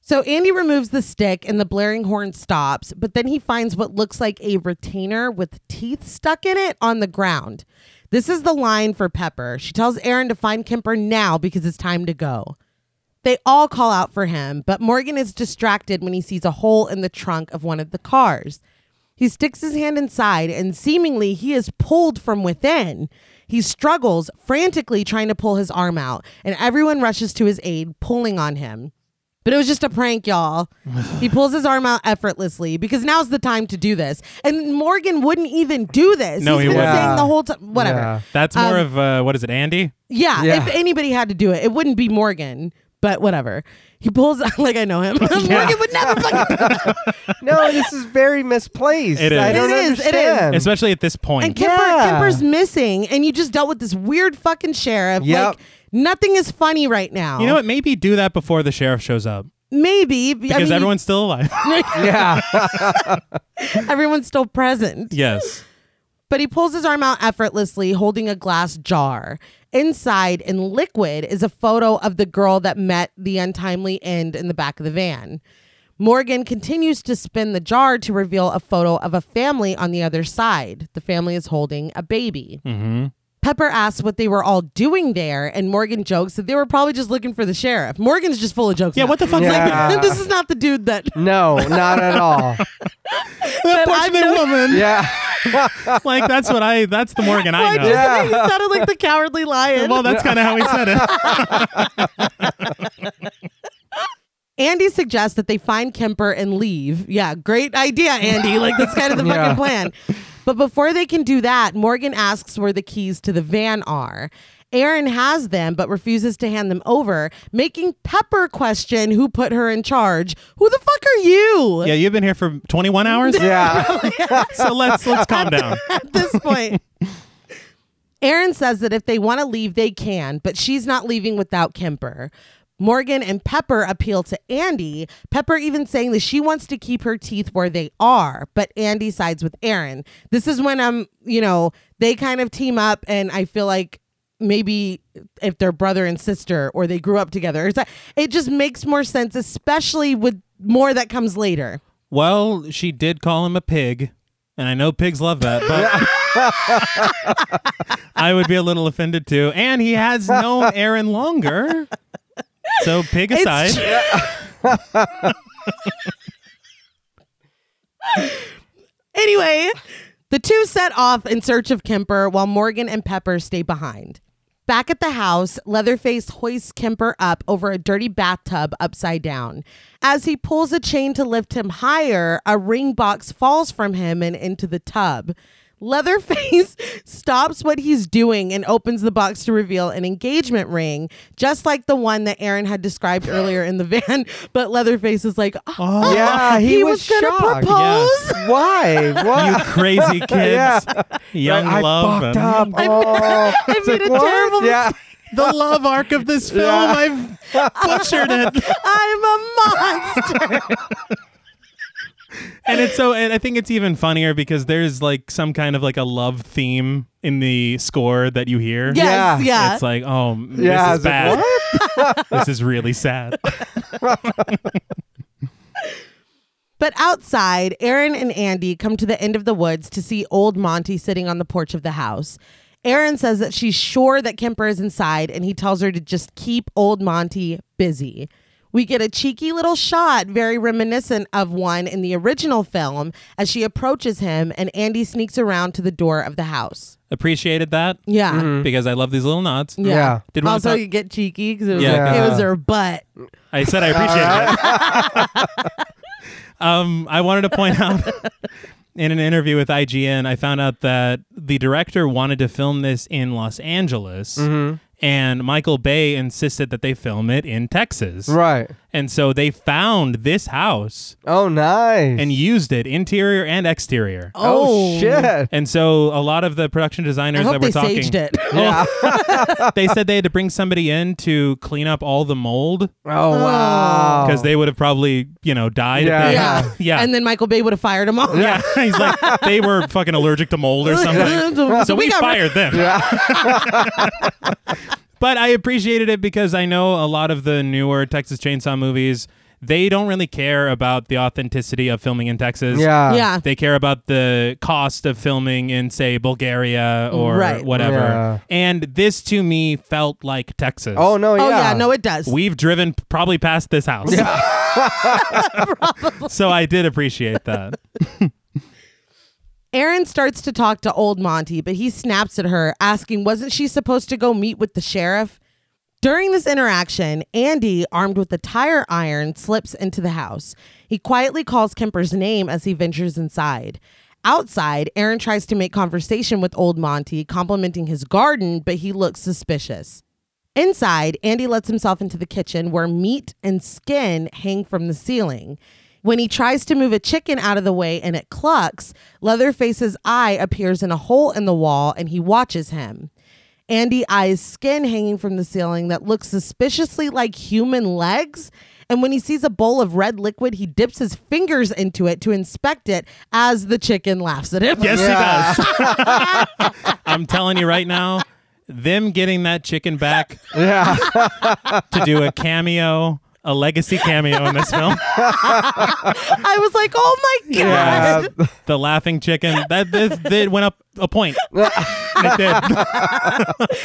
S1: so Andy removes the stick and the blaring horn stops, but then he finds what looks like a retainer with teeth stuck in it on the ground. This is the line for Pepper. She tells Aaron to find Kemper now because it's time to go. They all call out for him, but Morgan is distracted when he sees a hole in the trunk of one of the cars. He sticks his hand inside, and seemingly he is pulled from within. He struggles, frantically trying to pull his arm out, and everyone rushes to his aid, pulling on him. But it was just a prank, y'all. he pulls his arm out effortlessly because now's the time to do this. And Morgan wouldn't even do this.
S3: No,
S1: He's
S3: he
S1: been
S2: wouldn't.
S1: saying the
S2: Yeah.
S1: whole time, whatever.
S2: Yeah.
S3: That's
S1: Um,
S3: more of uh, what is it, Andy?
S1: Yeah,
S2: Yeah.
S1: if anybody had to do it, it wouldn't be Morgan. But whatever. He pulls like I know him. Morgan would never fucking. do that.
S2: No, this is very misplaced.
S3: It
S2: I
S3: is.
S2: don't
S1: It is, it is.
S2: understand.
S3: Especially at this point.
S1: And Kemper,
S2: Yeah.
S1: Kemper's missing, and you just dealt with this weird fucking sheriff.
S2: Yep.
S1: Like nothing is funny right now.
S3: you know what? Maybe do that before the sheriff shows up
S1: Maybe
S3: because everyone's still alive.
S2: yeah.
S1: everyone's still present.
S3: yes.
S1: But he pulls his arm out effortlessly, holding a glass jar. Inside, in liquid, is a photo of the girl that met the untimely end in the back of the van. Morgan continues to spin the jar to reveal a photo of a family on the other side. The family is holding a baby.
S3: Hmm. Mm-hmm.
S1: Pepper asks what they were all doing there, and Morgan jokes that they were probably just looking for the sheriff. Morgan's just full of jokes.
S3: Yeah,
S1: now.
S3: what the fuck's
S1: Like,
S2: Yeah.
S1: this is not the dude that.
S2: No, not at all.
S3: That
S1: I've
S3: fortunate woman.
S2: Yeah.
S3: Like that's what I that's the Morgan I know.
S2: Yeah.
S1: he sounded like the cowardly lion.
S3: Well, that's kind of how he said it.
S1: Andy suggests that they find Kemper and leave. Yeah, great idea, Andy. Like that's kind of the fucking
S2: Yeah.
S1: plan. But before they can do that, Morgan asks where the keys to the van are. Aaron has them but refuses to hand them over, making Pepper question who put her in charge. Who the fuck are you?
S3: Yeah, you've been here for 21 hours.
S2: Yeah.
S3: So let's let's calm down.
S1: at this point. Aaron says that if they want to leave, they can, but she's not leaving without Kemper. Morgan and Pepper appeal to Andy, Pepper even saying that she wants to keep her teeth where they are, but Andy sides with Aaron. This is when I'm, you know, they kind of team up, and I feel like maybe if they're brother and sister or they grew up together, it's- it just makes more sense, especially with more that comes later.
S3: Well, she did call him a pig, and I know pigs love that, but I would be a little offended too. And he has known Aaron longer. So pig
S1: It's
S3: aside.
S1: Anyway, the two set off in search of Kemper while Morgan and Pepper stay behind. Back at the house, Leatherface hoists Kemper up over a dirty bathtub upside down. As he pulls a chain to lift him higher, a ring box falls from him and into the tub. Leatherface stops what he's doing and opens the box to reveal an engagement ring, just like the one that Aaron had described earlier in the van. But Leatherface is like, oh,
S2: Yeah, Ah, he was
S1: gonna
S2: shocked.
S1: propose.
S2: Why? What?
S3: You crazy kids.
S2: Yeah.
S3: Young
S2: I
S3: love.
S2: fucked
S3: and-
S2: up. Oh.
S1: I
S2: It's
S1: made
S2: like,
S1: a
S2: what?
S1: terrible
S2: Yeah.
S3: The love arc of this film. I've butchered it.
S1: I'm a monster.
S3: and it's so and i think it's even funnier because there's like some kind of like a love theme in the score that you hear
S1: yes, yeah.
S2: Yeah.
S3: it's like oh m-
S2: Yeah,
S3: this is
S2: it's like,
S3: bad this is really sad
S1: but outside, Aaron and Andy come to the end of the woods to see old Monty sitting on the porch of the house. Aaron says that she's sure that Kemper is inside and he tells her to just keep old Monty busy. We get a cheeky little shot, very reminiscent of one in the original film, as she approaches him and Andy sneaks around to the door of the house.
S3: appreciated that
S1: Yeah.
S2: Mm.
S3: because i love these little nods
S1: Yeah.
S2: Yeah.
S3: Mm-hmm. Did wanna
S1: also,
S3: talk-
S1: you get cheeky because it, was
S3: Yeah.
S1: like, it was her butt.
S3: i said i appreciated
S2: Uh.
S3: it um i wanted to point out in an interview with ign i found out that the director wanted to film this in los angeles
S2: Mm-hmm.
S3: and michael bay insisted that they film it in texas
S2: Right.
S3: And so they found this house
S2: Oh, nice.
S3: and used it interior and exterior.
S2: oh, shit.
S3: And so a lot of the production
S1: I
S3: designers
S1: hope
S3: that were
S1: they
S3: talking
S1: saged it.
S3: Oh. they said they had to bring somebody in to clean up all the mold
S2: Oh, wow.
S3: because they would have probably, you know, died. if they-
S2: Oh. Yeah.
S1: Yeah.
S3: Yeah.
S1: And then Michael Bay would have fired him all.
S3: yeah. He's like they were fucking allergic to mold or something. so we,
S1: got rid-
S3: fired them. but I appreciated it because I know a lot of the newer Texas Chainsaw movies, they don't really care about the authenticity of filming in Texas.
S2: Yeah.
S1: yeah.
S3: They care about the cost of filming in, say, Bulgaria or
S1: Right.
S3: whatever.
S2: Yeah.
S3: And this to me felt like Texas.
S2: Oh, no. Yeah.
S1: Oh yeah, no, it does.
S3: We've driven p- probably past this house. so I did appreciate that.
S1: Aaron starts to talk to old Monty, but he snaps at her, asking, "Wasn't she supposed to go meet with the sheriff?" During this interaction, Andy, armed with a tire iron, slips into the house. He quietly calls Kemper's name as he ventures inside. Outside, Aaron tries to make conversation with old Monty, complimenting his garden, but he looks suspicious. Inside, Andy lets himself into the kitchen where meat and skin hang from the ceiling. When he tries to move a chicken out of the way and it clucks, Leatherface's eye appears in a hole in the wall and he watches him. Andy eyes skin hanging from the ceiling that looks suspiciously like human legs. And when he sees a bowl of red liquid, he dips his fingers into it to inspect it as the chicken laughs at him.
S3: Yes,
S2: Yeah.
S3: he does. I'm telling you right now, them getting that chicken back
S2: Yeah.
S3: to do a cameo, a legacy cameo in this film.
S1: I was like, oh my God.
S2: Yeah.
S3: The laughing chicken. That this did went up a point. It did.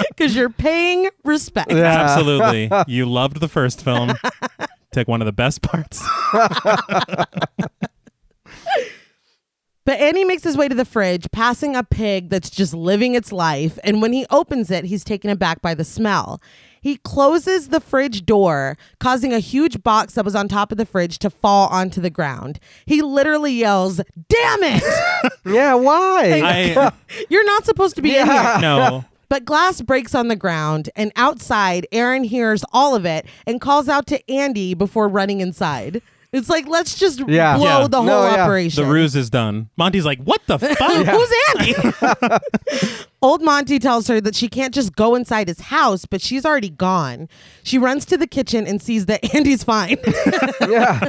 S1: Because you're paying respect.
S3: Absolutely. You loved the first film. Took one of the best parts.
S1: But But Andy makes his way to the fridge, passing a pig that's just living its life. And when he opens it, he's taken aback by the smell. He closes the fridge door, causing a huge box that was on top of the fridge to fall onto the ground. He literally yells, Damn it!
S2: Yeah, why?
S3: I
S1: You're not supposed to be in here.
S2: Yeah.
S3: no.
S1: But glass breaks on the ground, and outside, Aaron hears all of it and calls out to Andy before running inside. It's like, let's just
S2: Yeah.
S1: blow
S3: Yeah.
S1: the whole
S2: No, yeah.
S1: operation.
S3: The ruse is done. Monty's like, what the fuck?
S1: Who's Andy? Old Monty tells her that she can't just go inside his house, but she's already gone. She runs to the kitchen and sees that Andy's fine.
S2: yeah.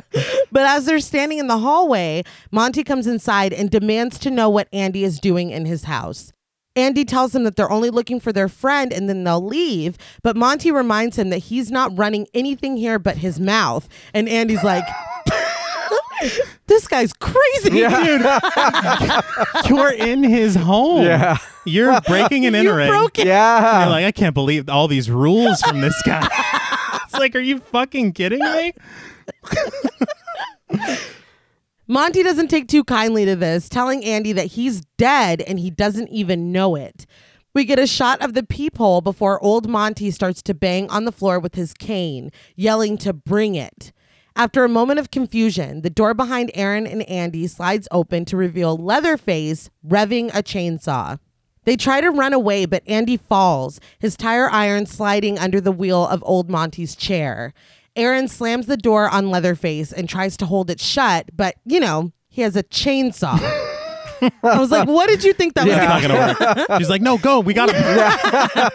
S1: but as they're standing in the hallway, Monty comes inside and demands to know what Andy is doing in his house. Andy tells him that they're only looking for their friend and then they'll leave. But Monty reminds him that he's not running anything here but his mouth. And Andy's like, This guy's crazy.
S3: You're in his home.
S2: Yeah.
S3: You're breaking and
S1: You
S3: entering.
S1: broke it.
S2: Yeah.
S3: You're like, I can't believe all these rules from this guy. it's like, are you fucking kidding me?
S1: Monty doesn't take too kindly to this, telling Andy that he's dead and he doesn't even know it. We get a shot of the peephole before old Monty starts to bang on the floor with his cane, yelling to bring it. After a moment of confusion, the door behind Aaron and Andy slides open to reveal Leatherface revving a chainsaw. They try to run away, but Andy falls, his tire iron sliding under the wheel of old Monty's chair. Aaron slams the door on Leatherface and tries to hold it shut, but, you know, he has a chainsaw. I was like, what did you think that
S3: It's not
S1: was?
S3: gonna work. She's like, no, go. We got him.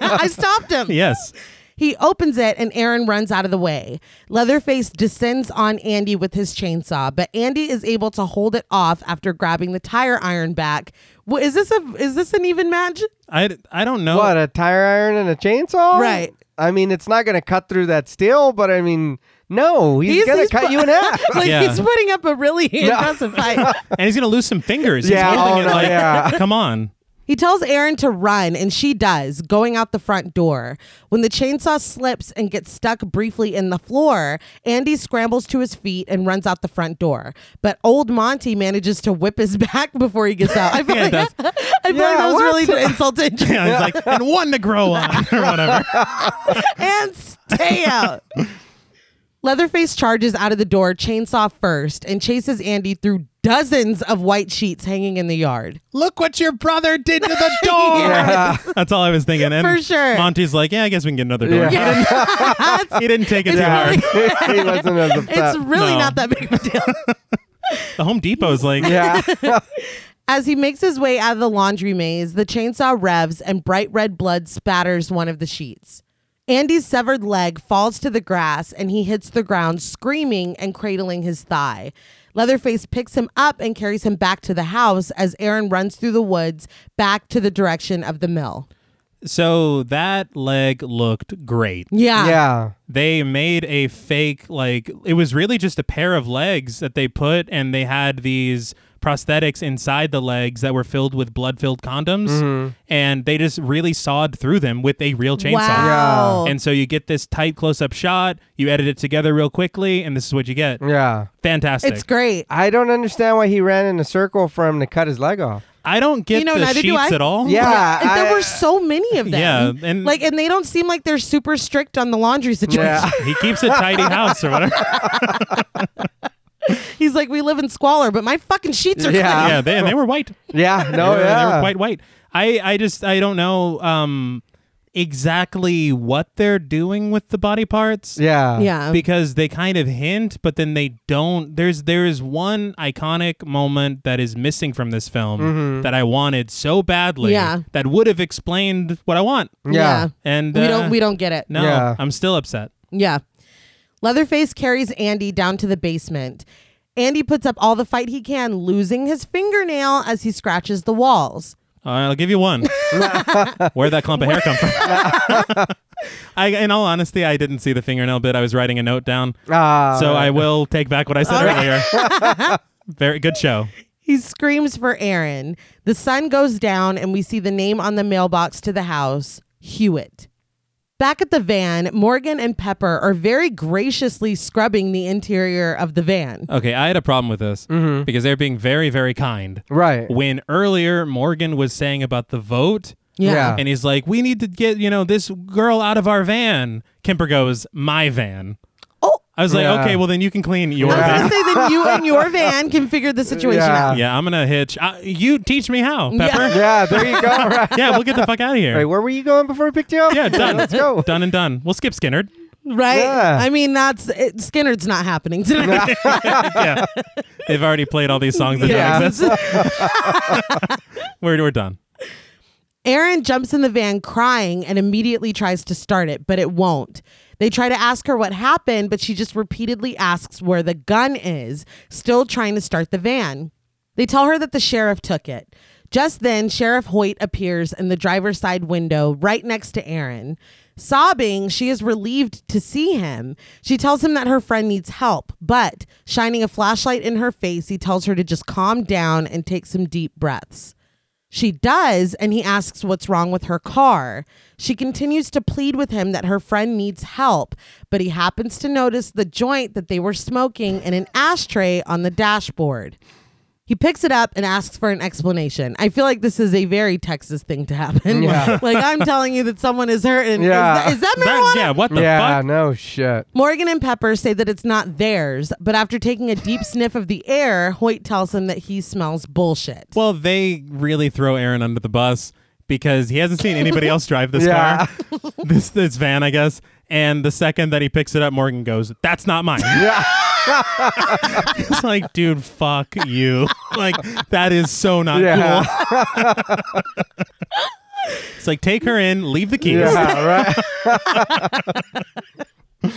S1: I stopped him.
S3: Yes.
S1: He opens it and Aaron runs out of the way. Leatherface descends on Andy with his chainsaw, but Andy is able to hold it off after grabbing the tire iron back. Wha- Is this a is this an even match?
S3: I, I don't know.
S2: What, a tire iron and a chainsaw?
S1: Right.
S2: I mean, it's not going to cut through that steel, but I mean, no, he's,
S1: He's-
S2: going
S1: he's
S2: to cut
S1: pu-
S2: you in half.
S1: Like
S3: Yeah.
S1: he's putting up a really impressive fight.
S3: And he's gonna lose some fingers.
S2: Yeah,
S3: He's holding
S2: oh,
S3: it
S2: no,
S3: like,
S2: yeah.
S3: come on.
S1: He tells Aaron to run, and she does, going out the front door. When the chainsaw slips and gets stuck briefly in the floor, Andy scrambles to his feet and runs out the front door. But old Monty manages to whip his back before he gets out. I feel
S3: Yeah,
S1: like,
S3: it does.
S1: I feel like
S2: Yeah,
S1: that was
S2: what?
S1: really insulting.
S3: Yeah, he's like, and one to grow on or whatever.
S1: and stay out. Leatherface charges out of the door, chainsaw first, and chases Andy through dozens of white sheets hanging in the yard.
S3: Look what your brother did to the door.
S2: Yeah.
S3: That's all I was thinking. And
S1: For sure.
S3: Monty's like, yeah, I guess we can get another door.
S2: Yeah.
S3: He, didn't, he didn't take it too
S2: Yeah.
S3: hard.
S2: he wasn't as upset.
S1: It's really
S3: No.
S1: not that big of a deal.
S3: The Home Depot's like,
S2: yeah.
S1: As he makes his way out of the laundry maze, the chainsaw revs and bright red blood spatters one of the sheets. Andy's severed leg falls to the grass and he hits the ground screaming and cradling his thigh. Leatherface picks him up and carries him back to the house as Aaron runs through the woods back to the direction of the mill.
S3: so that leg looked great.
S1: Yeah.
S2: yeah.
S3: they made a fake like it was really just a pair of legs that they put and they had these prosthetics inside the legs that were filled with blood-filled condoms and they just really sawed through them with a real chainsaw
S1: Wow.
S3: and so you get this tight close-up shot you edit it together real quickly and this is what you get
S2: Yeah.
S3: fantastic
S1: It's great.
S2: I don't understand why he ran in a circle for him to cut his leg off.
S3: i don't get
S1: You know,
S3: the
S1: neither do
S3: sheets
S1: I.
S3: at all
S2: Yeah.
S1: And there
S2: I-
S1: were so many of them.
S3: Yeah, and-
S1: like, and they don't seem like they're super strict on the laundry situation.
S2: Yeah.
S3: he keeps a tidy house or whatever
S1: He's like, we live in squalor, but my fucking sheets are
S2: Yeah.
S1: clean.
S3: yeah they, and they were white
S2: Yeah. No,
S3: they were,
S2: yeah.
S3: they were quite white. I, I just I don't know um exactly what they're doing with the body parts.
S2: yeah.
S1: Yeah.
S3: Because they kind of hint, but then they don't. There's there is one iconic moment that is missing from this film
S2: Mm-hmm.
S3: that I wanted so badly.
S1: Yeah.
S3: That would have explained what I want.
S2: Yeah.
S3: And
S1: we
S3: uh,
S1: don't we don't get it.
S3: No,
S2: Mm. Yeah.
S3: I'm still upset.
S1: Yeah. Leatherface carries Andy down to the basement. Andy puts up all the fight he can, losing his fingernail as he scratches the walls.
S3: All right, I'll give you one. Where'd that clump of hair come from? I, in all honesty, I didn't see the fingernail bit. I was writing a note down.
S2: Ah.
S3: So I will take back what I said earlier. Very good show.
S1: He screams for Aaron. The sun goes down, and we see the name on the mailbox to the house Hewitt. Back at the van, Morgan and Pepper are very graciously scrubbing the interior of the van.
S3: Okay, I had a problem with this because they're being very, very kind.
S2: Mm-hmm. Right.
S3: When earlier Morgan was saying about the vote,
S2: Yeah.
S3: and he's like, "We need to get you know this girl out of our van." Kemper goes, "My van."
S1: Oh,
S3: I was like,
S2: Yeah.
S3: "Okay, well then you can clean your
S1: I was
S3: van."
S1: gonna say that you and your van can figure the situation
S2: Yeah.
S1: out.
S3: Yeah, I'm gonna hitch. Uh, you teach me how,
S1: Yeah.
S3: Pepper. Yeah.
S2: Yeah, there you go. Right.
S3: we'll get the fuck out of here.
S2: Wait, where were you going before we picked you up?
S3: Yeah, done.
S2: Let's go.
S3: Done and done. We'll skip Skinnerd.
S1: Right?
S2: Yeah.
S1: I mean, that's it, Skinner's not happening tonight.
S3: yeah, they've already played all these songs that
S2: Yeah.
S3: don't exist. we're we're done.
S1: Aaron jumps in the van crying and immediately tries to start it, but it won't. They try to ask her what happened, but she just repeatedly asks where the gun is, still trying to start the van. They tell her that the sheriff took it. Just then, Sheriff Hoyt appears in the driver's side window right next to Aaron. Sobbing, she is relieved to see him. She tells him that her friend needs help, but shining a flashlight in her face, he tells her to just calm down and take some deep breaths. She does, and he asks what's wrong with her car. She continues to plead with him that her friend needs help, but he happens to notice the joint that they were smoking in an ashtray on the dashboard. He picks it up and asks for an explanation. I feel like this is a very Texas thing to happen.
S2: Yeah.
S1: like I'm telling you that someone is hurting.
S2: Yeah.
S1: Is, that, is that
S3: That-
S1: marijuana?
S3: yeah, what the
S2: yeah,
S3: fuck?
S2: no shit.
S1: Morgan and Pepper say that it's not theirs, but after taking a deep sniff of the air, Hoyt tells him that he smells bullshit.
S3: Well, they really throw Aaron under the bus because he hasn't seen anybody else drive this
S2: Yeah.
S3: car, this this van, I guess. And the second that he picks it up, Morgan goes, "That's not mine."
S2: Yeah.
S3: it's like, dude, fuck you. Like that is so not
S2: Yeah.
S3: cool. It's like take her in, leave the keys.
S2: Yeah, right.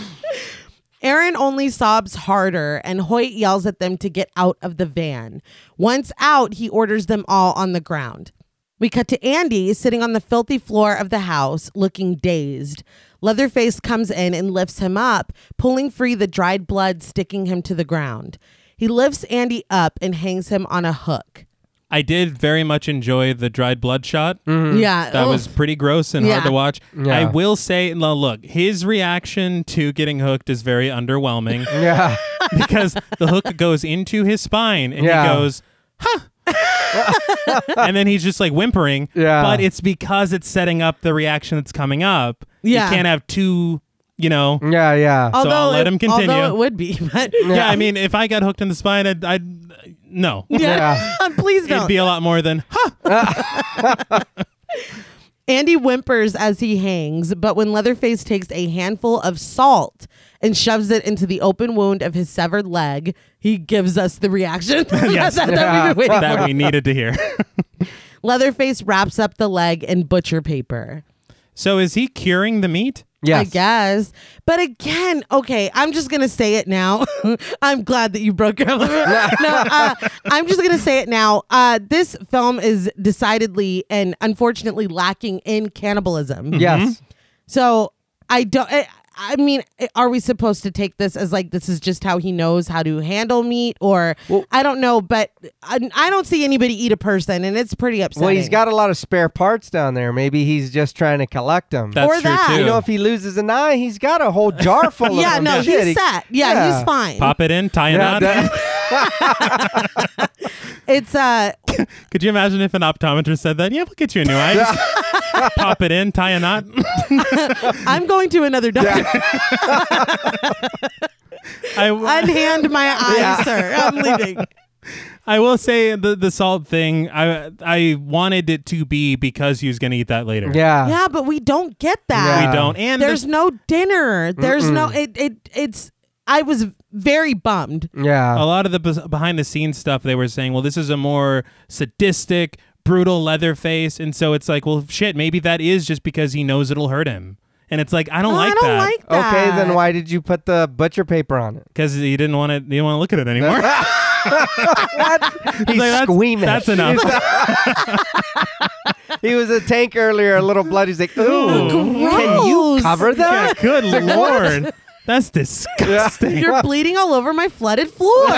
S1: Aaron only sobs harder, and Hoyt yells at them to get out of the van. Once out, he orders them all on the ground. We cut to Andy sitting on the filthy floor of the house, looking dazed. Leatherface comes in and lifts him up, pulling free the dried blood sticking him to the ground. He lifts Andy up and hangs him on a hook.
S3: I did very much enjoy the dried blood shot.
S1: Yeah.
S3: Hmm.
S1: oh,
S3: That
S1: ugh.
S3: was pretty gross and
S1: Mm-hmm. Yeah.
S3: hard to watch.
S2: Yeah.
S3: I will say, no, look, his reaction to getting hooked is very underwhelming.
S2: Yeah.
S3: because the hook goes into his spine and
S2: Yeah.
S3: he goes, huh. and then he's just like whimpering.
S2: Yeah.
S3: But it's because it's setting up the reaction that's coming up.
S1: Yeah.
S3: You can't have two, you know.
S2: Yeah, yeah.
S1: although
S3: I'll let
S1: it-
S3: him continue.
S1: Although it would be, but
S3: Yeah. I mean, if I got hooked in the spine, I'd, I'd no.
S1: yeah. Please don't.
S3: It'd be a lot more than, huh.
S1: Andy whimpers as he hangs, but when Leatherface takes a handful of salt and shoves it into the open wound of his severed leg, he gives us the reaction
S3: Yes.
S1: that, that we've been waiting
S3: That we needed to hear.
S1: for. Leatherface wraps up the leg in butcher paper.
S3: so is he curing the meat?
S1: I
S2: Yes.
S1: guess. But again, okay, I'm just going to say it now. I'm glad that you broke your no, uh, I'm just going to say it now. Uh, this film is decidedly and unfortunately lacking in cannibalism.
S2: Mm-hmm. Yes.
S1: So I don't. I, I mean, eh, are we supposed to take this as like this is just how he knows how to handle meat, or I don't know, but I, I don't see anybody eat a person, and it's pretty upsetting.
S2: Well, he's got a lot of spare parts down there. Maybe he's just trying to collect them.
S3: That's
S1: Or
S3: true
S1: that.
S3: too.
S2: you know, if he loses an eye, he's got a whole jar full of
S1: Yeah,
S2: them.
S1: no,
S2: Shit, he-
S1: he's set. Yeah,
S2: yeah.
S1: he's fine.
S3: Pop it in, tie
S2: Yeah,
S3: a knot.
S2: that-
S1: It's uh,
S3: Could you imagine if an optometrist said that? Yeah, we'll get you a new eye. Just pop it in, tie a knot.
S1: I'm going to another doctor.
S3: I,
S1: Unhand my eye, sir. I'm leaving.
S3: I will say the the salt thing. I I wanted it to be because he was going to eat that later.
S2: yeah.
S1: Yeah, but we don't get that.
S2: Yeah.
S3: we don't. And
S1: There's
S3: there's,
S1: no dinner. There's no. It it it's. I was very bummed.
S2: Yeah.
S3: a lot of the bes- behind the scenes stuff. They were saying, well, this is a more sadistic, brutal Leatherface, and so it's like, well, shit, maybe that is just because he knows it'll hurt him. And it's like, I don't like
S1: I don't
S3: that
S1: like that.
S2: Okay, then why did you put the butcher paper on it?
S3: because he didn't want to. He didn't want to look at it anymore.
S2: He's
S3: like, that's-
S2: squeamish.
S3: that's enough.
S2: he was a tank earlier, a little blood. He's like, ooh, can you
S1: Gross.
S2: cover
S3: Yeah,
S2: that?
S3: good lord, that's disgusting.
S1: You're bleeding all over my flooded floor.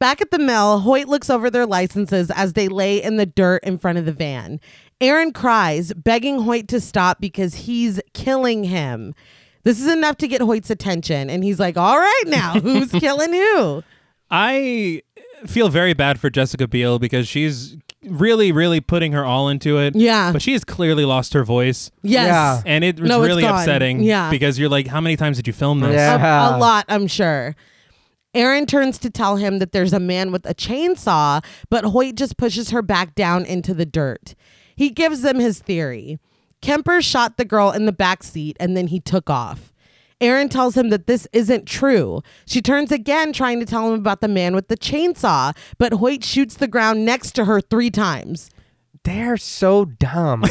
S1: Back at the mill, Hoyt looks over their licenses as they lay in the dirt in front of the van. Aaron cries, begging Hoyt to stop because he's killing him. This is enough to get Hoyt's attention. And he's like, all right now, who's killing who?
S3: I feel very bad for Jessica Biel because she's really, really putting her all into it.
S1: Yeah.
S3: But she has clearly lost her voice.
S1: Yes.
S2: Yeah.
S3: And it was
S1: No, it's
S3: really
S1: gone.
S3: upsetting.
S1: Yeah.
S3: Because you're like, how many times did you film this?
S2: Yeah.
S1: A- a,
S3: Uh-huh.
S1: lot, I'm sure. Aaron turns to tell him that there's a man with a chainsaw, but Hoyt just pushes her back down into the dirt. He gives them his theory. Kemper shot the girl in the back seat and then he took off. Aaron tells him that this isn't true. She turns again, trying to tell him about the man with the chainsaw, but Hoyt shoots the ground next to her three times.
S2: They're so dumb.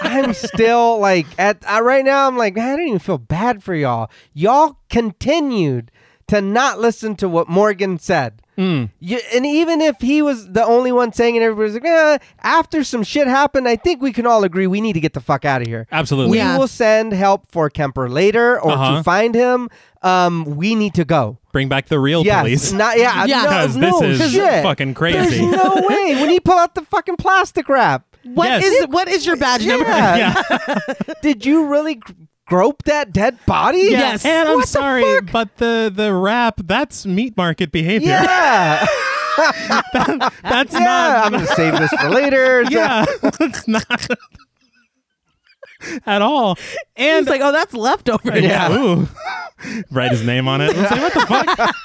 S2: I'm still like at I, right now. I'm like, man, I don't even feel bad for y'all. Y'all continued to not listen to what Morgan said.
S3: Mm.
S2: You, and even if he was the only one saying it, everybody's like, eh, after some shit happened, I think we can all agree we need to get the fuck out of here.
S3: Absolutely.
S2: We
S1: Yeah.
S2: will send help for Kemper later or
S3: Uh-huh.
S2: to find him. Um, we need to go.
S3: Bring back the real
S2: Yes,
S3: police.
S2: not yeah,
S1: Yeah.
S2: no,
S3: Because
S2: no
S3: this is
S2: shit.
S3: fucking
S2: There's
S3: crazy.
S2: no way when he pulled out the fucking plastic wrap.
S1: What
S3: Yes.
S1: is what is your badge number?
S2: Yeah.
S3: yeah.
S2: Did you really gr- grope that dead body?
S1: Yes.
S3: And I'm
S2: What the
S3: sorry,
S2: fuck?
S3: but the the rap, that's meat market behavior.
S2: Yeah.
S3: That's
S2: yeah.
S3: not
S2: I'm gonna save this for later.
S3: Yeah. That's not at all. And
S1: He's like, oh, that's leftover.
S3: Yeah. Ooh. Write his name on it. It's like, what the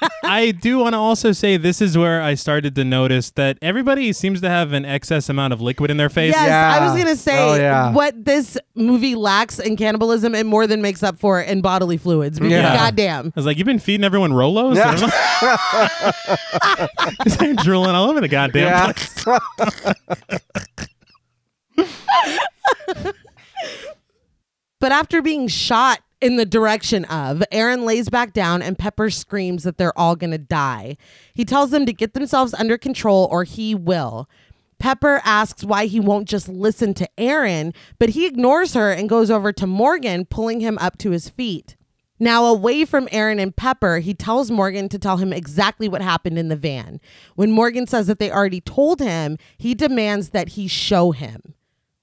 S3: fuck? I do want to also say this is where I started to notice that everybody seems to have an excess amount of liquid in their face.
S1: Yes, I was
S2: Yeah.
S1: gonna say
S2: Oh, yeah.
S1: what this movie lacks in cannibalism, it more than makes up for in bodily fluids. Because
S2: Yeah.
S1: goddamn,
S3: I was like, you've been feeding everyone Rolos?
S2: Yeah.
S3: I don't know. Just ain't drooling all over the goddamn
S2: Yeah.
S3: place.
S1: but after being shot in the direction of, Aaron lays back down and Pepper screams that they're all gonna die. He tells them to get themselves under control or he will. Pepper asks why he won't just listen to Aaron, but he ignores her and goes over to Morgan, pulling him up to his feet. Now, away from Aaron and Pepper, he tells Morgan to tell him exactly what happened in the van. When Morgan says that they already told him, he demands that he show him.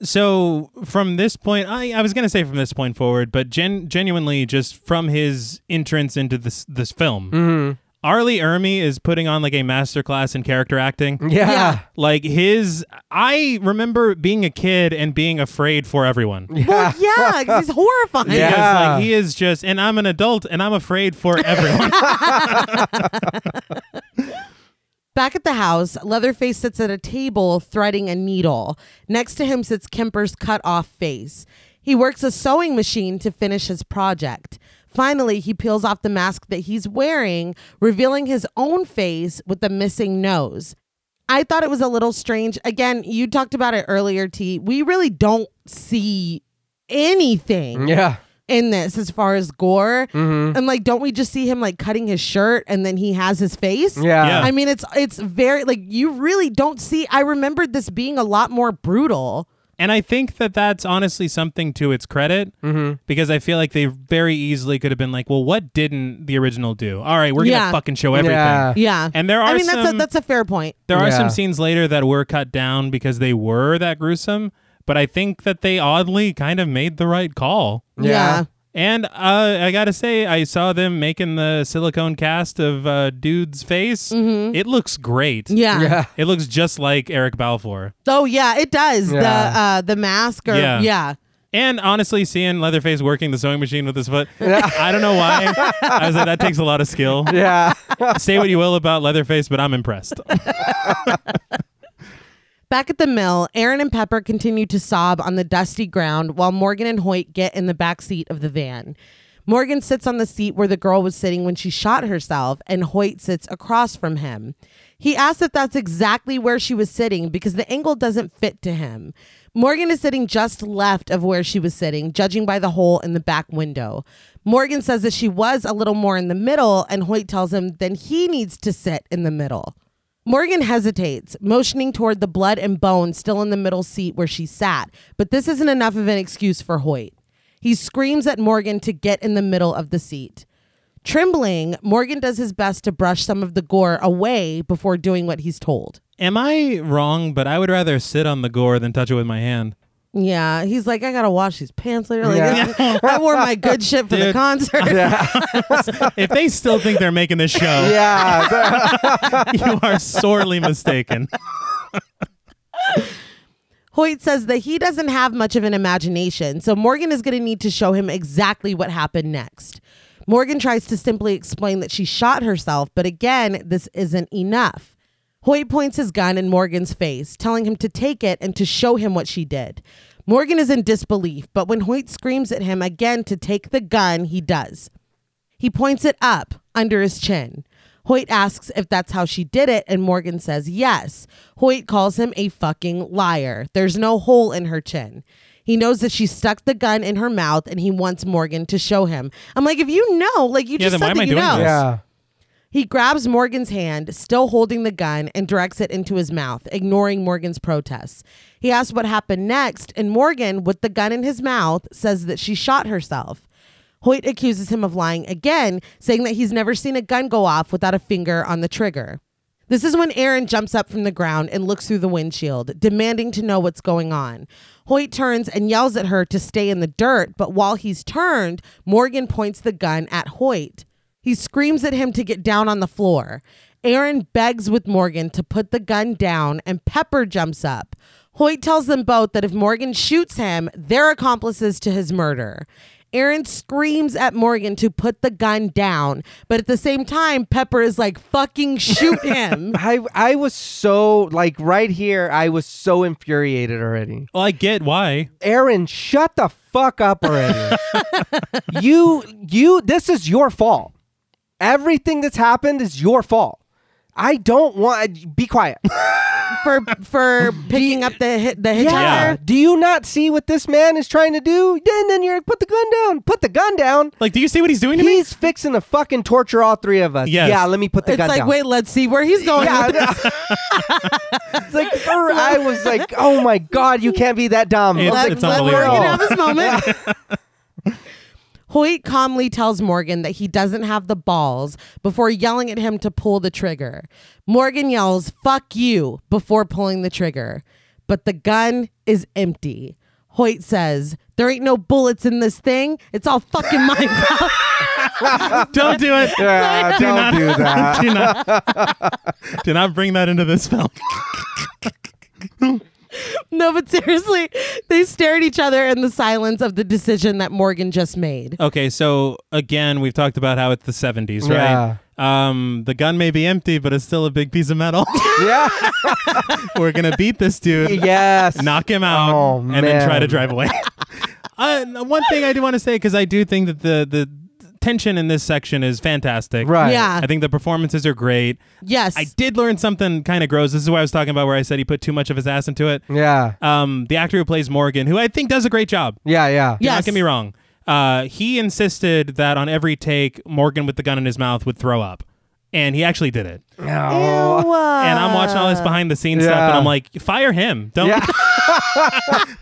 S3: so from this point I, I was going to say from this point forward but gen- genuinely just from his entrance into this this film
S2: Mm-hmm.
S3: arlie ermy is putting on like a masterclass in character acting
S2: Yeah.
S1: Yeah.
S3: like his i remember being a kid and being afraid for everyone
S1: Well, yeah, 'cause he's horrifying.
S2: Yeah.
S3: Because, like, he is just and i'm an adult and i'm afraid for everyone
S1: Back at the house, Leatherface sits at a table threading a needle. Next to him sits Kemper's cut off face. He works a sewing machine to finish his project. Finally, he peels off the mask that he's wearing, revealing his own face with the missing nose. I thought it was a little strange. Again, you talked about it earlier, T. We really don't see anything
S2: Yeah.
S1: in this as far as gore.
S2: Mm-hmm.
S1: And like, don't we just see him like cutting his shirt and then he has his face?
S2: Yeah.
S3: Yeah.
S1: I mean, it's it's very like you really don't see. I remembered this being a lot more brutal.
S3: And I think that that's honestly something to its credit
S2: Mm-hmm.
S3: because I feel like they very easily could have been like, well, what didn't the original do? All right, we're
S1: Yeah.
S3: gonna fucking show everything.
S2: Yeah.
S1: Yeah,
S3: And there are
S1: I mean, that's
S3: some-
S1: a, that's a fair point.
S3: There are
S2: Yeah.
S3: some scenes later that were cut down because they were that gruesome, but I think that they oddly kind of made the right call.
S1: Yeah.
S2: Yeah.
S3: And uh, I gotta say, I saw them making the silicone cast of uh, dude's face. It looks great.
S1: Yeah.
S2: Mm-hmm. Yeah.
S3: It looks just like Eric Balfour.
S1: Oh yeah, it does. The
S2: Yeah.
S1: uh the mask or
S3: Yeah.
S1: yeah.
S3: And honestly, seeing Leatherface working the sewing machine with his foot, I don't know why. I was like, that takes a lot of skill.
S2: Yeah.
S3: Say what you will about Leatherface, but I'm impressed.
S1: Back at the mill, Aaron and Pepper continue to sob on the dusty ground while Morgan and Hoyt get in the back seat of the van. Morgan sits on the seat where the girl was sitting when she shot herself, and Hoyt sits across from him. He asks if that's exactly where she was sitting because the angle doesn't fit to him. Morgan is sitting just left of where she was sitting, judging by the hole in the back window. Morgan says that she was a little more in the middle, and Hoyt tells him then he needs to sit in the middle. Morgan hesitates, motioning toward the blood and bone still in the middle seat where she sat, but this isn't enough of an excuse for Hoyt. He screams at Morgan to get in the middle of the seat. Trembling, Morgan does his best to brush some of the gore away before doing what he's told.
S3: Am I wrong? But I would rather sit on the gore than touch it with my hand.
S1: Yeah, he's like, I gotta wash these pants later. Like,
S2: Yeah.
S1: I wore my good shit for the
S3: Dude.
S1: concert.
S3: if they still think they're making this show,
S2: Yeah. the-
S3: you are sorely mistaken.
S1: Hoyt says that he doesn't have much of an imagination, so Morgan is going to need to show him exactly what happened next. Morgan tries to simply explain that she shot herself, but again, this isn't enough. Hoyt points his gun in Morgan's face, telling him to take it and to show him what she did. Morgan is in disbelief, but when Hoyt screams at him again to take the gun, he does. He points it up under his chin. Hoyt asks if that's how she did it, and Morgan says yes. Hoyt calls him a fucking liar. There's no hole in her chin. He knows that she stuck the gun in her mouth, and he wants Morgan to show him. I'm like, if you know, like you
S3: Yeah,
S1: just
S3: then
S1: said
S3: why am
S1: that
S3: I
S1: you
S3: doing
S1: know.
S3: this?
S2: yeah.
S1: He grabs Morgan's hand, still holding the gun, and directs it into his mouth, ignoring Morgan's protests. He asks what happened next, and Morgan, with the gun in his mouth, says that she shot herself. Hoyt accuses him of lying again, saying that he's never seen a gun go off without a finger on the trigger. This is when Aaron jumps up from the ground and looks through the windshield, demanding to know what's going on. Hoyt turns and yells at her to stay in the dirt, but while he's turned, Morgan points the gun at Hoyt. He screams at him to get down on the floor. Aaron begs with Morgan to put the gun down, and Pepper jumps up. Hoyt tells them both that if Morgan shoots him, they're accomplices to his murder. Aaron screams at Morgan to put the gun down, but at the same time, Pepper is like, fucking shoot him.
S2: I I was so like right here. I was so infuriated already.
S3: Well, I get why.
S2: Aaron, shut the fuck up already. you you this is your fault. Everything that's happened is your fault. I don't want be quiet.
S1: for for picking up the hi- the hitchhiker.
S3: Yeah.
S2: Do you not see what this man is trying to do? Then then you're put the gun down. Put the gun down.
S3: Like, do you see what he's doing to me?
S2: He's fixing to fucking torture all three of us.
S3: Yes.
S2: Yeah, let me put the
S1: It's
S2: gun
S1: like,
S2: down.
S1: wait, let's see where he's going.
S2: Yeah,
S1: with this.
S2: it's like er, I was like, oh my god, you can't be that dumb.
S3: It's-
S2: I was
S1: Let,
S2: like,
S1: let
S3: unbelievable.
S1: Morgan have his moment. Hoyt calmly tells Morgan that he doesn't have the balls before yelling at him to pull the trigger. Morgan yells, fuck you, before pulling the trigger. But the gun is empty. Hoyt says, there ain't no bullets in this thing. It's all fucking my fault.
S3: Don't do it.
S2: yeah,
S3: Do
S2: don't
S3: not-
S2: do that.
S3: do not do not bring that into this film.
S1: No, but seriously, they stare at each other in the silence of the decision that Morgan just made.
S3: Okay, so again, we've talked about how it's the 70s, right? Um, the gun may be empty, but it's still a big piece of metal.
S2: yeah.
S3: We're going to beat this dude,
S2: Yes.
S3: knock him out,
S2: Oh,
S3: and then try to
S2: man.
S3: drive away. uh, one thing I do want to say, because I do think that the, the tension in this section is fantastic.
S2: Right.
S1: Yeah.
S3: I think the performances are great.
S1: Yes.
S3: I did learn something kind of gross. This is what I was talking about where I said he put too much of his ass into it.
S2: Yeah.
S3: Um, the actor who plays Morgan, who I think does a great job.
S2: Yeah. Yeah.
S1: Yeah. Yes.
S3: Don't get me wrong. Uh, he insisted that on every take, Morgan with the gun in his mouth would throw up. And he actually did it.
S1: Oh,
S2: No.
S3: and I'm watching all this behind the scenes stuff, and
S2: Yeah.
S3: I'm like, fire him. Don't,
S2: Yeah.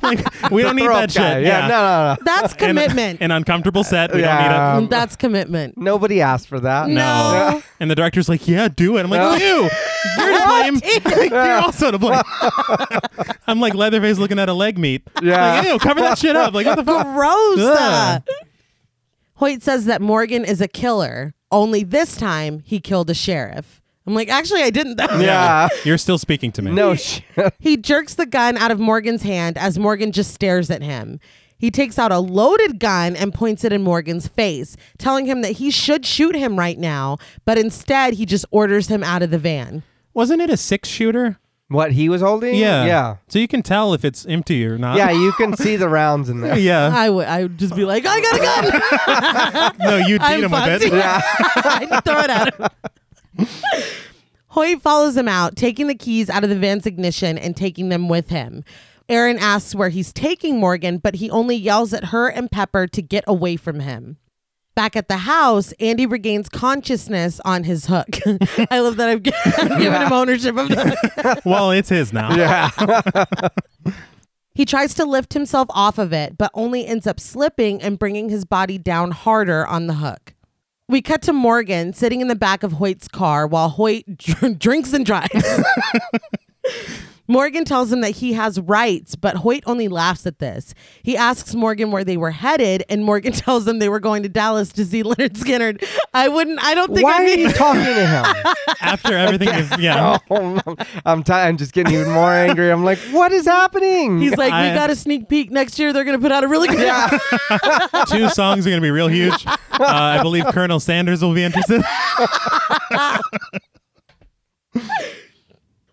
S3: like, we don't need
S2: Throw
S3: that
S2: up guy.
S3: shit.
S2: Yeah. No. No. No.
S1: That's
S3: And-
S1: commitment. Mm,
S3: An uncomfortable set. We
S2: Yeah.
S3: don't need
S2: Um,
S3: it.
S1: That's commitment.
S2: Nobody asked for that.
S1: No. No.
S3: And the director's like, yeah, do it. I'm like,
S2: No.
S3: you. You're to blame. Like, You're also to blame. I'm like Leatherface looking at a leg meat.
S2: Yeah.
S3: Like, ew, cover that shit up. Like, what the fuck?
S1: Rosa.
S3: Ugh.
S1: Hoyt says that Morgan is a killer, only this time he killed a sheriff. I'm like, actually, I didn't. That
S2: Yeah.
S3: You're still speaking to me.
S2: No. Shit.
S1: He jerks the gun out of Morgan's hand as Morgan just stares at him. He takes out a loaded gun and points it in Morgan's face, telling him that he should shoot him right now, but instead he just orders him out of the van.
S3: Wasn't it a six shooter?
S2: What he was holding?
S3: Yeah.
S2: Yeah.
S3: So you can tell if it's empty or not.
S2: Yeah. You can see the rounds in there.
S3: yeah.
S1: I would I would just be like, I got a gun.
S3: No, you beat
S1: I'm
S3: him with
S1: fucked.
S3: it.
S2: Yeah.
S1: I throw it at him. Hoyt follows him out, taking the keys out of the van's ignition and taking them with him. Aaron asks where he's taking Morgan, but he only yells at her and Pepper to get away from him. Back at the house, Andy regains consciousness on his hook. I love that I've, gi- I've given him ownership of the hook.
S3: Well, it's his now.
S2: Yeah.
S1: He tries to lift himself off of it, but only ends up slipping and bringing his body down harder on the hook. We cut to Morgan sitting in the back of Hoyt's car while Hoyt dr- drinks and drives. Morgan tells him that he has rights, but Hoyt only laughs at this. He asks Morgan where they were headed, and Morgan tells him they were going to Dallas to see Leonard Skinner. I wouldn't. I don't think.
S2: Why
S1: I'd
S2: are
S1: be-
S2: you talking to him?
S3: After everything, you've- yeah.
S2: oh, I'm- I'm ti- I'm just getting even more angry. I'm like, what is happening?
S1: He's like,
S3: I-
S1: we got a sneak peek next year. They're going to put out a really good.
S2: yeah. Oh.
S3: Two songs are going to be real huge. Uh, I believe Colonel Sanders will be interested.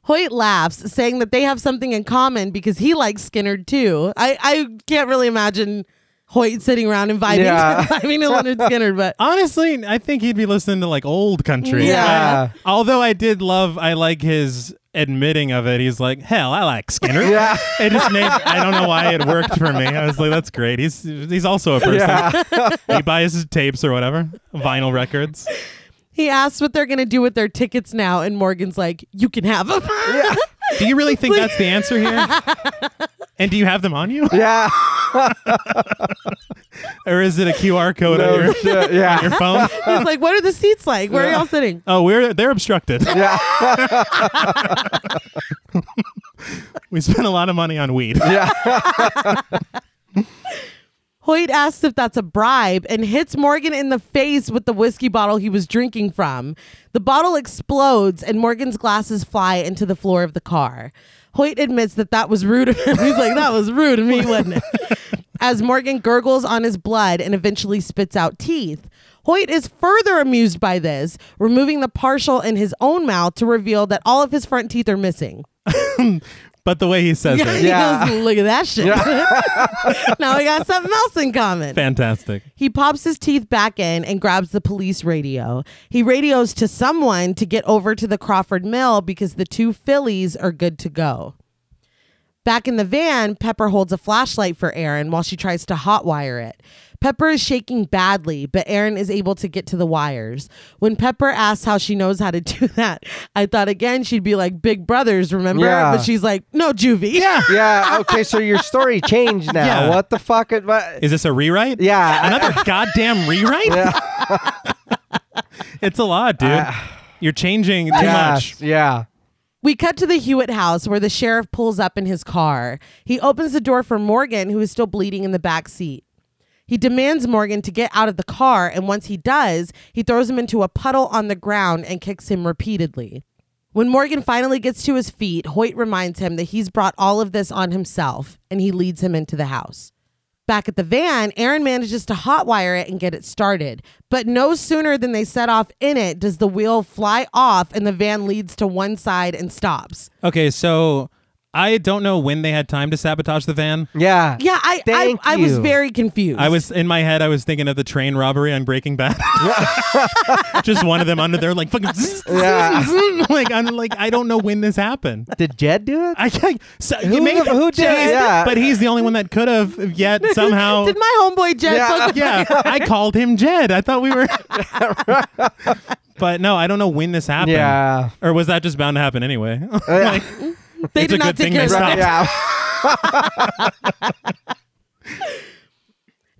S1: Hoyt laughs, saying that they have something in common because he likes Skinner too. I, I can't really imagine Hoyt sitting around inviting,
S2: Yeah.
S1: inviting to Leonard Skinner, but
S3: Honestly, I think he'd be listening to like old country.
S2: Yeah.
S3: I- although I did love, I like his admitting of it. He's like, hell, I like Skinner.
S2: Yeah.
S3: It just made, I don't know why it worked for me. I was like, that's great. He's he's also a person.
S2: Yeah.
S3: He buys his tapes or whatever, vinyl records.
S1: he asks what they're going to do with their tickets now. And Morgan's like, you can have them.
S3: Do you really think that's the answer here? And do you have them on you?
S2: Yeah.
S3: Or is it a QR code
S1: Oh,
S2: No
S3: on, your,
S2: shit.
S3: on your
S2: Yeah.
S3: phone?
S1: He's like, what are the seats like? Where are y'all sitting?
S3: Oh, we're they're obstructed.
S2: Yeah.
S3: We spent a lot of money on weed.
S1: Hoyt asks if that's a bribe and hits Morgan in the face with the whiskey bottle he was drinking from. The bottle explodes and Morgan's glasses fly into the floor of the car. Hoyt admits that that was rude of him. He's like, that was rude of me, wasn't it? As Morgan gurgles on his blood and eventually spits out teeth. Hoyt is further amused by this, removing the partial in his own mouth to reveal that all of his front teeth are missing.
S3: But the way he says it,
S2: Yeah.
S1: He goes, look at that shit. now we got something else in common.
S3: fantastic.
S1: He pops his teeth back in and grabs the police radio. He radios to someone to get over to the Crawford Mill because the two fillies are good to go. Back in the van, Pepper holds a flashlight for Aaron while she tries to hotwire it. Pepper is shaking badly, but Aaron is able to get to the wires. When Pepper asks how she knows how to do that, I thought again she'd be like, Big Brothers, remember?
S2: Yeah.
S1: But she's like, No, Juvie. Yeah.
S2: Yeah. Okay. So your story changed now.
S3: Yeah.
S2: What the fuck? It, what?
S3: Is this a rewrite?
S2: Yeah.
S3: Another goddamn rewrite? it's a lot, dude. You're changing too much.
S2: Yes. Ah. Yeah.
S1: We cut to the Hewitt house where the sheriff pulls up in his car. He opens the door for Morgan, who is still bleeding in the back seat. He demands Morgan to get out of the car, and once he does, he throws him into a puddle on the ground and kicks him repeatedly. When Morgan finally gets to his feet, Hoyt reminds him that he's brought all of this on himself, and he leads him into the house. Back at the van, Aaron manages to hotwire it and get it started. But no sooner than they set off in it does the wheel fly off and the van leads to one side and stops.
S3: Okay, so I don't know when they had time to sabotage the van.
S2: Yeah.
S1: Yeah, I I,
S2: Thank
S1: I was
S2: you.
S1: very confused.
S3: I was in my head. I was thinking of the train robbery on Breaking Bad. Just one of them under there, like fucking, zzz,
S2: Yeah.
S3: zzz, like I'm like I don't know when this happened.
S2: Did Jed do it?
S3: I, I so
S2: Who-
S3: you made
S2: who did it? Yeah.
S3: But he's the only one that could have yet somehow.
S1: Did my homeboy Jed
S2: Yeah.
S1: fuck
S3: yeah, I called him Jed. I thought we were. but no, I don't know when this happened.
S2: yeah.
S3: Or was that just bound to happen anyway? Like,
S1: They
S3: It's
S1: did
S3: a
S1: not
S3: good
S1: take care
S3: thing they
S1: of that.
S3: stopped.
S2: Yeah.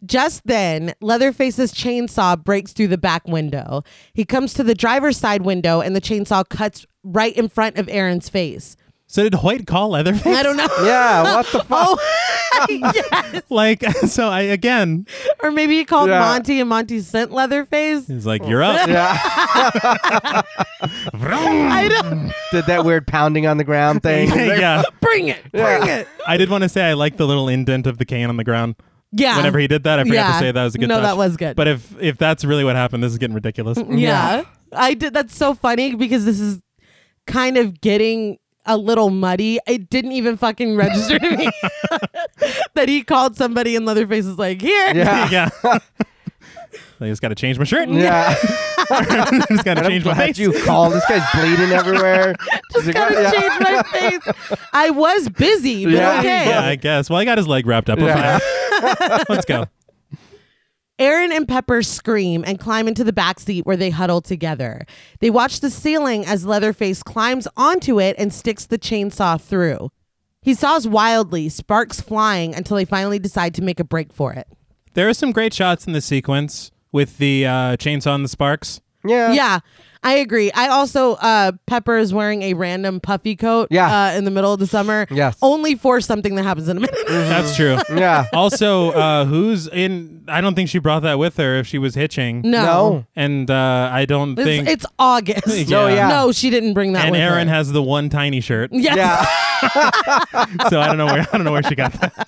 S1: Just then, Leatherface's chainsaw breaks through the back window. He comes to the driver's side window and the chainsaw cuts right in front of Aaron's face.
S3: so did Hoyt call Leatherface?
S1: I don't know.
S2: Yeah. What the fuck?
S1: Oh, yes.
S3: Like so, I again.
S1: Or maybe he called
S2: Yeah.
S1: Monty and Monty sent Leatherface.
S3: He's like, you're up.
S2: Yeah.
S1: I don't
S2: Did that weird pounding on the ground thing?
S3: yeah.
S1: bring it. Bring it.
S3: I did want to say I like the little indent of the cane on the ground.
S1: Yeah.
S3: Whenever he did that, I forgot
S1: Yeah.
S3: to say that was a good.
S1: No,
S3: touch.
S1: that was good.
S3: But if if that's really what happened, this is getting ridiculous.
S1: Yeah. I did that's so funny because this is kind of getting a little muddy. It didn't even fucking register to me that he called somebody and Leatherface is like, here.
S2: Yeah.
S3: yeah. I just got to change my shirt.
S2: Yeah.
S3: I just got to change my
S2: Glad
S3: face.
S2: you called. This guy's bleeding everywhere. He's like,
S1: Gotta
S2: yeah.
S1: change my face. I was busy, but
S2: Yeah.
S1: okay.
S3: Yeah, I guess. Well, I got his leg wrapped up. We're
S2: Yeah.
S3: fine. Let's go.
S1: Aaron and Pepper scream and climb into the back seat where they huddle together. They watch the ceiling as Leatherface climbs onto it and sticks the chainsaw through. He saws wildly, sparks flying until they finally decide to make a break for it.
S3: There are some great shots in the sequence. with the uh, chainsaw and the sparks.
S2: Yeah.
S1: yeah, I agree. I also uh, Pepper is wearing a random puffy coat.
S2: Yeah.
S1: Uh, in the middle of the summer.
S2: Yes.
S1: only for something that happens in a minute.
S3: That's true.
S2: Yeah.
S3: also, uh, who's in? I don't think she brought that with her if she was hitching.
S1: No,
S2: No.
S3: And uh, I don't
S1: It's,
S3: think.
S1: it's August.
S3: No, Yeah.
S2: yeah.
S1: No, she didn't bring that.
S3: and
S1: with
S3: Aaron
S1: her.
S3: has the one tiny shirt,
S1: Yes.
S2: Yeah.
S3: so I don't know where I don't know where she got that.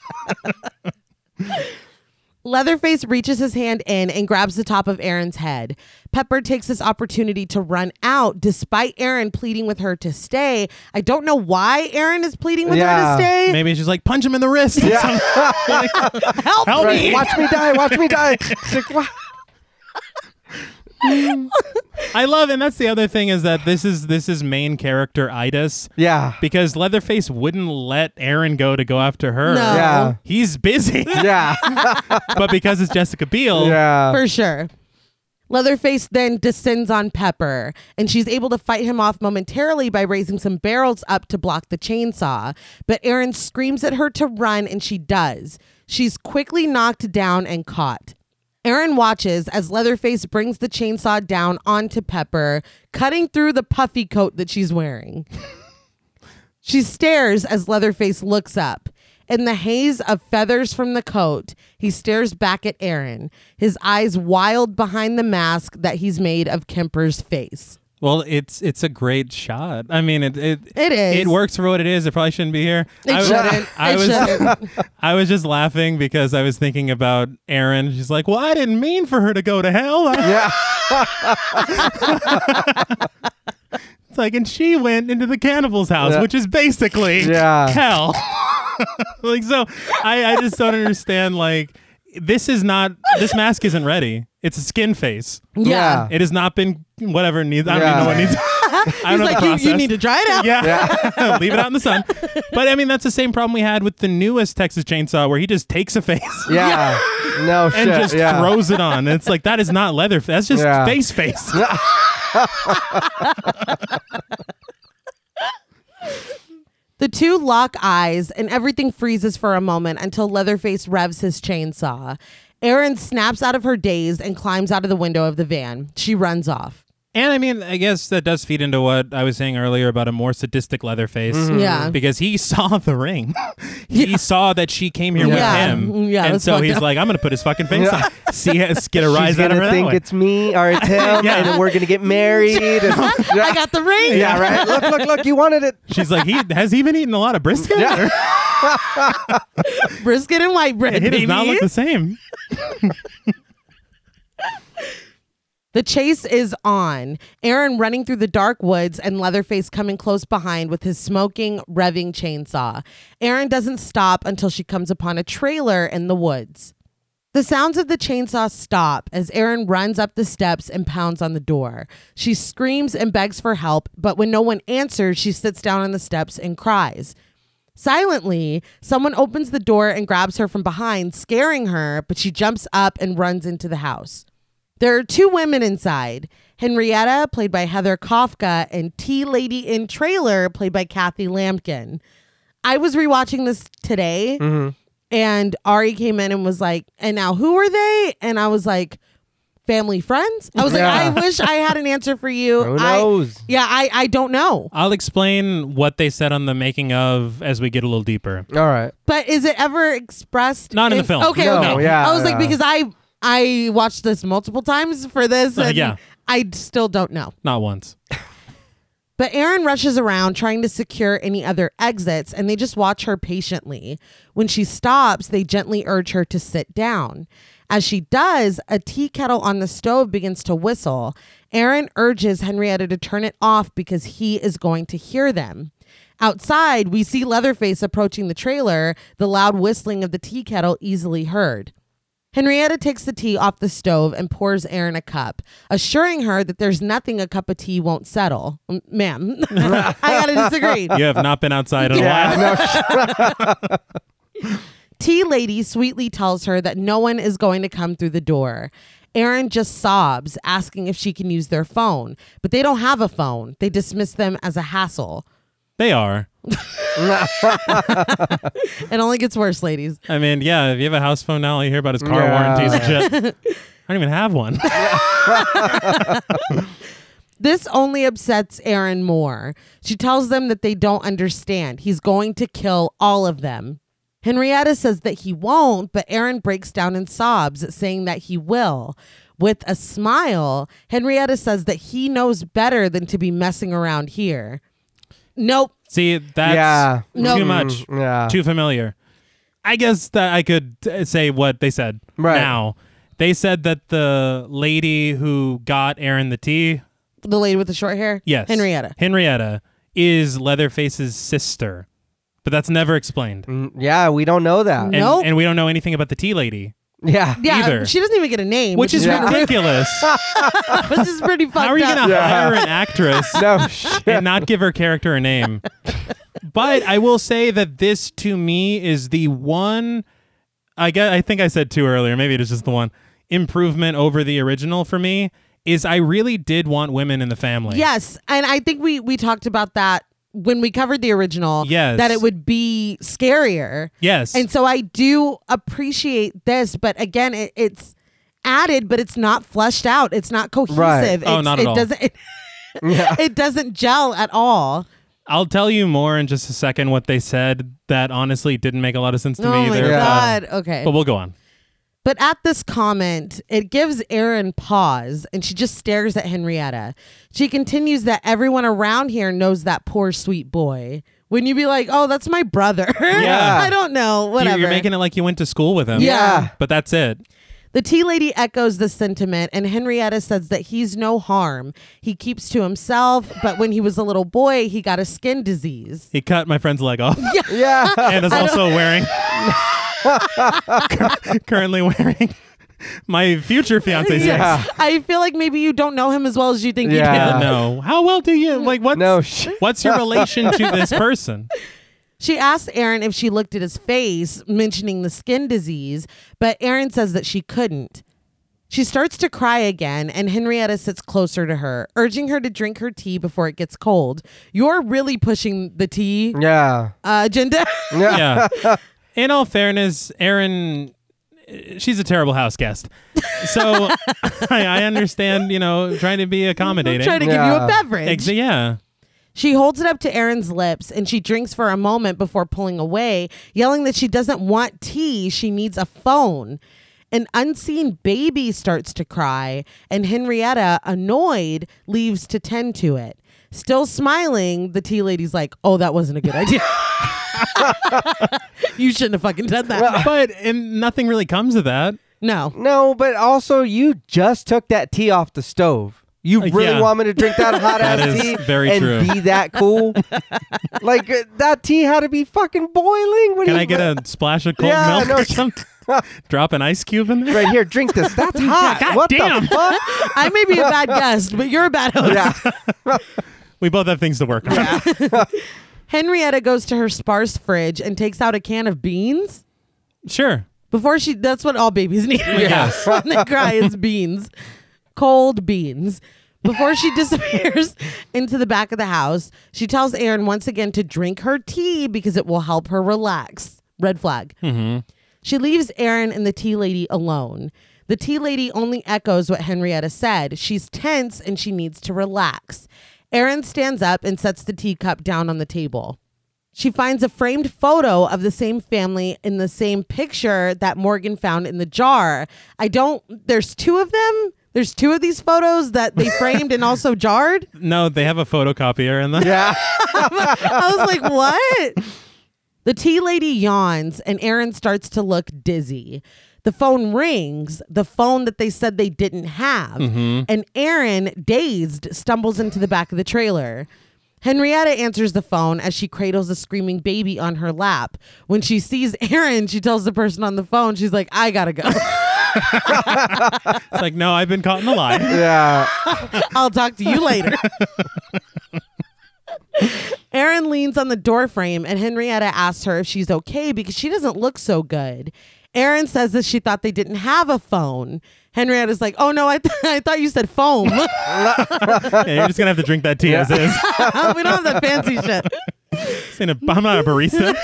S1: Leatherface reaches his hand in and grabs the top of Aaron's head. Pepper takes this opportunity to run out despite Aaron pleading with her to stay. I don't know why Aaron is pleading with her
S2: Yeah.
S1: to stay.
S3: Maybe she's like punch him in the wrist.
S1: Help,
S3: Help
S1: me.
S2: Right. Watch me die. Watch me die. It's like, what?
S3: I love, and that's the other thing is that this is this is main character itis
S2: Yeah.
S3: because Leatherface wouldn't let Aaron go to go after her.
S1: No.
S2: Yeah.
S3: He's busy,
S2: Yeah.
S3: but because it's Jessica Biel,
S2: Yeah.
S1: For sure. Leatherface then descends on Pepper, and she's able to fight him off momentarily by raising some barrels up to block the chainsaw. But Aaron screams at her to run, and she does. She's quickly knocked down and caught. Aaron watches as Leatherface brings the chainsaw down onto Pepper, cutting through the puffy coat that she's wearing. She stares as Leatherface looks up. In the haze of feathers from the coat, he stares back at Aaron, his eyes wild behind the mask that he's made of Kemper's face.
S3: Well, it's it's a great shot. I mean, it it,
S1: It is.
S3: It works for what it is. It probably shouldn't be here.
S1: It
S3: was-
S1: shouldn't.
S3: I
S1: It
S3: was
S1: shouldn't.
S3: I was just laughing because I was thinking about Erin. She's like, "Well, I didn't mean for her to go to hell."
S2: Yeah.
S3: It's like, and she went into the cannibal's house,
S2: Yeah.
S3: which is basically
S2: Yeah.
S3: hell. like, so I I just don't understand. Like, this is not this mask isn't ready. It's a skin face.
S1: Yeah.
S2: Yeah.
S3: It has not been whatever needs. I don't
S2: Yeah.
S3: even know what needs.
S1: He's
S3: I don't know the
S1: like, you, you
S3: process."
S1: need to dry it out.
S3: Yeah. Leave it out in the sun. But I mean, that's the same problem we had with the newest Texas Chainsaw, where he just takes a face
S2: Yeah. No shit.
S3: and just
S2: yeah.
S3: throws it on. And it's like, that is not leather. That's just
S2: Yeah.
S3: face face.
S1: The two lock eyes, and everything freezes for a moment until Leatherface revs his chainsaw. Aaron snaps out of her daze and climbs out of the window of the van. She runs off.
S3: And I mean, I guess that does feed into what I was saying earlier about a more sadistic Leatherface.
S1: Yeah.
S3: Because he saw the ring. he saw that she came here
S1: Yeah.
S3: with him.
S1: Yeah,
S3: and
S1: that's
S3: so
S1: fucked
S3: he's
S1: up.
S3: like, I'm going to put his fucking face on. See, get a
S2: She's
S3: rise out
S2: gonna
S3: of her that
S2: think
S3: way.
S2: it's me or it's him,
S3: Yeah.
S2: and we're gonna get married. and- yeah,
S1: I got the ring.
S2: yeah, right. Look, look, look! You wanted it.
S3: She's like, he has he been eating a lot of brisket?
S2: Yeah.
S1: Brisket and white bread.
S3: He does not
S1: baby.
S3: look the same.
S1: The chase is on. Aaron running through the dark woods and Leatherface coming close behind with his smoking, revving chainsaw. Aaron doesn't stop until she comes upon a trailer in the woods. The sounds of the chainsaw stop as Aaron runs up the steps and pounds on the door. She screams and begs for help, but when no one answers, she sits down on the steps and cries. Silently, someone opens the door and grabs her from behind, scaring her, but she jumps up and runs into the house. There are two women inside Henrietta, played by Heather Kafka, and Tea Lady in Trailer, played by Kathy Lampkin. I was rewatching this today,
S2: Mm-hmm.
S1: and Ari came in and was like, And now who are they? And I was like, Family friends? I was
S2: Yeah.
S1: like, I wish I had an answer for you.
S2: Who
S1: I-
S2: knows?
S1: yeah, I, I don't know.
S3: I'll explain what they said on the making of as we get a little deeper.
S2: All right.
S1: But is it ever expressed?
S3: Not in the film.
S1: Okay,
S2: No,
S1: okay.
S2: yeah,
S1: I was like
S2: yeah.
S1: because I I watched this multiple times for this,
S3: Uh,
S1: and
S3: yeah.
S1: I still don't know.
S3: Not once.
S1: But Aaron rushes around trying to secure any other exits, and they just watch her patiently. When she stops, they gently urge her to sit down. As she does, a tea kettle on the stove begins to whistle. Aaron urges Henrietta to turn it off because he is going to hear them. Outside, we see Leatherface approaching the trailer, the loud whistling of the tea kettle easily heard. Henrietta takes the tea off the stove and pours Aaron a cup, assuring her that there's nothing a cup of tea won't settle. M- Ma'am, I gotta disagree.
S3: You have not been outside in a while.
S1: Tea Lady sweetly tells her that no one is going to come through the door. Aaron just sobs, asking if she can use their phone, but they don't have a phone. They dismiss them as a hassle.
S3: They are.
S1: It only gets worse, ladies.
S3: I mean, yeah, if you have a house phone now, all you hear about is car
S2: Yeah.
S3: warranties and shit. I don't even have one.
S1: This only upsets Aaron more. She tells them that they don't understand. He's going to kill all of them. Henrietta says that he won't, but Aaron breaks down and sobs, saying that he will. With a smile, Henrietta says that he knows better than to be messing around here. Nope.
S3: See, that's
S2: Yeah.
S1: No.
S3: too much,
S2: Mm, yeah.
S3: too familiar. I guess that I could uh, say what they said
S2: Right.
S3: now. They said that the lady who got Aaron the tea,
S1: The lady with the short hair?
S3: yes,
S1: Henrietta.
S3: Henrietta is Leatherface's sister, but that's never explained.
S2: Mm, yeah, we don't know that.
S1: Mm.
S3: And,
S1: Nope.
S3: and we don't know anything about the tea lady,
S2: Yeah.
S1: Yeah,
S3: Either.
S1: she doesn't even get a name,
S3: which is
S2: Yeah.
S3: ridiculous.
S1: which is pretty fucked
S3: How are you
S1: up.
S3: going to
S2: Yeah.
S3: hire an actress
S2: No shit.
S3: and not give her character a name. but I will say that this to me is the one I guess I think I said two earlier, maybe it was just the one improvement over the original for me is I really did want women in the family.
S1: Yes, and I think we we talked about that when we covered the original.
S3: Yes.
S1: that it would be scarier,
S3: Yes.
S1: and so I do appreciate this, but again, it, it's added, but it's not fleshed out. It's not cohesive.
S2: Right.
S1: It's-
S3: Oh, not at
S1: it
S3: all.
S1: doesn't. It,
S2: Yeah.
S1: it doesn't gel at all.
S3: I'll tell you more in just a second what they said that honestly didn't make a lot of sense to
S1: oh
S3: me
S1: my
S3: either.
S2: Yeah.
S1: god. Okay.
S3: But we'll go on.
S1: But at this comment, it gives Erin pause and she just stares at Henrietta. She continues that everyone around here knows that poor sweet boy. Wouldn't you be like, oh, that's my brother?
S2: Yeah.
S1: I don't know.
S3: You're-
S1: Whatever.
S3: You're making it like you went to school with him.
S1: Yeah.
S3: But that's it.
S1: the tea lady echoes the sentiment, and Henrietta says that he's no harm. He keeps to himself, but when he was a little boy, he got a skin disease.
S3: He cut my friend's leg off.
S2: Yeah.
S3: and is also wearing Cur- currently wearing my future fiance's
S2: Yeah.
S3: yeah.
S1: I feel like maybe you don't know him as well as you think you do.
S2: Yeah.
S3: no. How well do you like what's
S2: No shit.
S3: what's your relation to this person?
S1: She asked Aaron if she looked at his face, mentioning the skin disease, but Aaron says that she couldn't. She starts to cry again, and Henrietta sits closer to her, urging her to drink her tea before it gets cold. You're really pushing the tea
S2: Yeah.
S1: uh, agenda.
S3: Yeah. In all fairness, Erin she's a terrible house guest. So I, I understand, you know, trying to be accommodating.
S1: Trying to give you a
S2: Yeah.
S1: beverage.
S3: Ex- yeah.
S1: She holds it up to Aaron's lips and she drinks for a moment before pulling away, yelling that she doesn't want tea, she needs a phone. An unseen baby starts to cry, and Henrietta, annoyed, leaves to tend to it. Still smiling, the tea lady's like, Oh, that wasn't a good idea. you shouldn't have fucking done that.
S3: But and nothing really comes of that.
S1: No.
S2: No, but also you just took that tea off the stove. You
S3: Uh,
S2: really
S3: yeah.
S2: want me to drink that hot
S3: That
S2: ass
S3: is
S2: tea
S3: very
S2: and
S3: true.
S2: be that cool? like uh, that tea had to be fucking boiling. What do
S3: Can
S2: you
S3: I get a splash of cold
S2: Yeah,
S3: milk
S2: no.
S3: or something? Drop an ice cube in there?
S2: right here? Drink this. That's hot.
S3: God
S2: what
S3: damn.
S2: the fuck?
S1: I may be a bad guest, but you're a bad host.
S2: yeah.
S3: We both have things to work on.
S1: Henrietta goes to her sparse fridge and takes out a can of beans.
S3: Sure.
S1: Before she, that's what all babies need.
S3: Yes.
S1: when they cry is beans, cold beans. Before she disappears into the back of the house, she tells Aaron once again to drink her tea because it will help her relax. Red flag. She leaves Aaron and the tea lady alone. The tea lady only echoes what Henrietta said. She's tense and she needs to relax. Aaron stands up and sets the teacup down on the table. She finds a framed photo of the same family in the same picture that Morgan found in the jar. I don't, there's two of them. There's two of these photos that they framed and also jarred.
S3: No, they have a photocopier in the
S2: Yeah.
S1: I was like, what? The tea lady yawns and Aaron starts to look dizzy. The phone rings, the phone that they said they didn't have. And Aaron, dazed, stumbles into the back of the trailer. Henrietta answers the phone as she cradles a screaming baby on her lap. When she sees Aaron, she tells the person on the phone, she's like, I gotta go.
S3: It's like, no, I've been caught in a lie.
S2: Yeah.
S1: I'll talk to you later. Erin leans on the doorframe and Henrietta asks her if she's okay because she doesn't look so good. Erin says that she thought they didn't have a phone. Henrietta's like, oh no, I, th- I thought you said foam. we
S3: Yeah, you're just gonna have to drink that tea as is.
S1: don't have that fancy shit.
S3: Just in a- I'm not a barista.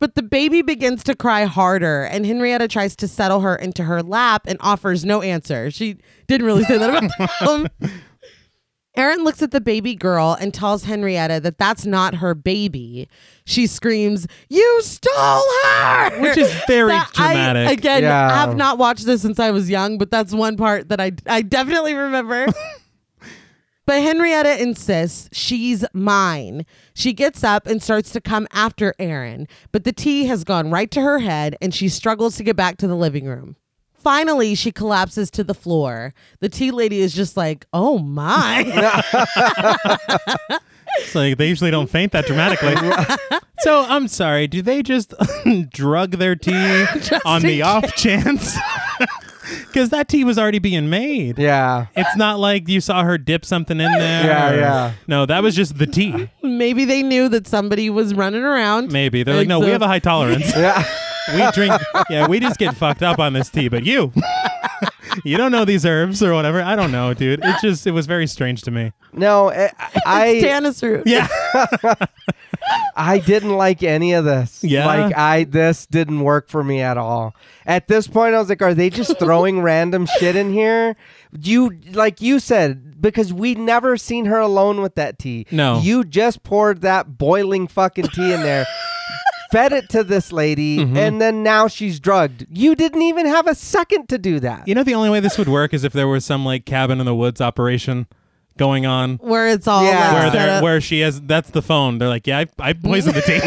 S1: But the baby begins to cry harder, and Henrietta tries to settle her into her lap and offers no answer. She didn't really say that about the film. Erin looks at the baby girl and tells Henrietta that that's not her baby. She screams, You stole her!
S3: Which is very
S1: That
S3: dramatic.
S1: I, again,
S2: Yeah.
S1: have not watched this since I was young, but that's one part that I, I definitely remember. But Henrietta insists she's mine. She gets up and starts to come after Aaron, but the tea has gone right to her head and she struggles to get back to the living room. Finally, she collapses to the floor. The tea lady is just like, oh my.
S3: It's like they usually don't faint that dramatically. so I'm sorry. Do they just drug their tea on
S1: in
S3: the off chance? Because that tea was already being made.
S2: Yeah.
S3: It's not like you saw her dip something in there.
S2: Yeah,
S3: or-
S2: yeah.
S3: No, that was just the tea.
S1: Maybe they knew that somebody was running around.
S3: Maybe they're like, no, we
S1: Exa-
S3: have a high tolerance.
S2: Yeah.
S3: we drink. Yeah, we just get fucked up on this tea. But you, you don't know these herbs or whatever. I don't know, dude. It just it was very strange to me.
S2: No, I I,
S1: Tannis root.
S3: Yeah.
S2: I didn't like any of this.
S3: Yeah?
S2: Like I this didn't work for me at all. At this point I was like, are they just throwing random shit in here? You like you said, because we never seen her alone with that tea.
S3: No.
S2: You just poured that boiling fucking tea in there. Fed it to this lady,
S3: Mm-hmm.
S2: and then now she's drugged. You didn't even have a second to do that.
S3: You know, the only way this would work is if there was some like cabin in the woods operation going on
S1: Where it's all
S2: Yeah.
S1: like,
S3: where
S2: Set
S3: they're,
S1: set up.
S3: where she has that's the phone. They're like, yeah, I, I poisoned the tea.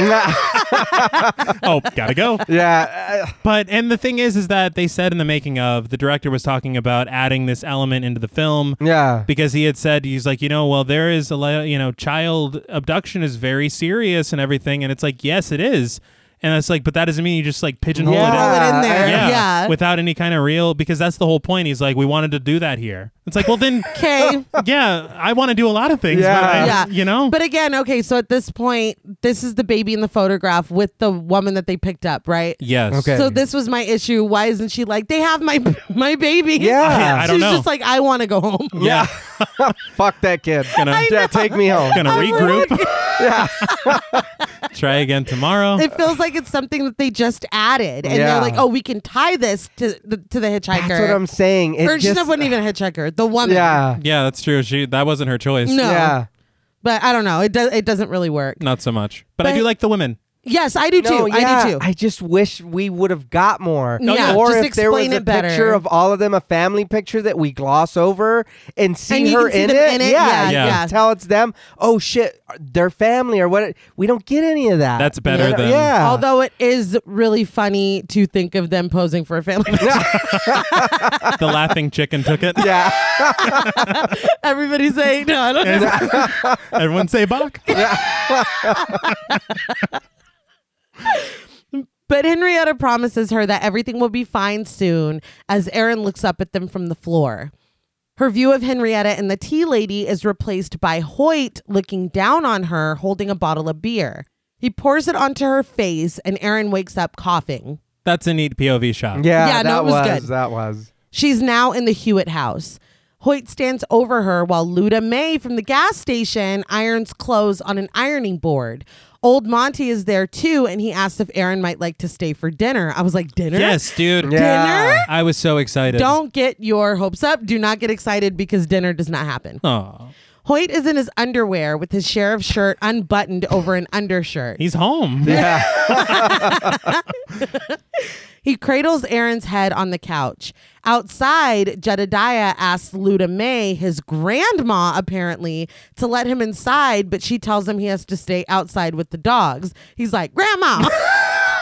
S3: oh, gotta go.
S2: yeah, uh,
S3: But and the thing is, is that they said in the making of the director was talking about adding this element into the film.
S2: yeah.
S3: Because he had said he's like you know well there is a lot you know child abduction is very serious and everything and it's like yes it is and it's like but that doesn't mean you just like pigeonhole it
S2: Yeah.
S3: out
S1: Throw it in there.
S3: yeah,
S1: Yeah.
S3: without any kind of real because that's the whole point he's like we wanted to do that here it's like well then
S1: Okay.
S3: yeah i want to do a lot of things but
S2: Uh,
S3: I-
S1: Yeah.
S3: you know
S1: But again, okay, so at this point, this is the baby in the photograph with the woman that they picked up, right?
S3: yes
S2: Okay.
S1: So this was my issue. Why isn't she like, they have my my baby?
S2: Yeah.
S3: I- I don't
S1: She's
S3: know.
S1: just like, I want to go home.
S3: yeah
S2: Fuck that kid.
S3: Gonna-
S2: yeah, take me home.
S3: gonna
S1: I'm
S3: regroup try again tomorrow
S1: It feels like it's something that they just added, and
S2: Yeah.
S1: they're like, oh, we can tie this to the, to the hitchhiker.
S2: That's what I'm saying. It
S1: or she
S2: just-
S1: wasn't even a hitchhiker, the woman.
S2: yeah,
S3: yeah that's true she that wasn't her choice
S1: No.
S2: yeah.
S1: But I don't know. It does. It doesn't really work.
S3: not so much but, i
S1: But-
S3: do like the women
S1: Yes, I do too. I do too.
S2: I just wish we would have got more.
S1: No, yeah.
S2: Or
S1: Just
S2: if there was
S1: explain
S2: a
S1: it better.
S2: picture of all of them, a family picture that we gloss over and see
S1: And you
S2: her
S1: can see
S2: in,
S1: them
S2: it.
S1: in it.
S2: Yeah,
S1: Yeah,
S2: you can
S3: yeah.
S2: tell it's them. Oh shit, their family or what? We don't get any of that.
S3: That's better
S2: You know?
S3: than-
S2: yeah.
S1: Although it is really funny to think of them posing for a family.
S3: the laughing chicken took it
S2: yeah,
S1: Everybody saying, no, I don't know.
S3: everyone say bach
S1: But Henrietta promises her that everything will be fine soon as Aaron looks up at them from the floor. Her view of Henrietta and the tea lady is replaced by Hoyt looking down on her holding a bottle of beer. He pours it onto her face and Aaron wakes up coughing.
S3: that's a neat pov shot
S2: yeah.
S1: Yeah,
S2: that
S1: no, it was good.
S2: That was.
S1: She's now in the Hewitt house. Hoyt stands over her while Luda May from the gas station irons clothes on an ironing board. Old Monty is there too, and he asks if Aaron might like to stay for dinner. I was like, Dinner?
S3: yes dude
S2: Yeah.
S1: Dinner?
S3: i was so excited
S1: Don't get your hopes up. Do not get excited because dinner does not happen.
S3: oh
S1: Hoyt is in his underwear with his sheriff's shirt unbuttoned over an undershirt.
S3: he's home
S2: Yeah.
S1: He cradles Aaron's head on the couch. Outside, Jedediah asks Luda May, his grandma apparently, to let him inside, but she tells him he has to stay outside with the dogs. He's like, Grandma!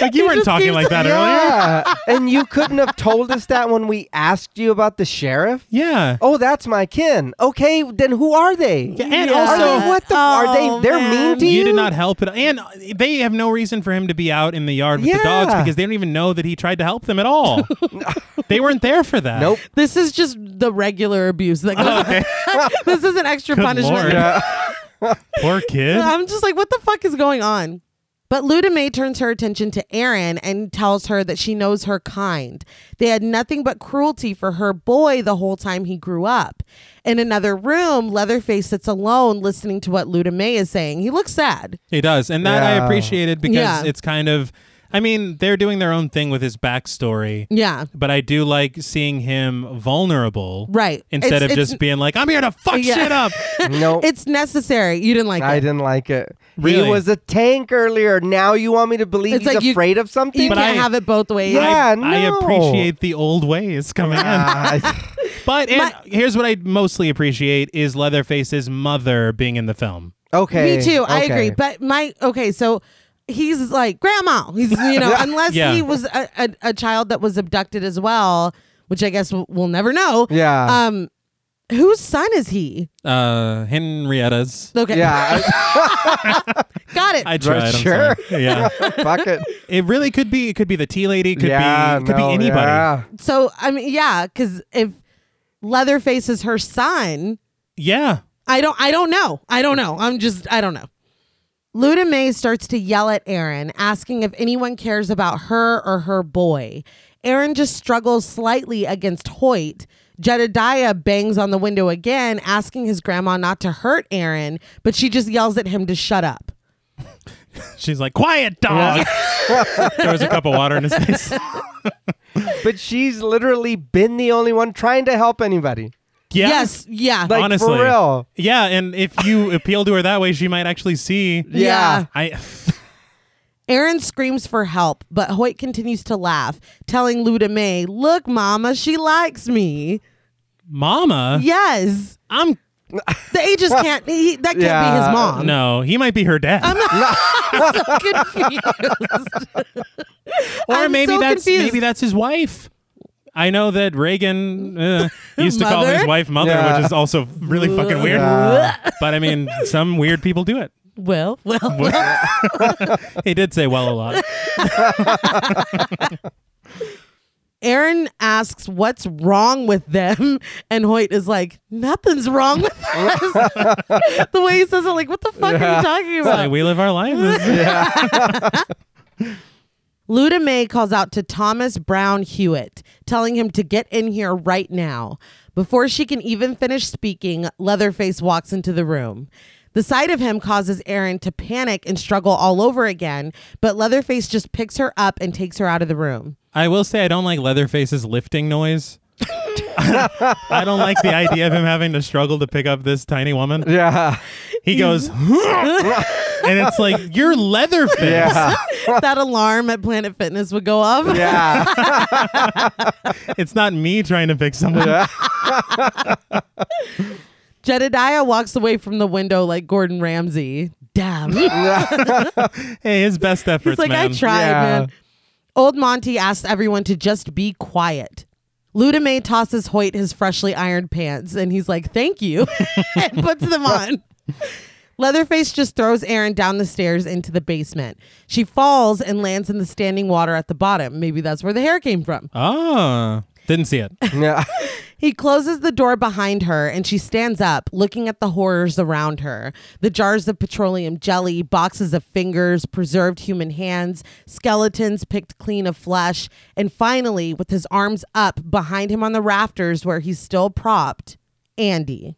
S3: like you weren't
S1: just
S3: talking
S1: keeps-
S3: like that earlier
S2: yeah. and you couldn't have told us that when we asked you about the sheriff.
S3: yeah
S2: Oh, that's my kin. Okay, then who are they?
S3: and
S2: Are
S3: also-
S2: they, what the? are
S1: Oh,
S2: they? They're
S1: man.
S2: mean to you.
S3: did not help it. And they have no reason for him to be out in the yard with the dogs
S2: Yeah.
S3: because they don't even know that he tried to help them at all. they weren't there for that.
S2: Nope.
S1: this is just the regular abuse that goes
S3: Okay.
S1: on. this is an extra
S3: Good
S1: punishment.
S3: lord. Poor kid.
S1: I'm just like, what the fuck is going on? But Luda May turns her attention to Aaron and tells her that she knows her kind. They had nothing but cruelty for her boy the whole time he grew up. In another room, Leatherface sits alone listening to what Luda May is saying. He looks sad.
S3: He does, and that I
S2: Yeah.
S3: appreciated because
S1: Yeah.
S3: it's kind of, I mean, they're doing their own thing with his backstory,
S1: Yeah.
S3: but I do like seeing him vulnerable,
S1: Right.
S3: Instead
S1: It's-
S3: of
S1: it's-
S3: just being like, "I'm here to fuck
S1: Yeah.
S3: shit up."
S2: Nope.
S1: It's necessary. You didn't like
S2: I
S1: it.
S2: didn't like it.
S3: Really?
S2: He was a tank earlier. Now you want me to believe
S1: It's
S2: he's
S1: like you-
S2: afraid of something?
S1: You
S3: But
S1: can't
S3: I-
S1: have it both ways.
S2: Yeah.
S3: I, I
S2: no.
S3: appreciate the old ways coming in.
S2: Ah, I-
S3: But and
S1: My-
S3: here's what I mostly appreciate is Leatherface's mother being in the film.
S2: okay.
S1: Me too. I
S2: okay.
S1: agree. But my okay, so he's like grandma. He's you know, unless
S3: Yeah.
S1: he was a, a, a child that was abducted as well, which I guess we'll, we'll never know.
S2: yeah.
S1: Um, whose son is he?
S3: Uh, Henrietta's.
S1: Okay,
S2: yeah.
S1: got it.
S3: I tried. I'm
S2: Sure.
S3: sorry. Yeah,
S2: I- fuck it.
S3: it really could be. It could be the tea lady. Could
S2: yeah.
S3: be. Could
S2: no,
S3: be anybody.
S2: Yeah.
S1: so I mean, yeah, because if Leatherface is her son,
S3: yeah.
S1: I don't I don't know. I don't know. I'm just I don't know. Luda May starts to yell at Aaron, asking if anyone cares about her or her boy. Aaron just struggles slightly against Hoyt. Jedediah bangs on the window again, asking his grandma not to hurt Aaron, but she just yells at him to shut up.
S3: She's like, quiet dog. Throws a cup of water in his face.
S2: But she's literally been the only one trying to help anybody.
S3: Yeah.
S1: Yes, yeah.
S2: Like
S3: Honestly.
S2: for real.
S3: Yeah, and if you appeal to her that way, she might actually see.
S2: Yeah.
S3: I.
S1: Aaron screams for help, but Hoyt continues to laugh, telling Luda May, Look, Mama, she likes me.
S3: Mama,
S1: Yes.
S3: I'm
S1: The ages can't, he, that can't be
S2: Yeah.
S1: his mom.
S3: no. He might be her dad,
S1: so confused.
S3: or
S1: I'm
S3: maybe
S1: so
S3: that's
S1: confused.
S3: maybe that's his wife. I know that Reagan uh, used to call
S1: Mother?
S3: his wife mother,
S2: Yeah.
S3: which is also really fucking weird.
S2: Yeah.
S3: But I mean, some weird people do it.
S1: well, well, well.
S3: He did say well a lot.
S1: Aaron asks what's wrong with them, and Hoyt is like, "Nothing's wrong with us." the way he says it, like, "What the fuck are you talking about?"
S3: Like, we live our lives.
S1: Luda May calls out to Thomas Brown Hewitt, telling him to get in here right now. Before she can even finish speaking, Leatherface walks into the room. The sight of him causes Aaron to panic and struggle all over again, but Leatherface just picks her up and takes her out of the room.
S3: I will say I don't like Leatherface's lifting noise. I don't like the idea of him having to struggle to pick up this tiny woman.
S2: Yeah.
S3: He goes, and it's like you're Leatherface.
S2: Yeah.
S1: that alarm at Planet Fitness would go off.
S2: Yeah.
S3: It's not me trying to pick someone.
S1: Jedediah walks away from the window like Gordon Ramsay. Damn. He's
S3: Hey, his best efforts,
S1: like,
S3: man.
S1: I tried,
S2: Yeah.
S1: man. Old Monty asks everyone to just be quiet. Luda May tosses Hoyt his freshly ironed pants, and he's like, thank you, and puts them on. Leatherface just throws Aaron down the stairs into the basement. She falls and lands in the standing water at the bottom. Maybe that's where the hair came from.
S3: Oh, didn't see it.
S2: yeah.
S1: He closes the door behind her and she stands up, looking at the horrors around her the jars of petroleum jelly, boxes of fingers, preserved human hands, skeletons picked clean of flesh, and finally, with his arms up behind him on the rafters where he's still propped, Andy.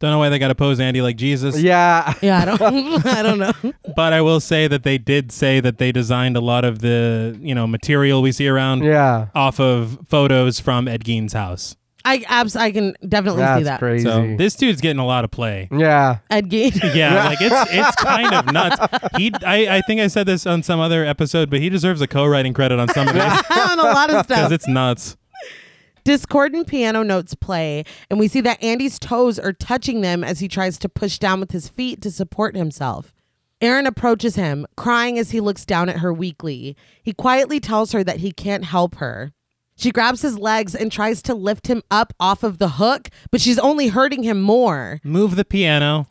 S3: Don't know why they got to pose Andy like Jesus,
S2: Yeah.
S1: Yeah, I don't, I don't know.
S3: but I will say that they did say that they designed a lot of the you know material we see around
S2: Yeah.
S3: off of photos from Ed Gein's house.
S1: I abs- I can definitely see
S2: That's
S1: that.
S2: crazy.
S3: So this dude's getting a lot of play.
S2: yeah.
S1: Ed Gein.
S3: Yeah, like it's it's kind of nuts. He, I, I think I said this on some other episode, but he deserves a co-writing credit on some of this
S1: on a lot of stuff.
S3: because it's nuts.
S1: Discordant piano notes play, and we see that Andy's toes are touching them as he tries to push down with his feet to support himself. Aaron approaches him, crying as he looks down at her weakly. He quietly tells her that he can't help her. She grabs his legs and tries to lift him up off of the hook, but she's only hurting him more.
S3: Move the piano.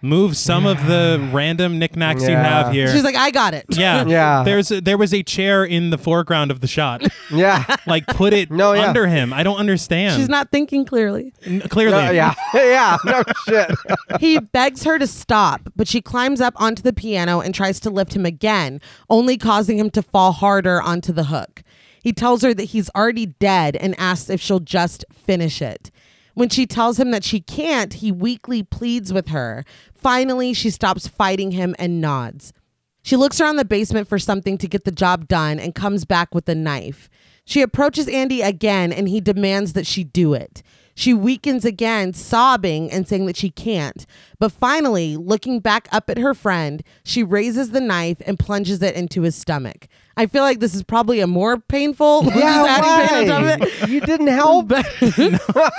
S3: Move some of the random knickknacks you
S2: Yeah.
S3: have here.
S1: She's like, I got it.
S3: yeah,
S2: Yeah.
S3: There's a, there was a chair in the foreground of the shot.
S2: Yeah.
S3: like put it
S2: No, yeah.
S3: under him. I don't understand.
S1: She's not thinking clearly.
S3: N- clearly.
S2: No, Uh, yeah. yeah. No shit.
S1: He begs her to stop, but she climbs up onto the piano and tries to lift him again, only causing him to fall harder onto the hook. He tells her that he's already dead and asks if she'll just finish it. When she tells him that she can't, he weakly pleads with her. Finally, she stops fighting him and nods. She looks around the basement for something to get the job done and comes back with a knife. She approaches Andy again and he demands that she do it. She weakens again, sobbing and saying that she can't. But finally, looking back up at her friend, she raises the knife and plunges it into his stomach. I feel like this is probably a more painful. we're just adding pain on top of it.
S2: why? You didn't help.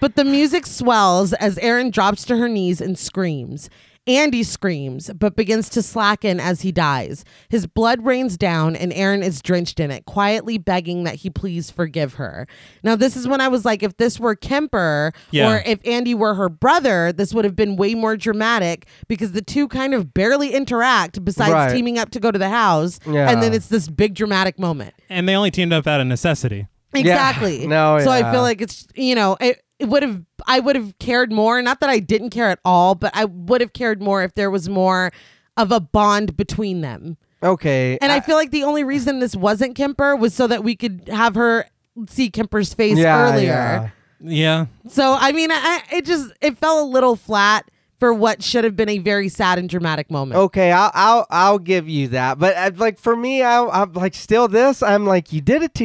S1: But the music swells as Erin drops to her knees and screams. Andy screams, but begins to slacken as he dies. His blood rains down, and Erin is drenched in it, quietly begging that he please forgive her. Now, this is when I was like, if this were Kemper
S3: Yeah.
S1: or if Andy were her brother, this would have been way more dramatic because the two kind of barely interact besides
S2: Right.
S1: teaming up to go to the house.
S2: Yeah.
S1: And then it's this big dramatic moment.
S3: And they only teamed up out of necessity.
S1: Exactly.
S2: No,
S1: So I
S2: yeah.
S1: feel like it's you know it, it would have I would have cared more. Not that I didn't care at all, but I would have cared more if there was more of a bond between them.
S2: Okay.
S1: And I, feel like the only reason this wasn't Kemper was so that we could have her see Kemper's face
S2: yeah,
S1: earlier.
S2: yeah.
S3: Yeah.
S1: So I mean, I, it just it fell a little flat for what should have been a very sad and dramatic moment.
S2: Okay, I'll I'll I'll give you that. But uh, like for me, I, I'm like still this. I'm like you did it to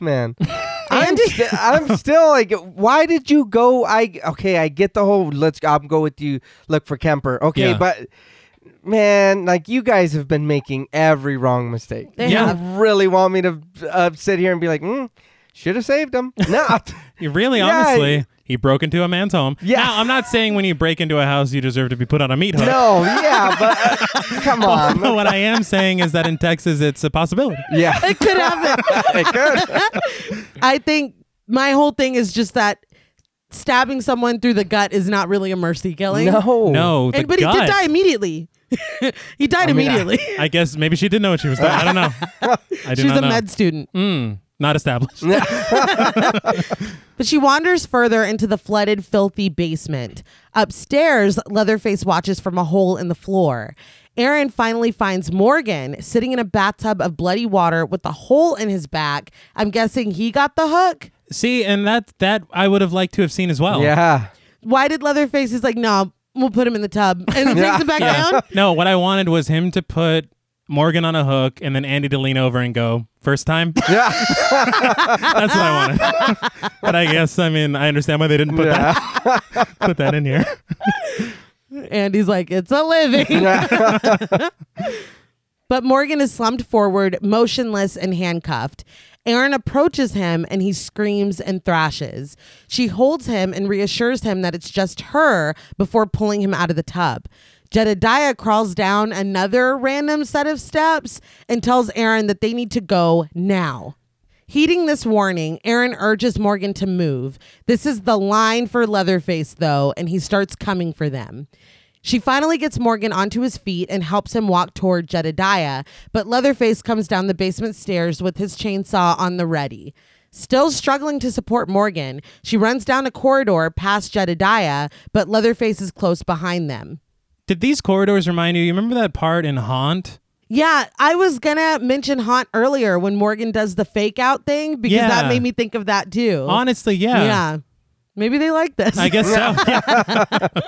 S2: man. I'm sti- I'm still like, why did you go? I okay, I get the whole let's. I'm go with you. Look for Kemper. Okay,
S3: Yeah.
S2: but man, like you guys have been making every wrong mistake.
S1: They
S3: Yeah.
S1: have-
S2: You really want me to uh, sit here and be like, mm, should have saved him? No.
S3: You really,
S2: Yeah,
S3: honestly,
S2: I-
S3: he broke into a man's home.
S2: Yeah.
S3: Now, I'm not saying when you break into a house, you deserve to be put on a meat hook.
S2: No, yeah, but uh, come on.
S3: But what I am saying is that in Texas, it's a possibility.
S2: Yeah,
S1: It could happen.
S2: it could.
S1: I think my whole thing is just that stabbing someone through the gut is not really a mercy killing.
S2: No,
S3: No, the
S1: And- but he
S3: gut. Oh,
S1: did die immediately. he died
S2: mean, I-
S1: immediately.
S3: I guess maybe she did know what she was doing. I don't know. I do
S1: she was
S3: not
S1: a
S3: know.
S1: med student.
S3: Mm, not established.
S1: But she wanders further into the flooded, filthy basement. Upstairs, Leatherface watches from a hole in the floor. Aaron finally finds Morgan sitting in a bathtub of bloody water with a hole in his back. I'm guessing he got the hook.
S3: See, and that that I would have liked to have seen as well.
S2: Yeah.
S1: Why did Leatherface? He's like, no, we'll put him in the tub. And he takes him back down.
S3: No, what I wanted was him to put Morgan on a hook and then Andy to lean over and go, first time?
S2: Yeah.
S3: That's what I wanted. but I guess I mean I understand why they didn't put
S2: yeah.
S3: that put that in here.
S1: And he's like, it's a living. But Morgan is slumped forward, motionless and handcuffed. Aaron approaches him and he screams and thrashes. She holds him and reassures him that it's just her before pulling him out of the tub. Jedediah crawls down another random set of steps and tells Aaron that they need to go now. Heeding this warning, Aaron urges Morgan to move. This is the line for Leatherface, though, and he starts coming for them. She finally gets Morgan onto his feet and helps him walk toward Jedediah, but Leatherface comes down the basement stairs with his chainsaw on the ready. Still struggling to support Morgan, she runs down a corridor past Jedediah, but Leatherface is close behind them.
S3: Did these corridors remind you? You remember that part in Haunt?
S1: Yeah, I was gonna mention Haunt earlier when Morgan does the fake out thing because
S3: Yeah.
S1: that made me think of that too.
S3: Honestly, yeah.
S1: Yeah. Maybe they like this.
S3: I guess so.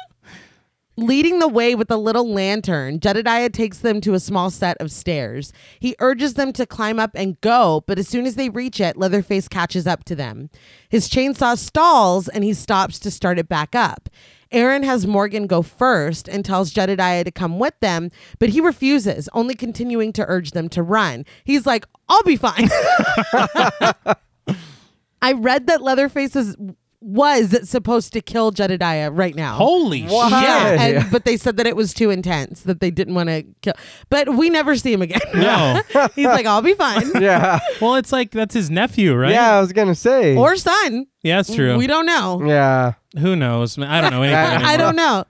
S1: Leading the way with a little lantern, Jedediah takes them to a small set of stairs. He urges them to climb up and go, but as soon as they reach it, Leatherface catches up to them. His chainsaw stalls and he stops to start it back up. Aaron has Morgan go first and tells Jedediah to come with them, but he refuses, only continuing to urge them to run. He's like, I'll be fine. I read that Leatherface is, was supposed to kill Jedediah right now.
S3: Holy shit.
S2: Wow.
S1: Yeah,
S2: Yeah.
S1: and, but they said that it was too intense that they didn't want to kill. But we never see him again.
S3: No.
S1: He's like, I'll be fine.
S2: yeah.
S3: Well, it's like that's his nephew, right?
S2: Yeah, I was gonna say.
S1: Or son.
S3: Yeah, that's true.
S1: We don't know.
S2: yeah.
S3: Who knows? man? I don't know anything.
S2: I-
S1: I
S3: anymore.
S1: don't know.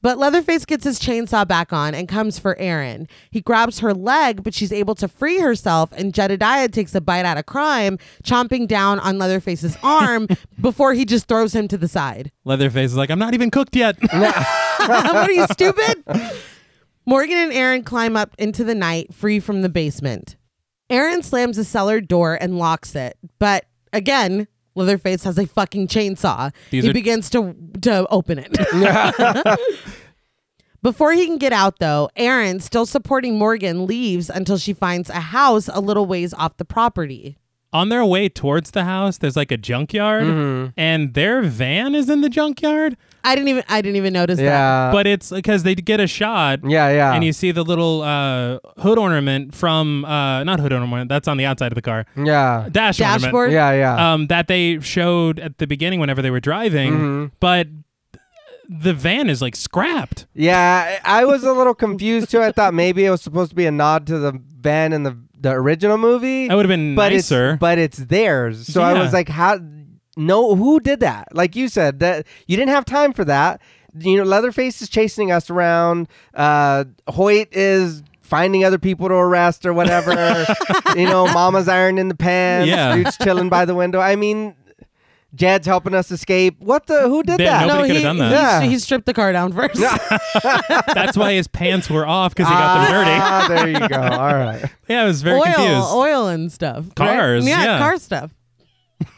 S1: But Leatherface gets his chainsaw back on and comes for Aaron. He grabs her leg, but she's able to free herself, and Jedediah takes a bite out of crime, chomping down on Leatherface's arm before he just throws him to the side.
S3: Leatherface is like, I'm not even cooked yet.
S1: what are you stupid? Morgan and Aaron climb up into the night, free from the basement. Aaron slams the cellar door and locks it, but again, Leatherface has a fucking chainsaw.
S3: These
S1: he
S3: are-
S1: begins to to open it. Before he can get out, though, Aaron, still supporting Morgan, leaves until she finds a house a little ways off the property.
S3: On their way towards the house, there's like a junkyard,
S1: Mm-hmm.
S3: and their van is in the junkyard,
S1: I didn't even I didn't even notice that.
S2: Yeah.
S3: but it's because they get a shot.
S2: Uh, yeah, yeah.
S3: And you see the little uh, hood ornament from uh, not hood ornament. That's on the outside of the car.
S2: yeah.
S3: Dash ornament.
S1: Dashboard.
S2: Yeah, yeah. Mm-hmm.
S3: um, that they showed at the beginning whenever they were driving, but the van is like scrapped.
S2: yeah, I I was a little confused too. I thought maybe it was supposed to be a nod to the van in the the original movie.
S3: That would have been
S2: but
S3: nicer.
S2: It's, but it's theirs. So I
S3: Yeah.
S2: was like, how? No, who did that? Like you said, that you didn't have time for that. You know, Leatherface is chasing us around. Uh, Hoyt is finding other people to arrest or whatever. you know, Mama's ironing the pants.
S3: Yeah.
S2: dude's chilling by the window. I mean, Jed's helping us escape. What the? Who did
S3: They-
S2: that?
S3: nobody-
S1: he,
S3: could've done that.
S1: he's-
S2: Yeah.
S1: he stripped the car down first.
S3: That's why his pants were off because he got them dirty.
S2: Ah, there you go. All right.
S3: Yeah, I was very
S1: oil,
S3: confused.
S1: oil and stuff. right?
S3: Cars, yeah.
S1: car stuff.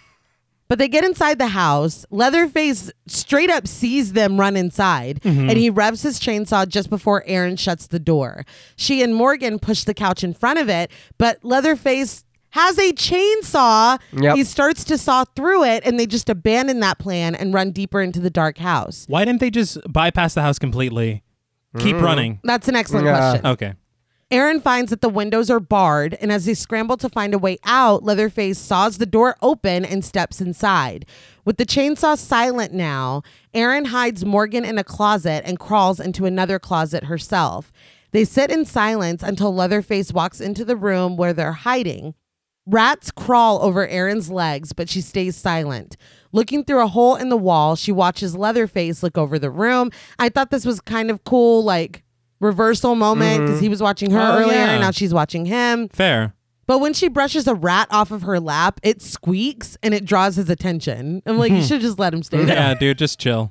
S1: But they get inside the house. Leatherface straight up sees them run inside,
S3: Mm-hmm.
S1: and he revs his chainsaw just before Aaron shuts the door. She and Morgan push the couch in front of it, but Leatherface has a chainsaw.
S2: Yep.
S1: He starts to saw through it, and they just abandon that plan and run deeper into the dark house.
S3: Why didn't they just bypass the house completely?
S2: Mm.
S3: Keep running.
S1: That's an excellent
S2: Yeah.
S1: question.
S3: Okay.
S1: Aaron finds that the windows are barred, and as they scramble to find a way out, Leatherface saws the door open and steps inside. With the chainsaw silent now, Aaron hides Morgan in a closet and crawls into another closet herself. They sit in silence until Leatherface walks into the room where they're hiding. Rats crawl over Erin's legs, but she stays silent. Looking through a hole in the wall, she watches Leatherface look over the room. I thought this was kind of cool, like reversal moment because he was watching her
S3: Oh,
S1: earlier
S3: yeah.
S1: and now she's watching him.
S3: Fair.
S1: But when she brushes a rat off of her lap, it squeaks and it draws his attention. I'm like, you should just let him stay there.
S3: Hmm. Yeah, dude, just chill.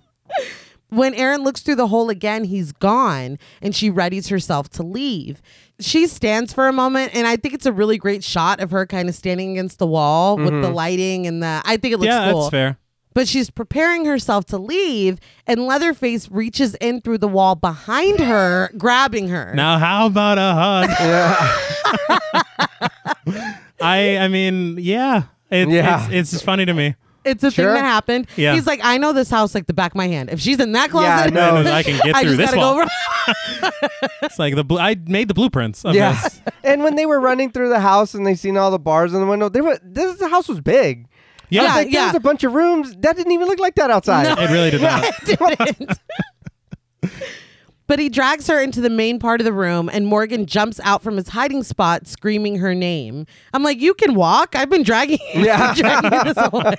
S1: When Aaron looks through the hole again, he's gone and she readies herself to leave. She stands for a moment and I think it's a really great shot of her kind of standing against the wall with the lighting and the I think it looks
S3: Mm-hmm. yeah,
S1: cool.
S3: that's fair.
S1: But she's preparing herself to leave and Leatherface reaches in through the wall behind her, grabbing her.
S3: Now, how about a hug? I, I mean, yeah, it's,
S2: Yeah.
S3: it's, it's just funny to me.
S1: It's a
S2: Sure.
S1: thing that happened.
S3: Yeah.
S1: He's like, I know this house like the back of my hand. If she's in that
S2: Yeah,
S1: closet,
S2: no.
S3: I can get
S1: I
S3: through
S1: just
S3: this
S1: gotta
S3: wall.
S1: go. around.
S3: It's like the bl- I made the blueprints. Of
S2: Yeah.
S3: this.
S2: and when they were running through the house and they seen all the bars in the window, there were this the house was big. I was
S3: Yeah.
S2: like,
S1: yeah.
S2: There's a bunch of rooms that didn't even look like that outside.
S1: No.
S3: It really did not.
S1: I didn't. but he drags her into the main part of the room, and Morgan jumps out from his hiding spot, screaming her name. I'm like, you can walk. I've been dragging you,
S2: Yeah.
S1: dragging you this whole way.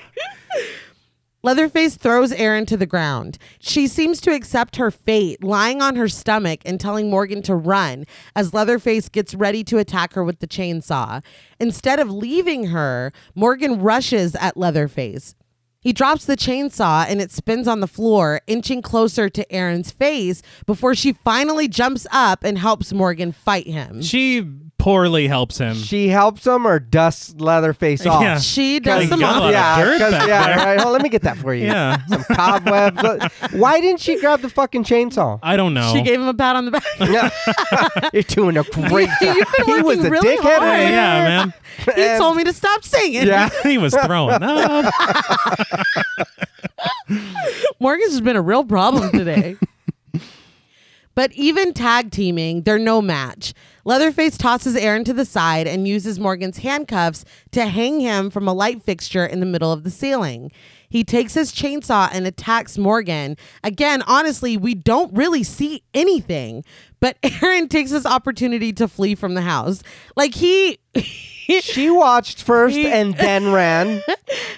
S1: Leatherface throws Aaron to the ground. She seems to accept her fate, lying on her stomach and telling Morgan to run as Leatherface gets ready to attack her with the chainsaw. Instead of leaving her, Morgan rushes at Leatherface. He drops the chainsaw and it spins on the floor, inching closer to Aaron's face before she finally jumps up and helps Morgan fight him.
S3: She poorly helps him.
S2: She helps him or dusts Leatherface off.
S3: Yeah.
S1: She
S3: Like,
S1: does the
S3: you got a
S1: off.
S3: lot of
S2: Yeah,
S3: dirt
S2: 'cause-
S3: back
S2: yeah,
S3: there.
S2: right. Well, let me get that for you.
S3: Yeah.
S2: Some cobwebs. Look, Why didn't she grab the fucking chainsaw?
S3: I don't know.
S1: She gave him a pat on the back.
S2: Yeah. You're doing a great job.
S1: You've been
S2: he
S1: working
S2: was a
S1: really
S2: dickhead.
S1: hard.
S3: yeah, man.
S1: he told me to stop singing.
S2: Yeah.
S3: he was throwing up.
S1: Morgan's has been a real problem today. but even tag teaming, they're no match. Leatherface tosses Aaron to the side and uses Morgan's handcuffs to hang him from a light fixture in the middle of the ceiling. He takes his chainsaw and attacks Morgan. Again, honestly, we don't really see anything, but Aaron takes this opportunity to flee from the house. Like he he,
S2: She watched first
S1: He-
S2: and then ran.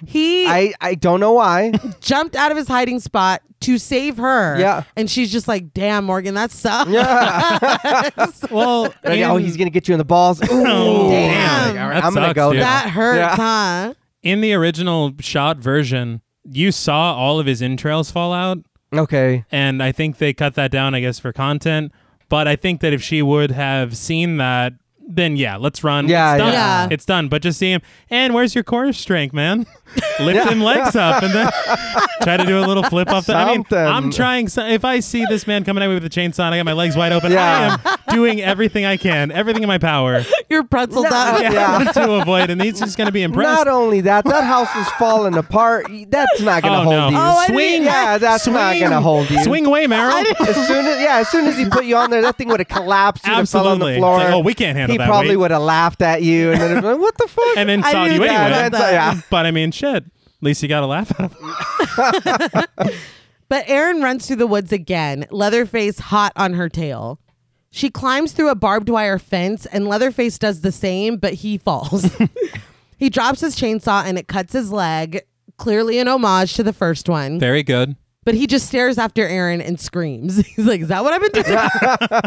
S1: he
S2: I, I don't know why.
S1: jumped out of his hiding spot to save her.
S2: Yeah.
S1: And she's just like, damn, Morgan, that sucks.
S3: Well,
S2: Like, oh,
S3: in-
S2: he's gonna get you in the balls. Ooh,
S3: Oh,
S1: damn.
S2: Like, all right,
S3: That
S2: I'm gonna
S3: sucks,
S2: go.
S3: dude.
S2: now.
S1: That hurts,
S2: Yeah.
S1: huh?
S3: in the original shot version, you saw all of his entrails fall out,
S2: Okay.
S3: and I think they cut that down, I guess, for content. But I think that if she would have seen that, then yeah, let's run.
S2: Yeah,
S3: it's done.
S1: yeah. Yeah.
S3: It's done. But just see him. And where's your core strength, man? Lift them legs up and then try to do a little flip off. The, I mean,
S2: Something.
S3: I'm trying. So, if I see this man coming at me with a chainsaw, and I got my legs wide open.
S2: Yeah.
S3: I am doing everything I can, everything in my power,
S1: You're pretzeled up.
S2: Yeah.
S3: to avoid. And he's just going to be impressed.
S2: Not only that, that house is falling apart. That's not gonna
S3: Oh,
S2: hold
S3: no.
S2: you.
S3: Oh,
S1: I didn't-
S2: swing. Yeah, that's not
S3: Swing.
S2: gonna hold you.
S3: Swing away, Meryl.
S2: As soon as yeah, as soon as he put you on there, that thing would have collapsed. You'd have fell on the
S3: Absolutely.
S2: floor.
S3: It's like, oh, we can't handle
S2: he
S3: that
S2: probably
S3: weight.
S2: would have laughed at you and then it'd be like, what the fuck?
S3: and then
S1: I
S3: saw
S1: knew
S3: you
S1: that.
S2: yeah,
S1: I
S3: anyway.
S1: did
S2: that's- yeah.
S3: But I mean, shit. At least you got a laugh out of it.
S1: But Aaron runs through the woods again, Leatherface hot on her tail. She climbs through a barbed wire fence, and Leatherface does the same, but he falls. he drops his chainsaw and it cuts his leg, clearly an homage to the first one.
S3: Very good.
S1: But he just stares after Aaron and screams. He's like, Is that what I've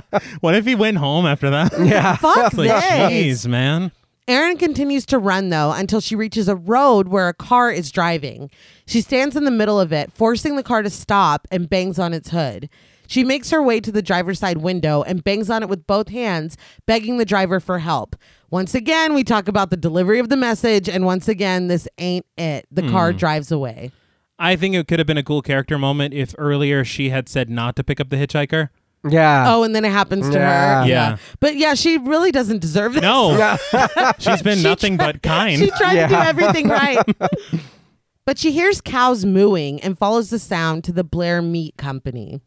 S1: been doing?
S3: What if he went home after that?
S2: Yeah.
S1: Fuck
S3: Like,
S1: this.
S3: jeez, man.
S1: Erin continues to run though until she reaches a road where a car is driving. She stands in the middle of it, forcing the car to stop and bangs on its hood. She makes her way to the driver's side window and bangs on it with both hands, begging the driver for help. Once again, we talk about the delivery of the message, and once again, this ain't it. The car
S3: Hmm.
S1: drives away.
S3: I think it could have been a cool character moment if earlier she had said not to pick up the hitchhiker.
S2: Yeah.
S1: Oh, and then it happens to
S2: Yeah.
S1: her.
S3: Yeah.
S1: But yeah, she really doesn't deserve this.
S3: No. She's been nothing but kind.
S1: She tried to do
S2: Yeah.
S1: everything right. but she hears cows mooing and follows the sound to the Blair Meat Company.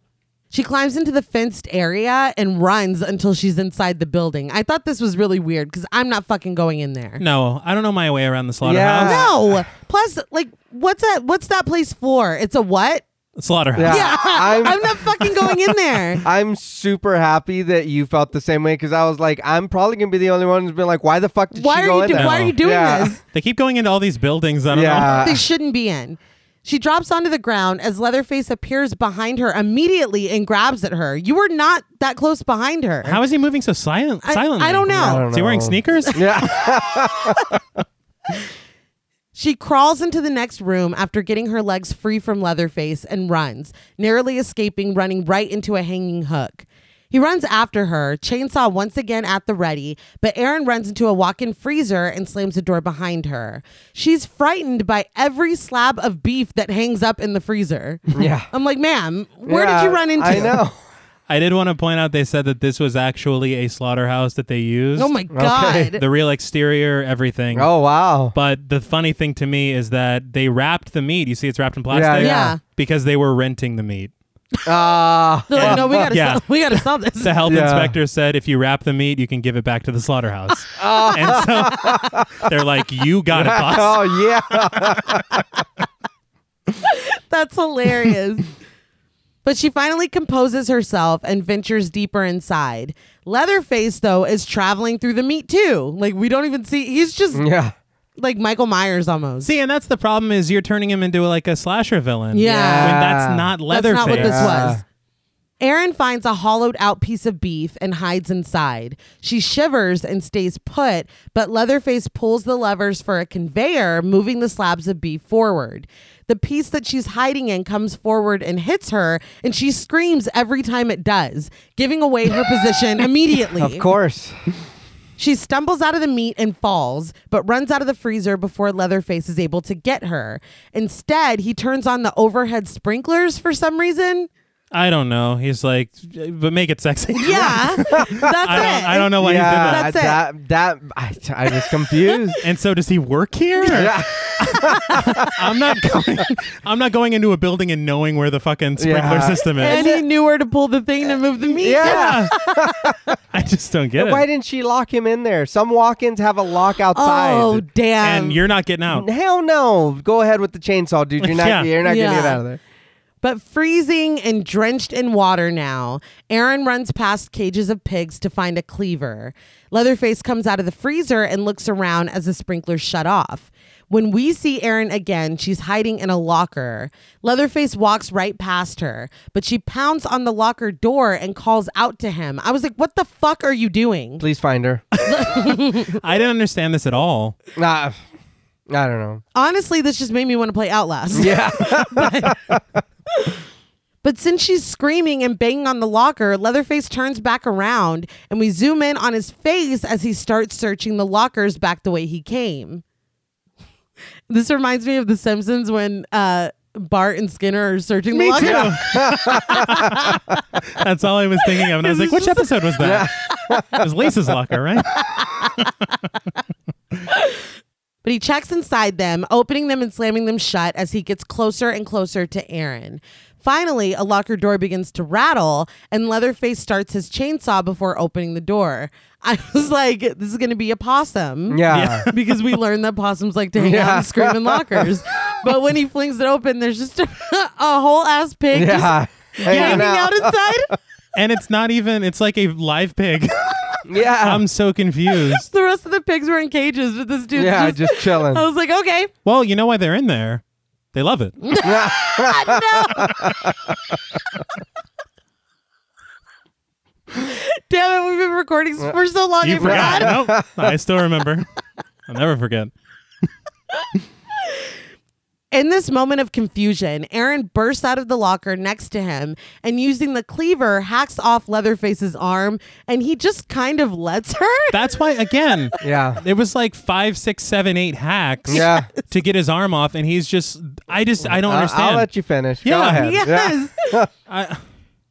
S1: She climbs into the fenced area and runs until she's inside the building. I thought this was really weird because I'm not fucking going in there.
S3: no, I don't know my way around the slaughterhouse.
S2: Yeah.
S1: No. Plus, like, what's that? What's that place for? It's a what?
S3: Slaughterhouse.
S2: Yeah.
S1: Yeah,
S2: Uh, I'm-
S1: I'm not fucking going in there.
S2: I'm super happy that you felt the same way because I was like, I'm probably gonna be the only one who's been like, why the fuck did
S1: Why
S2: she
S1: are
S2: go
S1: you?
S2: in
S1: Do-
S2: there?
S1: why are you doing
S2: Yeah.
S1: this?
S3: They keep going into all these buildings. I don't know.
S2: Yeah.
S1: they shouldn't be in. She drops onto the ground as Leatherface appears behind her immediately and grabs at her. You were not that close behind her.
S3: How is he moving so silent?
S1: I-
S3: silently?
S1: I don't know. I
S2: don't
S3: Is he wearing
S2: know.
S3: sneakers?
S2: Yeah.
S1: She crawls into the next room after getting her legs free from Leatherface and runs, narrowly escaping running right into a hanging hook. He runs after her, chainsaw once again at the ready, but Aaron runs into a walk in freezer and slams the door behind her. She's frightened by every slab of beef that hangs up in the freezer.
S2: Yeah.
S1: I'm like, ma'am, where did
S2: Yeah,
S1: you run into?
S2: I know.
S3: I did want to point out they said that this was actually a slaughterhouse that they used.
S1: Oh my God.
S3: The real exterior, everything.
S2: Oh wow.
S3: But the funny thing to me is that they wrapped the meat. You see, it's wrapped in plastic.
S1: yeah. Yeah.
S3: Because they were renting the meat.
S2: Ah.
S1: They're like, no, we gotta,
S3: Yeah.
S1: sell, we gotta sell this.
S3: The health
S2: Yeah.
S3: inspector said, if you wrap the meat, you can give it back to the slaughterhouse.
S1: Oh.
S3: and so they're like, you got it, boss.
S2: oh yeah.
S1: That's hilarious. but she finally composes herself and ventures deeper inside. Leatherface, though, is traveling through the meat too. Like, we don't even see, he's just
S2: Yeah.
S1: like Michael Myers almost.
S3: See, and that's the problem is you're turning him into like a slasher villain.
S1: Yeah.
S3: When that's not
S1: That's
S3: Leatherface.
S1: not what this
S2: Yeah.
S1: was. Aaron finds a hollowed out piece of beef and hides inside. She shivers and stays put, but Leatherface pulls the levers for a conveyor, moving the slabs of beef forward. The piece that she's hiding in comes forward and hits her, and she screams every time it does, giving away her position immediately.
S2: Of course.
S1: She stumbles out of the meat and falls, but runs out of the freezer before Leatherface is able to get her. Instead, he turns on the overhead sprinklers for some reason.
S3: I don't know. He's like, but make it sexy.
S1: Yeah, that's it.
S3: I don't, I don't know why he did that.
S2: yeah.
S1: That's it.
S2: That that I, I was confused.
S3: And so does he work here?
S2: yeah.
S3: I'm not going. I'm not going into a building and knowing where the fucking sprinkler
S2: Yeah.
S3: system is.
S1: And he knew where to pull the thing to move the meat.
S2: Yeah.
S3: I just don't get it.
S2: Why didn't she lock him in there? Some walk-ins have a lock outside.
S1: Oh damn!
S2: um,
S3: and you're not getting out.
S2: Hell no! Go ahead with the chainsaw, dude. You're not.
S3: Yeah.
S2: You're not
S1: Yeah.
S2: getting it out of there.
S1: But freezing and drenched in water now, Aaron runs past cages of pigs to find a cleaver. Leatherface comes out of the freezer and looks around as the sprinklers shut off. When we see Erin again, she's hiding in a locker. Leatherface walks right past her, but she pounds on the locker door and calls out to him. I was like, what the fuck are you doing?
S2: Please find her.
S3: I didn't understand this at all.
S2: nah, I don't know.
S1: Honestly, this just made me want to play Outlast.
S2: Yeah.
S1: But since she's screaming and banging on the locker, Leatherface turns back around and we zoom in on his face as he starts searching the lockers back the way he came. This reminds me of The Simpsons when uh, Bart and Skinner are searching the locker.
S3: That's all I was thinking of. And I was like, which episode was that? it was Lisa's locker, right?
S1: But he checks inside them, opening them and slamming them shut as he gets closer and closer to Aaron. Finally, a locker door begins to rattle, and Leatherface starts his chainsaw before opening the door. I was like, this is going to be a possum.
S2: Yeah.
S1: because we learned that possums like to hang out
S2: Yeah.
S1: and scream in lockers. but when he flings it open, there's just a, whole ass pig just
S2: Yeah. Hanging
S1: hanging out
S2: out.
S1: inside.
S3: And it's not even, it's like a live pig.
S2: Yeah.
S3: I'm so confused.
S1: the rest of the pigs were in cages, but this dude
S2: yeah,
S1: just,
S2: just chilling.
S1: I was like, okay.
S3: Well, you know why they're in there? They love it.
S1: Damn it, we've been recording for so long.
S3: You
S1: I forgot.
S3: forgot. nope. I still remember. I'll never forget.
S1: In this moment of confusion, Aaron bursts out of the locker next to him and using the cleaver hacks off Leatherface's arm and he just kind of lets her.
S3: That's why, again,
S2: Yeah.
S3: it was like five, six, seven, eight hacks
S2: Yeah.
S3: to get his arm off. And he's just, I just, I don't
S2: I-
S3: understand.
S2: I'll let you finish. Go
S3: Yeah.
S2: ahead.
S1: Yes.
S3: I,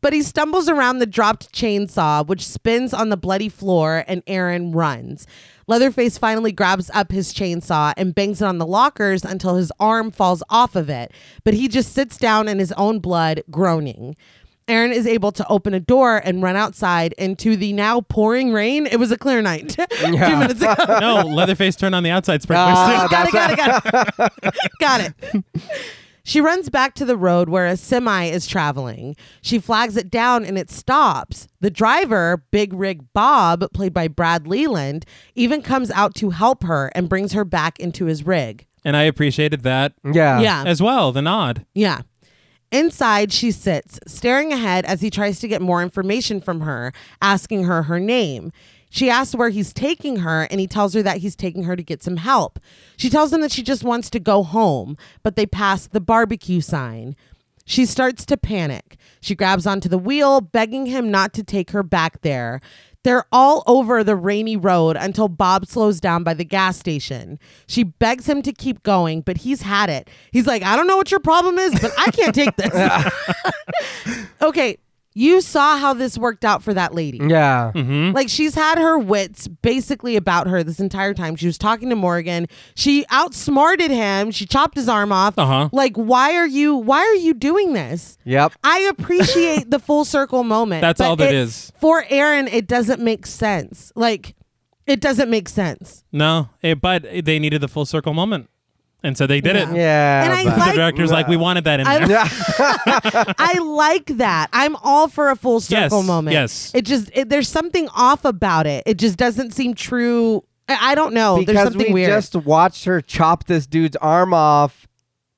S1: But he stumbles around the dropped chainsaw, which spins on the bloody floor, and Aaron runs. Leatherface finally grabs up his chainsaw and bangs it on the lockers until his arm falls off of it, but he just sits down in his own blood, groaning. Aaron is able to open a door and run outside into the now pouring rain. It was a clear night. Two minutes ago.
S3: no, Leatherface turned on the outside sprinklers.
S2: Ah,
S3: too.
S1: got it, got it, got it. got it. She runs back to the road where a semi is traveling. She flags it down and it stops. The driver, Big Rig Bob, played by Brad Leland, even comes out to help her and brings her back into his rig.
S3: And I appreciated that
S2: Yeah.
S1: yeah.
S3: as well, the nod.
S1: Yeah. Inside, she sits, staring ahead as he tries to get more information from her, asking her her name. She asks where he's taking her, and he tells her that he's taking her to get some help. She tells him that she just wants to go home, but they pass the barbecue sign. She starts to panic. She grabs onto the wheel, begging him not to take her back there. They're all over the rainy road until Bob slows down by the gas station. She begs him to keep going, but he's had it. He's like, I don't know what your problem is, but I can't take this. okay, you saw how this worked out for that lady.
S2: Yeah.
S3: Hmm?
S1: Like she's had her wits basically about her this entire time. She was talking to Morgan. She outsmarted him. She chopped his arm off.
S3: Uh-huh.
S1: Like why are you why are you doing this?
S2: Yep.
S1: I appreciate the full circle moment.
S3: That's
S1: but
S3: all that
S1: it-
S3: is.
S1: For Aaron, it doesn't make sense. Like it doesn't make sense.
S3: No, eh, but they needed the full circle moment. And so they did it.
S2: Yeah.
S1: And I
S2: but-
S1: like-
S3: The director's like, we wanted that in
S1: I-
S3: there.
S1: I like that. I'm all for a full circle
S3: Yes,
S1: moment.
S3: yes.
S1: It just it, there's something off about it. It just doesn't seem true. I, I don't know. there's
S2: because
S1: something
S2: we
S1: weird.
S2: just watched her chop this dude's arm off,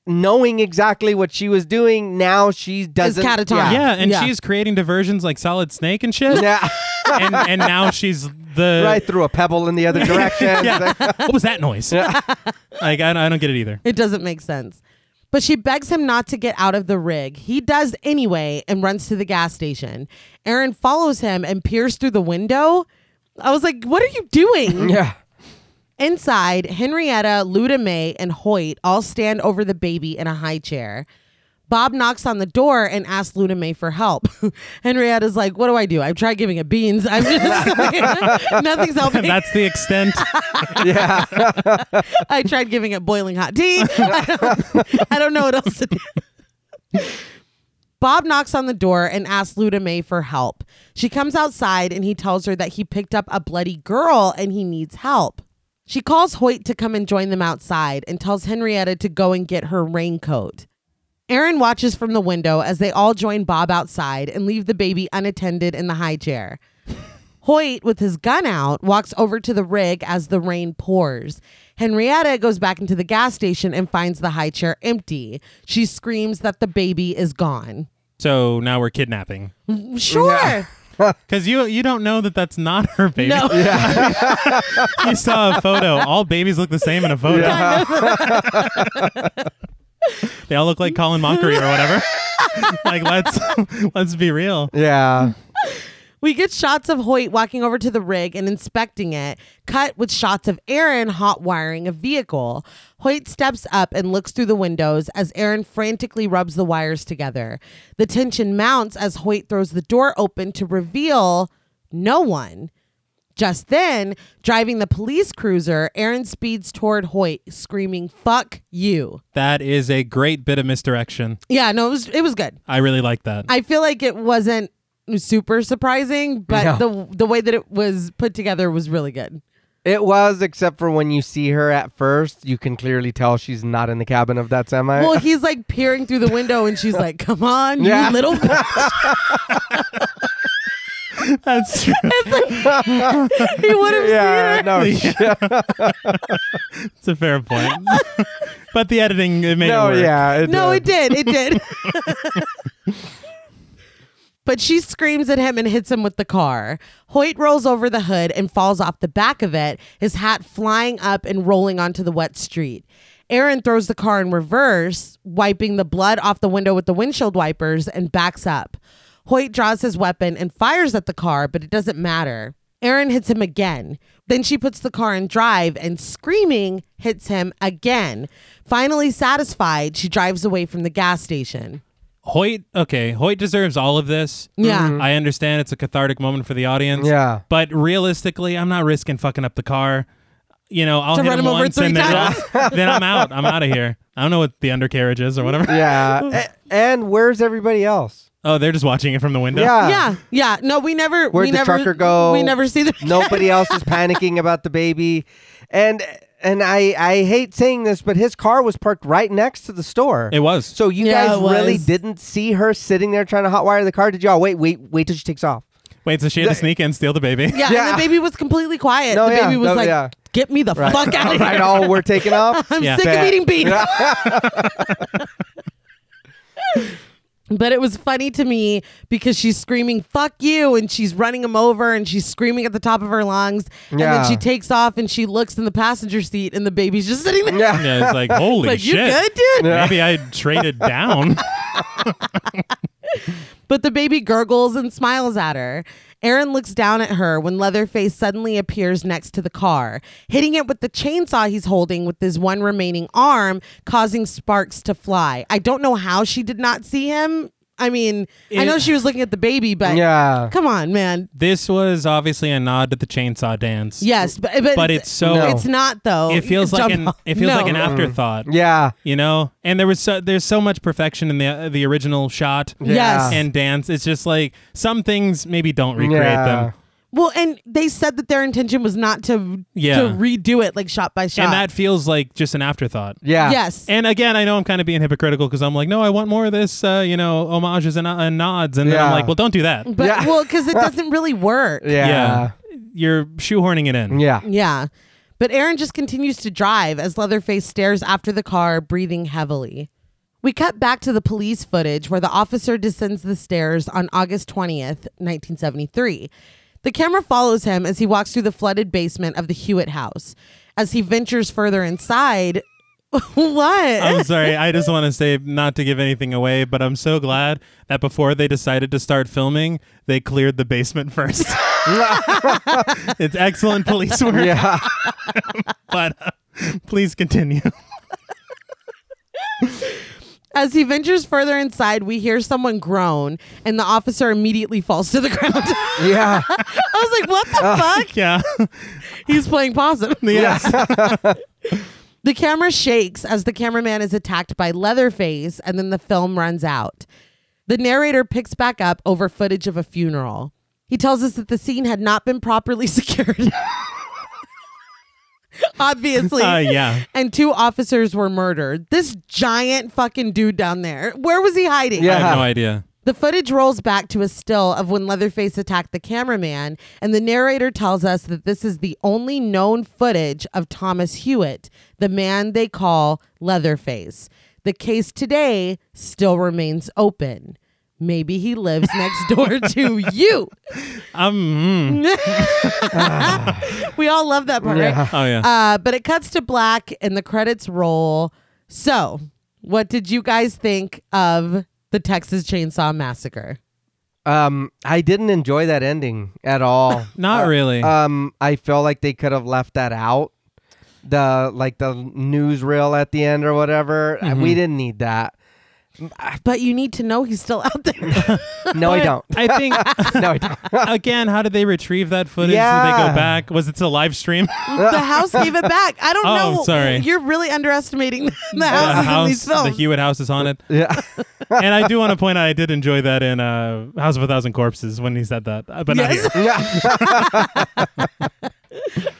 S2: knowing exactly what she was doing. Now she doesn't.
S1: catatonic.
S3: yeah, and
S1: Yeah.
S3: she's creating diversions like Solid Snake and shit.
S2: Yeah.
S3: and, and now she's the.
S2: right threw a pebble in the other direction.
S3: Yeah. what was that noise? Like, I don't, I don't get it either.
S1: It doesn't make sense. But she begs him not to get out of the rig. He does anyway and runs to the gas station. Aaron follows him and peers through the window. I was like, what are you doing?
S2: Yeah.
S1: Inside, Henrietta, Luda May, and Hoyt all stand over the baby in a high chair. Bob knocks on the door and asks Luda May for help. Henrietta's like, what do I do? I've tried giving it beans. I'm just, nothing's helping.
S3: That's the extent.
S2: Yeah.
S1: I tried giving it boiling hot tea. I don't, I don't know what else to do. Bob knocks on the door and asks Luda May for help. She comes outside and he tells her that he picked up a bloody girl and he needs help. She calls Hoyt to come and join them outside and tells Henrietta to go and get her raincoat. Aaron watches from the window as they all join Bob outside and leave the baby unattended in the high chair. Hoyt, with his gun out, walks over to the rig as the rain pours. Henrietta goes back into the gas station and finds the high chair empty. She screams that the baby is gone.
S3: So now we're kidnapping
S1: Sure.
S3: because you you don't know that that's not her baby.
S1: No.
S3: you saw a photo. All babies look the same in a photo. they all look like Colin Mockery or whatever. like let's let's be real.
S2: Yeah.
S1: We get shots of Hoyt walking over to the rig and inspecting it, cut with shots of Aaron hot wiring a vehicle. Hoyt steps up and looks through the windows as Aaron frantically rubs the wires together. The tension mounts as Hoyt throws the door open to reveal no one. Just then, driving the police cruiser, Aaron speeds toward Hoyt, screaming, Fuck you.
S3: That is a great bit of misdirection.
S1: Yeah, no, it was it was good.
S3: I really like that.
S1: I feel like it wasn't super surprising, but
S2: Yeah.
S1: the the way that it was put together was really good.
S2: It was, except for when you see her at first, you can clearly tell she's not in the cabin of that semi.
S1: Well, he's like peering through the window, and she's like, "Come on, you
S2: Yeah.
S1: little."
S3: That's true.
S1: he would have.
S2: yeah, no,
S3: It's a fair point. but the editing it made
S2: no,
S3: it work.
S2: yeah, it
S1: No,
S2: did.
S1: it did. It did. But she screams at him and hits him with the car. Hoyt rolls over the hood and falls off the back of it, his hat flying up and rolling onto the wet street. Aaron throws the car in reverse, wiping the blood off the window with the windshield wipers, and backs up. Hoyt draws his weapon and fires at the car, but it doesn't matter. Aaron hits him again. Then she puts the car in drive and screaming hits him again. Finally satisfied, she drives away from the gas station.
S3: Hoyt, okay, Hoyt deserves all of this.
S1: Yeah.
S3: I understand it's a cathartic moment for the audience.
S2: Mm-hmm. Yeah.
S3: But realistically, I'm not risking fucking up the car. You know, I'll
S1: To
S3: hit
S1: run
S3: him
S1: him over
S3: once
S1: three
S3: and then, I'll- then I'm out. I'm out of here. I don't know what the undercarriage is or whatever.
S2: yeah. A- and where's everybody else?
S3: Oh, they're just watching it from the window.
S2: Yeah,
S1: yeah, yeah. No, we never.
S2: Where'd
S1: we
S2: the
S1: never,
S2: trucker go?
S1: We never see the.
S2: Nobody else is panicking about the baby, and and I I hate saying this, but his car was parked right next to the store.
S3: It was.
S2: So you
S1: Yeah,
S2: guys
S1: it
S2: really
S1: was.
S2: didn't see her sitting there trying to hotwire the car, did y'all? Wait, wait, wait till she takes off.
S3: Wait, so she had to sneak in, steal the baby.
S1: Yeah,
S2: Yeah.
S1: And the baby was completely quiet.
S2: No,
S1: the
S2: yeah,
S1: baby was
S2: no,
S1: like,
S2: yeah.
S1: "Get me the fuck out of
S2: Right,
S1: here!
S2: all we're taking off.
S1: I'm
S3: Yeah.
S1: sick of
S2: Bad.
S1: eating beef." But it was funny to me because she's screaming "fuck you" and she's running him over and she's screaming at the top of her lungs and
S2: Yeah.
S1: then she takes off and she looks in the passenger seat and the baby's just sitting there.
S2: Yeah.
S3: Yeah, it's like, holy
S1: Like,
S3: shit.
S1: you good, dude?
S3: Maybe I traded down.
S1: But the baby gurgles and smiles at her. Aaron looks down at her when Leatherface suddenly appears next to the car, hitting it with the chainsaw he's holding with his one remaining arm, causing sparks to fly. I don't know how she did not see him. I mean, I
S3: It-
S1: know she was looking at the baby, but
S2: Yeah.
S1: come on, man.
S3: this was obviously a nod to the chainsaw dance.
S1: Yes, but but,
S3: But it's so
S2: No.
S1: it's not though.
S3: it feels like
S1: Jump
S3: an
S1: off.
S3: it feels like
S1: No.
S3: an afterthought.
S2: Yeah.
S3: you know and there was so there's so much perfection in the uh, the original shot
S1: Yes.
S3: and dance it's just like some things maybe don't recreate
S2: Yeah.
S3: them
S1: Well, and they said that their intention was not to
S3: Yeah.
S1: to redo it like shot by shot.
S3: and that feels like just an afterthought
S2: Yeah.
S1: yes.
S3: and again i know i'm kind of being hypocritical because i'm like no i want more of this uh, you know homages and, uh, and nods and then i'm
S2: Yeah.
S3: like well don't do that
S1: but
S2: Yeah.
S1: well, because it doesn't really work.
S2: Yeah.
S3: you're shoehorning it in
S2: Yeah.
S1: Yeah. But Aaron just continues to drive as Leatherface stares after the car, breathing heavily. We cut back to the police footage where the officer descends the stairs on August 20th, 1973. The camera follows him as he walks through the flooded basement of the Hewitt house. As he ventures further inside, what?
S3: I'm sorry. I just want to say, not to give anything away, but I'm so glad that before they decided to start filming, they cleared the basement first. it's excellent police work.
S2: Yeah.
S3: but uh, please continue.
S1: As he ventures further inside, we hear someone groan, and the officer immediately falls to the ground. I
S2: Yeah.
S1: was like, what
S2: Oh.
S1: the fuck?
S3: yeah.
S1: He's playing possum.
S3: Yes.
S1: The camera shakes as the cameraman is attacked by Leatherface, and then the film runs out. The narrator picks back up over footage of a funeral. He tells us that the scene had not been properly secured. obviously.
S3: Uh, yeah.
S1: And two officers were murdered. This giant fucking dude down there. Where was he hiding?
S3: I
S2: Yeah.
S3: have no idea.
S1: The footage rolls back to a still of when Leatherface attacked the cameraman, and the narrator tells us that this is the only known footage of Thomas Hewitt, the man they call Leatherface. The case today still remains open. Maybe he lives next door to you.
S3: Um. mm.
S1: We all love that part, right?
S3: Oh yeah.
S1: Uh, but it cuts to black and the credits roll. So, what did you guys think of the Texas Chainsaw Massacre?
S2: Um, I didn't enjoy that ending at all.
S3: Not
S2: Uh,
S3: really.
S2: Um, I feel like they could have left that out. The like the newsreel at the end or whatever. Uh, We didn't need that.
S1: But you need to know he's still out there.
S2: No, I
S3: But
S2: don't.
S3: I think
S2: No, I don't.
S3: again, how did they retrieve that footage? Did they
S2: Yeah.
S3: go back? Was it a live stream?
S1: the house gave it back. I don't
S3: Oh,
S1: know.
S3: sorry.
S1: You're really underestimating the
S3: the
S1: houses in
S3: house,
S1: these
S3: the
S1: films.
S3: Hewitt house is haunted.
S2: yeah.
S3: and I do want to point out, I did enjoy that in uh, House of a Thousand Corpses when he said that, uh, but not
S1: Yes.
S3: here.
S2: yeah.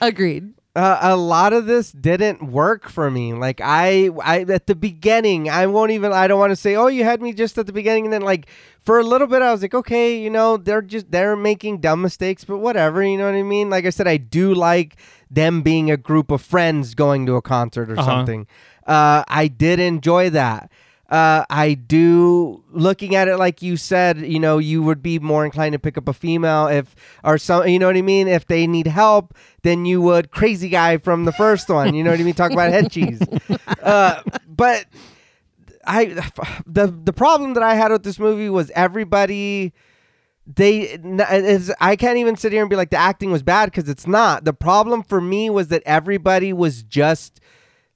S1: Agreed.
S2: uh, a lot of this didn't work for me. Like I, I at the beginning, I won't even. I don't want to say, oh, you had me just at the beginning, and then like for a little bit, I was like, okay, you know, they're just they're making dumb mistakes, but whatever. You know what I mean? Like I said, I do like them being a group of friends going to a concert or
S3: Uh-huh.
S2: something. Uh, I did enjoy that. Uh, I do looking at it like you said, you know, you would be more inclined to pick up a female if or some, you know what I mean. If they need help, then you would crazy guy from the first one. You know what I mean. Talk about head cheese, uh, but I the the problem that I had with this movie was everybody they n- is I can't even sit here and be like the acting was bad because it's not. The problem for me was that everybody was just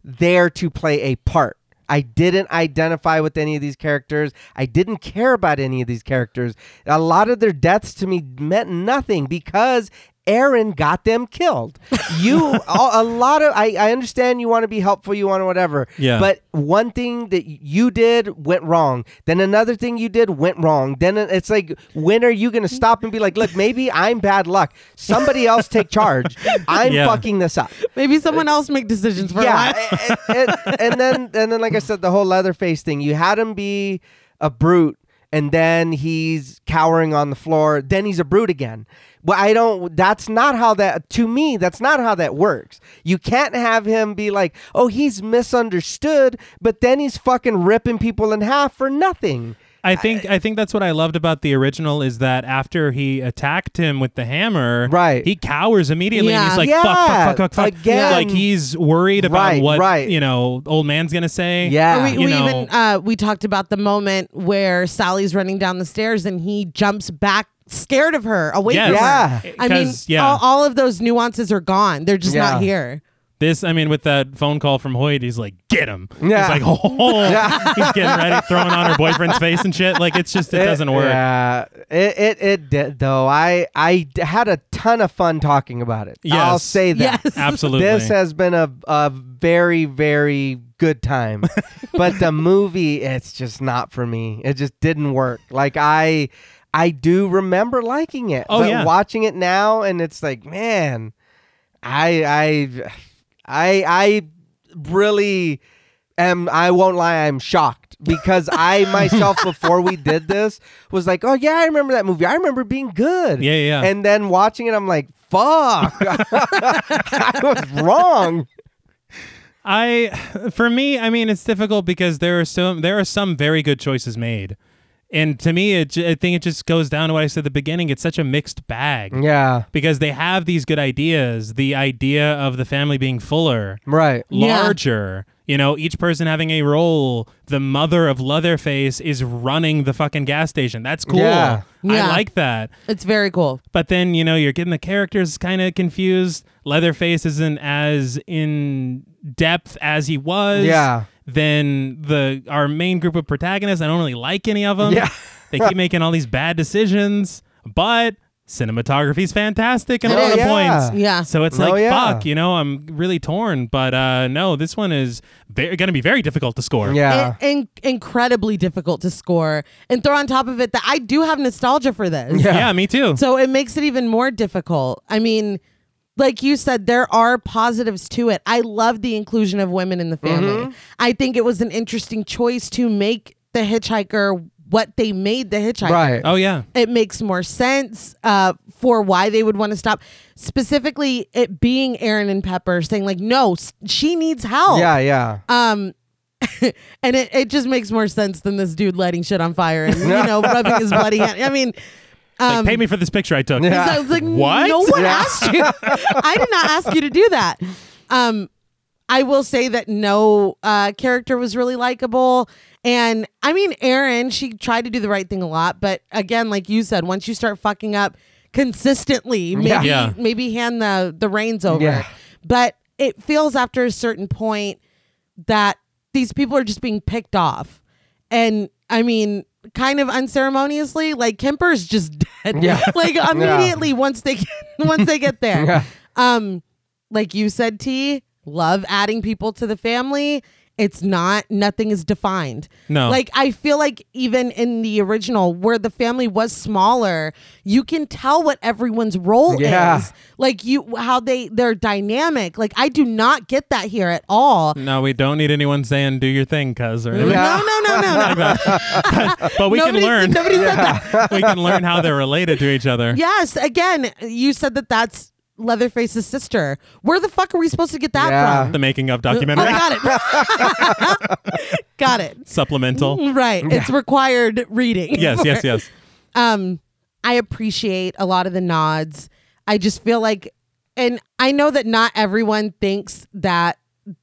S2: there to play a part. I didn't identify with any of these characters. I didn't care about any of these characters. A lot of their deaths to me meant nothing because Aaron got them killed. You, a, a lot of, I, I understand you want to be helpful, you want to whatever.
S3: Yeah.
S2: But one thing that you did went wrong. Then another thing you did went wrong. Then it's like, when are you going to stop and be like, look, maybe I'm bad luck. Somebody else take charge. I'm
S3: Yeah.
S2: fucking this up
S1: Maybe someone else make decisions for a while.
S2: yeah, and, and- and then and then like I said, the whole Leatherface thing. You had him be a brute, and then he's cowering on the floor. Then he's a brute again. Well, I don't. That's not how that. To me, that's not how that works. You can't have him be like, oh, he's misunderstood, but then he's fucking ripping people in half for nothing.
S3: I think I think that's what I loved about the original is that after he attacked him with the hammer,
S2: Right.
S3: He cowers immediately and
S1: Yeah.
S3: he's like,
S2: Yeah.
S3: "Fuck, fuck, fuck, fuck, fuck."
S2: Again.
S3: like he's worried about
S2: Right,
S3: what
S2: right.
S3: you know, old man's gonna say.
S2: Yeah.
S1: we
S3: you
S1: we
S3: know.
S1: even uh, we talked about the moment where Sally's running down the stairs and he jumps back, scared of her, away
S3: Yes.
S1: from her.
S2: Yeah.
S1: I mean,
S3: 'Cause, yeah,
S1: all, all of those nuances are gone. They're just
S2: Yeah.
S1: not here.
S3: this. I mean, with that phone call from Hoyt, he's like, "Get him!"
S2: Yeah.
S3: he's like, "Oh," he's getting ready, throwing on her boyfriend's face and shit. Like it's just it, doesn't work.
S2: Yeah, it it, it did though. I I d- had a ton of fun talking about it. I'll
S3: Yes.
S2: say that.
S1: Yes.
S3: Absolutely.
S2: This has been a, a very, very good time. but the movie, it's just not for me. It just didn't work. Like I I do remember liking it.
S3: Oh,
S2: but
S3: yeah.
S2: watching it now and it's like, man, I I I I really am I won't lie, I'm shocked because I myself before we did this was like, Oh yeah, I remember that movie. I remember being good.
S3: Yeah, yeah, yeah.
S2: And then watching it, I'm like, fuck. I was wrong.
S3: I for me, I mean, it's difficult because there are some there are some very good choices made, and to me, it, j- I think it just goes down to what I said at the beginning. It's such a mixed bag
S2: Yeah.
S3: because they have these good ideas, the idea of the family being fuller,
S2: Right.
S1: Yeah.
S3: larger. You know, each person having a role. The mother of Leatherface is running the fucking gas station. That's cool.
S2: Yeah.
S1: Yeah.
S3: I like that.
S1: It's very cool.
S3: But then, you know, you're getting the characters kind of confused. Leatherface isn't as in depth as he was.
S2: Yeah.
S3: Then the our main group of protagonists, I don't really like any of them.
S2: Yeah.
S3: they keep making all these bad decisions, but cinematography's fantastic in a
S1: It
S3: lot
S1: is.
S3: of
S2: Oh, Yeah.
S3: points.
S1: Yeah.
S3: So it's
S2: Oh,
S3: like
S2: yeah.
S3: fuck, you know, I'm really torn, but uh no, this one is ve- going to be very difficult to score.
S2: Yeah.
S1: in- in- incredibly difficult to score. And throw on top of it that I do have nostalgia for this.
S3: Yeah, me too.
S1: So it makes it even more difficult. I mean, like you said, there are positives to it. I love the inclusion of women
S2: Mm-hmm.
S1: in the family. I think it was an interesting choice to make the hitchhiker what they made the hitchhiker.
S2: Right.
S3: Oh yeah.
S1: It makes more sense uh, for why they would want to stop. Specifically, it being Aaron and Pepper saying like, "No, s- she needs help."
S2: Yeah, yeah.
S1: Um, and it, it just makes more sense than this dude lighting shit on fire and you know rubbing his bloody hand. I mean,
S3: Like,
S1: um,
S3: pay me for this picture I took.
S2: Yeah.
S1: so I was like,
S3: What?
S1: No one
S2: Yeah.
S1: asked you. I did not ask you to do that. Um, I will say that no uh, character was really likable. And I mean, Erin, she tried to do the right thing a lot. But again, like you said, once you start fucking up consistently, maybe,
S2: Yeah.
S3: Yeah.
S1: maybe hand the, the reins over.
S2: Yeah.
S1: But it feels after a certain point that these people are just being picked off. And I mean, kind of unceremoniously, like Kemper's just dead.
S2: Yeah.
S1: like immediately once they get, once they get there.
S2: Yeah.
S1: Um, like you said, T, love adding people to the family. It's not nothing is defined.
S3: No.
S1: Like I feel like even in the original where the family was smaller, you can tell what everyone's role
S2: Yeah.
S1: is. Like you how they they're dynamic. Like I do not get that here at all.
S3: No, we don't need anyone saying "do your thing, cuz," or anything
S2: Mm. Yeah.
S1: No, no, no, no, no.
S3: like that. but we
S1: Nobody-
S3: can learn.
S1: Nobody said that.
S3: we can learn how they're related to each other.
S1: Yes. Again, you said that that's Leatherface's sister. Where the fuck are we supposed to get that
S2: Yeah.
S1: from?
S3: The making of documentary
S1: Oh, got it. got it. Mm,
S3: supplemental.
S1: Right. It's required reading.
S3: Yes, yes, yes.
S1: Um, I appreciate a lot of the nods. I just feel like, and I know that not everyone thinks that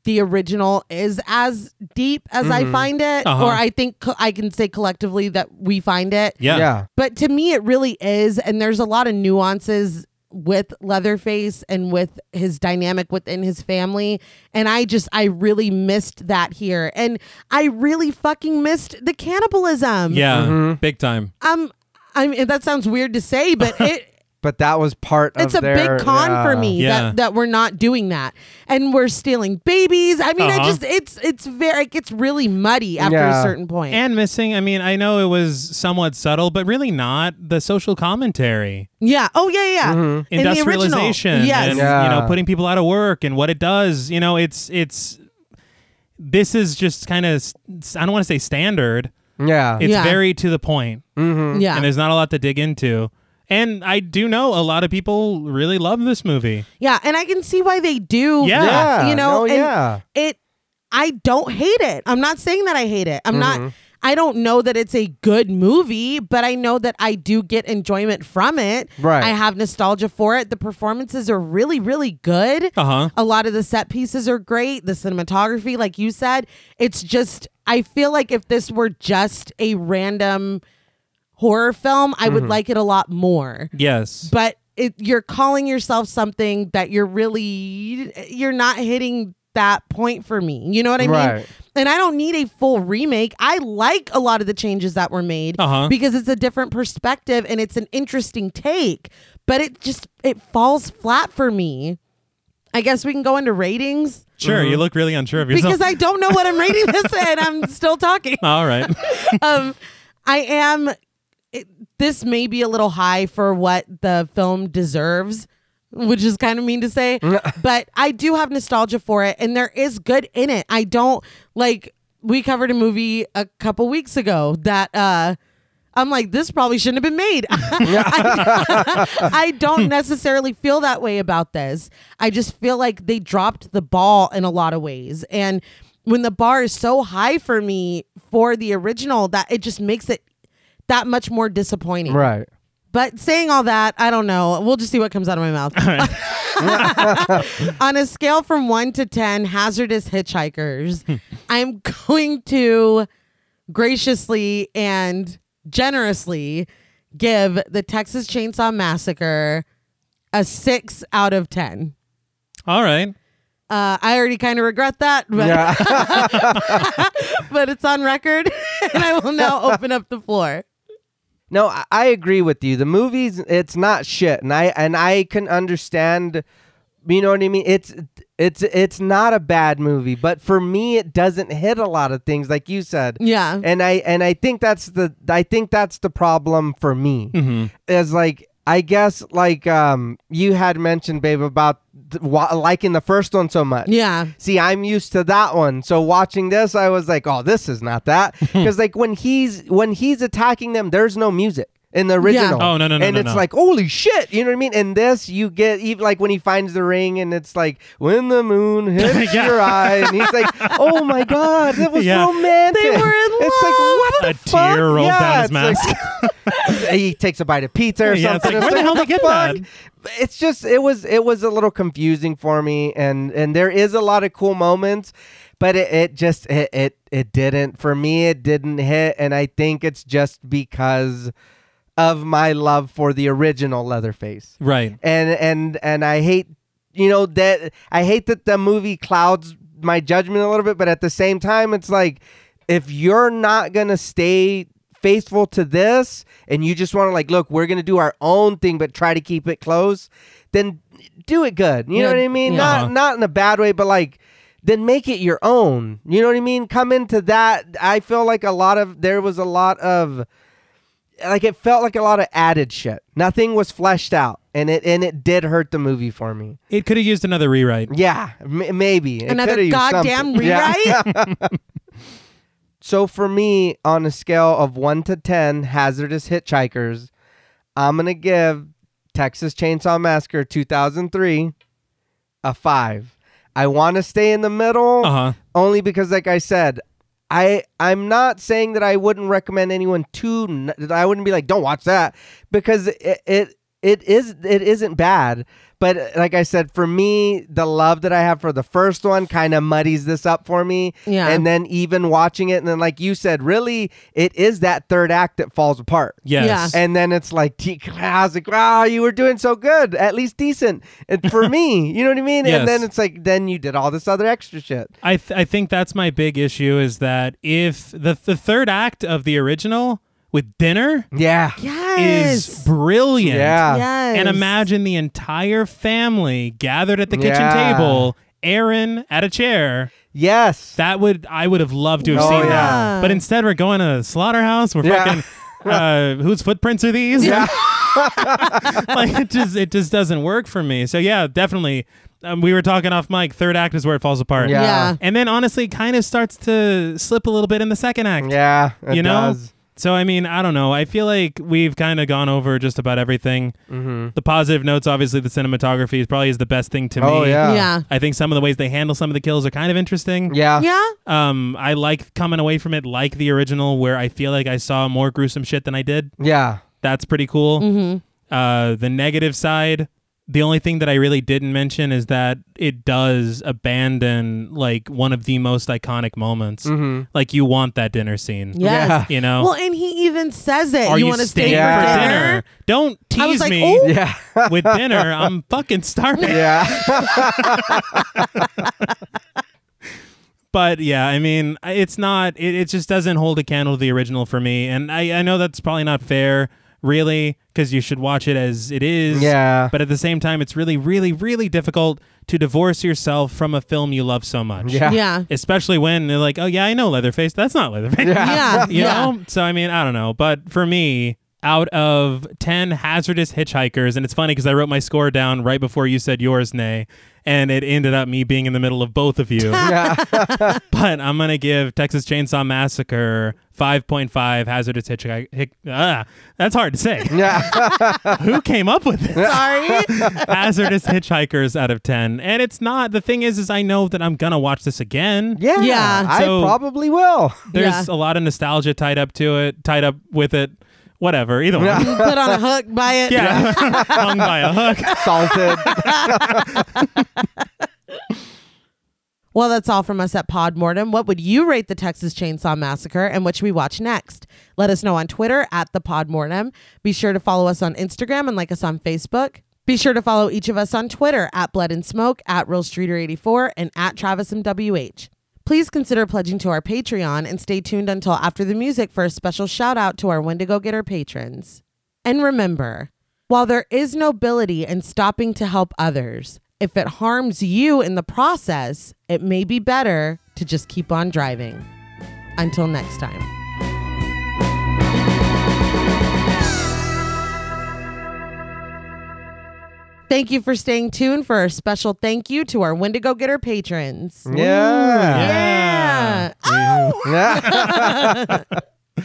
S1: the original is as deep as I find it,
S3: Uh-huh.
S1: or I think co- I can say collectively that we find it.
S3: Yeah.
S2: Yeah.
S1: But to me, it really is. And there's a lot of nuances with Leatherface and with his dynamic within his family. And I just, I really missed that here. And I really fucking missed the cannibalism.
S3: Yeah.
S2: Mm-hmm.
S3: Big time.
S1: Um, I mean, that sounds weird to say, but it.
S2: But that was part of
S1: It's a
S2: their-
S1: big con
S2: yeah.
S1: for me
S3: Yeah.
S1: that, that we're not doing that, and we're stealing babies. I mean, I
S3: Uh-huh.
S1: just it's it's very it gets really muddy after
S2: Yeah.
S1: a certain point.
S3: And missing, I mean, I know it was somewhat subtle, but really not the social commentary.
S1: yeah. Oh yeah, yeah. In the original.
S3: Mm-hmm. Industrialization
S1: Yes.
S3: and
S2: Yeah.
S3: you know, putting people out of work and what it does, you know, it's it's this is just kind of I don't want to say standard.
S2: Yeah. Mm.
S3: It's
S1: Yeah.
S3: very to the point.
S1: Yeah.
S3: and there's not a lot to dig into. And I do know a lot of people really love this movie.
S1: Yeah, and I can see why they do.
S3: Yeah.
S2: yeah.
S1: you know,
S2: No,
S1: and
S2: yeah.
S1: it. I don't hate it. I'm not saying that I hate it. I'm
S2: Mm-hmm.
S1: not. I don't know that it's a good movie, but I know that I do get enjoyment from it.
S2: Right.
S1: I have nostalgia for it. The performances are really, really good.
S3: Uh huh.
S1: A lot of the set pieces are great. The cinematography, like you said, it's just, I feel like if this were just a random horror film, I
S2: Mm-hmm.
S1: would like it a lot more.
S3: Yes.
S1: But it, you're calling yourself something that you're really, you're not hitting that point for me. You know what I mean?
S2: Right.
S1: And I don't need a full remake. I like a lot of the changes that were made
S3: Uh-huh.
S1: because it's a different perspective and it's an interesting take, but it just, it falls flat for me. I guess we can go into ratings
S3: Sure. You look really unsure of yourself.
S1: because I don't know what I'm rating this and I'm still talking.
S3: All right.
S1: Um, I am, it, this may be a little high for what the film deserves, which is kind of mean to say, but I do have nostalgia for it and there is good in it. I don't like, we covered a movie a couple weeks ago that, uh, I'm like, this probably shouldn't have been made. I, I don't necessarily feel that way about this. I just feel like they dropped the ball in a lot of ways. And when the bar is so high for me for the original, that it just makes it that much more disappointing.
S2: Right.
S1: But saying all that, I don't know. We'll just see what comes out of my mouth. On a scale from one to 10, hazardous
S3: Hmm.
S1: hitchhikers, I'm going to graciously and generously give the Texas Chainsaw Massacre a six out of 10.
S3: All right.
S1: Uh, I already kind of regret that, but,
S2: Yeah.
S1: but it's on record, and I will now open up the floor.
S2: No, I- I agree with you. The movies, it's not shit, and I and I can understand. You know what I mean? It's it's it's not a bad movie, but for me, it doesn't hit a lot of things, like you said.
S1: Yeah.
S2: And I and I think that's the I think that's the problem for me. Is like I guess like um you had mentioned, babe, about th- wa- liking the first one so much.
S1: Yeah.
S2: See, I'm used to that one. So watching this, I was like, "Oh, this is not that." Because like when he's when he's attacking them, there's no music in the original.
S3: Oh, no, no, no,
S2: And
S3: no,
S2: it's
S3: no.
S2: like, "Holy shit!" You know what I mean? And this, you get even like when he finds the ring, and it's like, "When the moon hits
S3: Yeah.
S2: your eye," and he's like, "Oh my god, that was
S3: Yeah.
S2: romantic."
S1: They were in
S2: It's like
S1: love.
S2: what the
S3: A
S2: fuck?
S3: tear rolled
S2: yeah,
S3: down his
S2: it's like-
S3: mask.
S2: he takes a bite of pizza or
S3: Yeah, it's
S2: something.
S3: like, where the hell did they
S2: fuck?
S3: get that?
S2: It's just it was it was a little confusing for me, and and there is a lot of cool moments, but it, it just it, it it didn't for me. It didn't hit, and I think it's just because of my love for the original Leatherface,
S3: Right.
S2: and and and I hate you know that I hate that the movie clouds my judgment a little bit, but at the same time, it's like if you're not gonna stay faithful to this and you just want to like look we're gonna do our own thing but try to keep it close then do it good you know
S1: Yeah,
S2: what i mean
S1: yeah.
S2: not not in a bad way but like then make it your own you know what i mean come into that i feel like a lot of there was a lot of like it felt like a lot of added shit nothing was fleshed out and it and it did hurt the movie for me
S3: It could have used another rewrite.
S2: yeah, m- maybe It
S1: Another
S2: coulda used
S1: goddamn
S2: something.
S1: rewrite?
S2: so for me, on a scale of one to ten, hazardous hitchhikers, I'm gonna give Texas Chainsaw Massacre 2003 a five. I want to stay in the middle
S3: Uh huh.
S2: only because, like I said. I I'm not saying that I wouldn't recommend anyone to n- that I wouldn't be like don't watch that because it, it it is it isn't bad but uh, like I said for me the love that I have for the first one kind of muddies this up for me
S1: Yeah.
S2: and then even watching it and then like you said really it is that third act that falls apart
S3: Yes.
S2: and then it's like, t- I was like, wow, you were doing so good, at least decent and for me. You know what I mean?
S3: Yes.
S2: And then it's like, then you did all this other extra shit.
S3: I th- I think that's my big issue is that if the the third act of the original with dinner
S2: Yeah.
S1: Yes.
S3: is brilliant.
S2: Yeah.
S1: yes.
S3: And imagine the entire family gathered at the kitchen
S2: Yeah.
S3: table, Aaron at a chair.
S2: Yes.
S3: That would I would have loved to have
S2: Oh,
S3: seen
S1: yeah.
S3: that. But instead we're going to the slaughterhouse. We're
S2: Yeah.
S3: fucking uh, whose footprints are these? like it just it just doesn't work for me. So yeah, definitely. Um, we were talking off mic. Third act is where it falls apart.
S2: Yeah.
S1: Yeah.
S3: And then honestly, kind of starts to slip a little bit in the second act.
S2: yeah. It
S3: you know.
S2: does.
S3: So I mean, I don't know. I feel like we've kind of gone over just about everything. Mm-hmm. The positive notes, obviously, the cinematography is probably is the best thing to
S2: Oh,
S3: me.
S2: yeah.
S1: Yeah.
S3: I think some of the ways they handle some of the kills are kind of interesting.
S2: Yeah.
S1: Yeah.
S3: Um, I like coming away from it like the original, where I feel like I saw more gruesome shit than I did.
S2: Yeah.
S3: That's pretty cool.
S1: Mm-hmm.
S3: Uh, the negative side, the only thing that I really didn't mention is that it does abandon like one of the most iconic moments. Like you want that dinner scene.
S1: Yes.
S2: Yeah.
S3: You know?
S1: Well, and he even says it.
S3: Oh. Are
S1: you
S3: you,
S1: want to stay
S3: staying
S1: for
S2: for
S1: dinner?
S3: dinner? Don't
S1: I was
S3: tease
S1: like,
S3: me
S1: "Ooh."
S2: Yeah.
S3: with dinner. I'm fucking starving.
S2: yeah.
S3: But yeah, I mean, I- it's not. It, it just doesn't hold a candle to the original for me. And I, I know that's probably not fair, really, because you should watch it as it is.
S2: Yeah.
S3: But at the same time, it's really, really, really difficult to divorce yourself from a film you love so much.
S2: Yeah.
S1: Yeah.
S3: Especially when they're like, oh yeah, I know Leatherface. That's not Leatherface.
S2: Yeah.
S1: Yeah.
S3: you
S1: yeah.
S3: know so i mean i don't know but for me out of 10 hazardous hitchhikers and it's funny because i wrote my score down right before you said yours nay and it ended up me being in the middle of both of you
S2: Yeah.
S3: but i'm gonna give texas chainsaw massacre 5.5 hazardous hitchhiker uh, that's hard to say
S2: Yeah.
S3: who came up with this
S1: Sorry.
S3: hazardous hitchhikers out of 10 and it's not the thing is is i know that i'm gonna watch this again
S2: Yeah.
S1: Yeah.
S2: I
S3: So-
S2: probably will.
S3: there's
S1: Yeah.
S3: a lot of nostalgia tied up to it tied up with it whatever either one
S1: Put on a hook by it.
S3: Yeah, hung by a hook.
S2: Salted.
S1: Well, that's all from us at Podmortem. What would you rate the Texas Chainsaw Massacre and what should we watch next? Let us know on Twitter at the Podmortem. Be sure to follow us on Instagram and like us on Facebook. Be sure to follow each of us on Twitter at Blood and Smoke, at Real Streeter 84, and at Travis MWH. Please consider pledging to our Patreon and stay tuned until after the music for a special shout out to our Wendigo Getter patrons. And remember, while there is nobility in stopping to help others, if it harms you in the process, it may be better to just keep on driving. Until next time. Thank you for staying tuned for our special thank you to our Wendigo Getter patrons.
S2: Yeah.
S1: Yeah. Oh!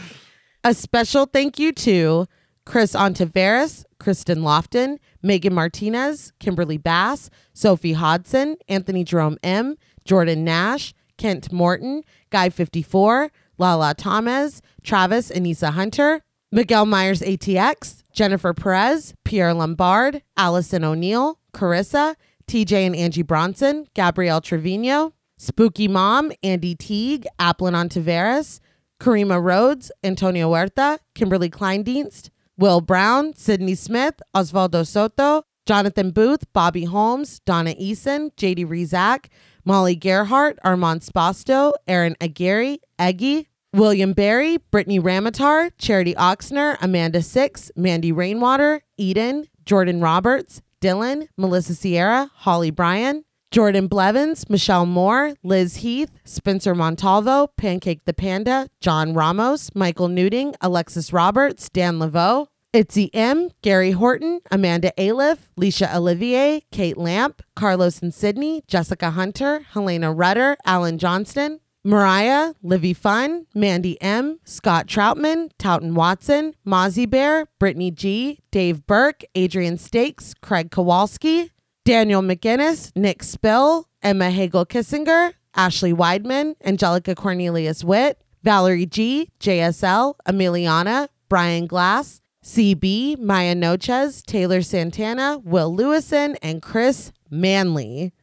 S1: A special thank you to Chris Ontiveros, Kristen Lofton, Megan Martinez, Kimberly Bass, Sophie Hodson, Anthony Jerome M, Jordan Nash, Kent Morton, Guy54, Lala Thomas, Travis Anissa Hunter, Miguel Myers ATX, Jennifer Perez, Pierre Lombard, Allison O'Neill, Carissa, TJ and Angie Bronson, Gabrielle Trevino, Spooky Mom, Andy Teague, Applin Ontiveros, Karima Rhodes, Antonio Huerta, Kimberly Kleindienst, Will Brown, Sydney Smith, Osvaldo Soto, Jonathan Booth, Bobby Holmes, Donna Eason, JD Rizak, Molly Gerhart, Armand Spasto, Aaron Aguirre, Eggy, William Barry, Brittany Ramatar, Charity Oxner, Amanda Six, Mandy Rainwater, Eden, Jordan Roberts, Dylan, Melissa Sierra, Holly Bryan, Jordan Blevins, Michelle Moore, Liz Heath, Spencer Montalvo, Pancake the Panda, John Ramos, Michael Newding, Alexis Roberts, Dan Laveau, Itzy M, Gary Horton, Amanda Aliff, Leisha Olivier, Kate Lamp, Carlos and Sydney, Jessica Hunter, Helena Rutter, Alan Johnston, Mariah, Livy Fun, Mandy M, Scott Troutman, Towton Watson, Mozzie Bear, Brittany G, Dave Burke, Adrian Stakes, Craig Kowalski, Daniel McGinnis, Nick Spill, Emma Hagel Kissinger, Ashley Weidman, Angelica Cornelius Witt, Valerie G, JSL, Emiliana, Brian Glass, CB, Maya Noches, Taylor Santana, Will Lewison, and Chris Manley.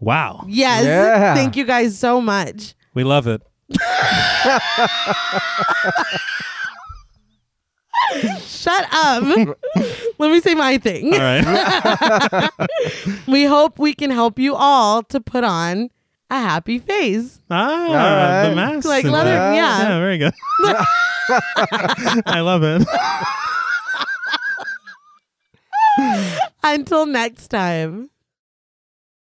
S3: Wow.
S1: Yes.
S2: Yeah.
S1: Thank you guys so much.
S3: We love it.
S1: Shut up. Let me say my thing.
S3: All right.
S1: We hope we can help you all to put on a happy face.
S3: ah,
S2: right.
S3: the mask.
S1: Like
S3: and
S1: leather,
S3: that.
S1: yeah.
S3: Yeah, very good. I love it.
S1: Until next time.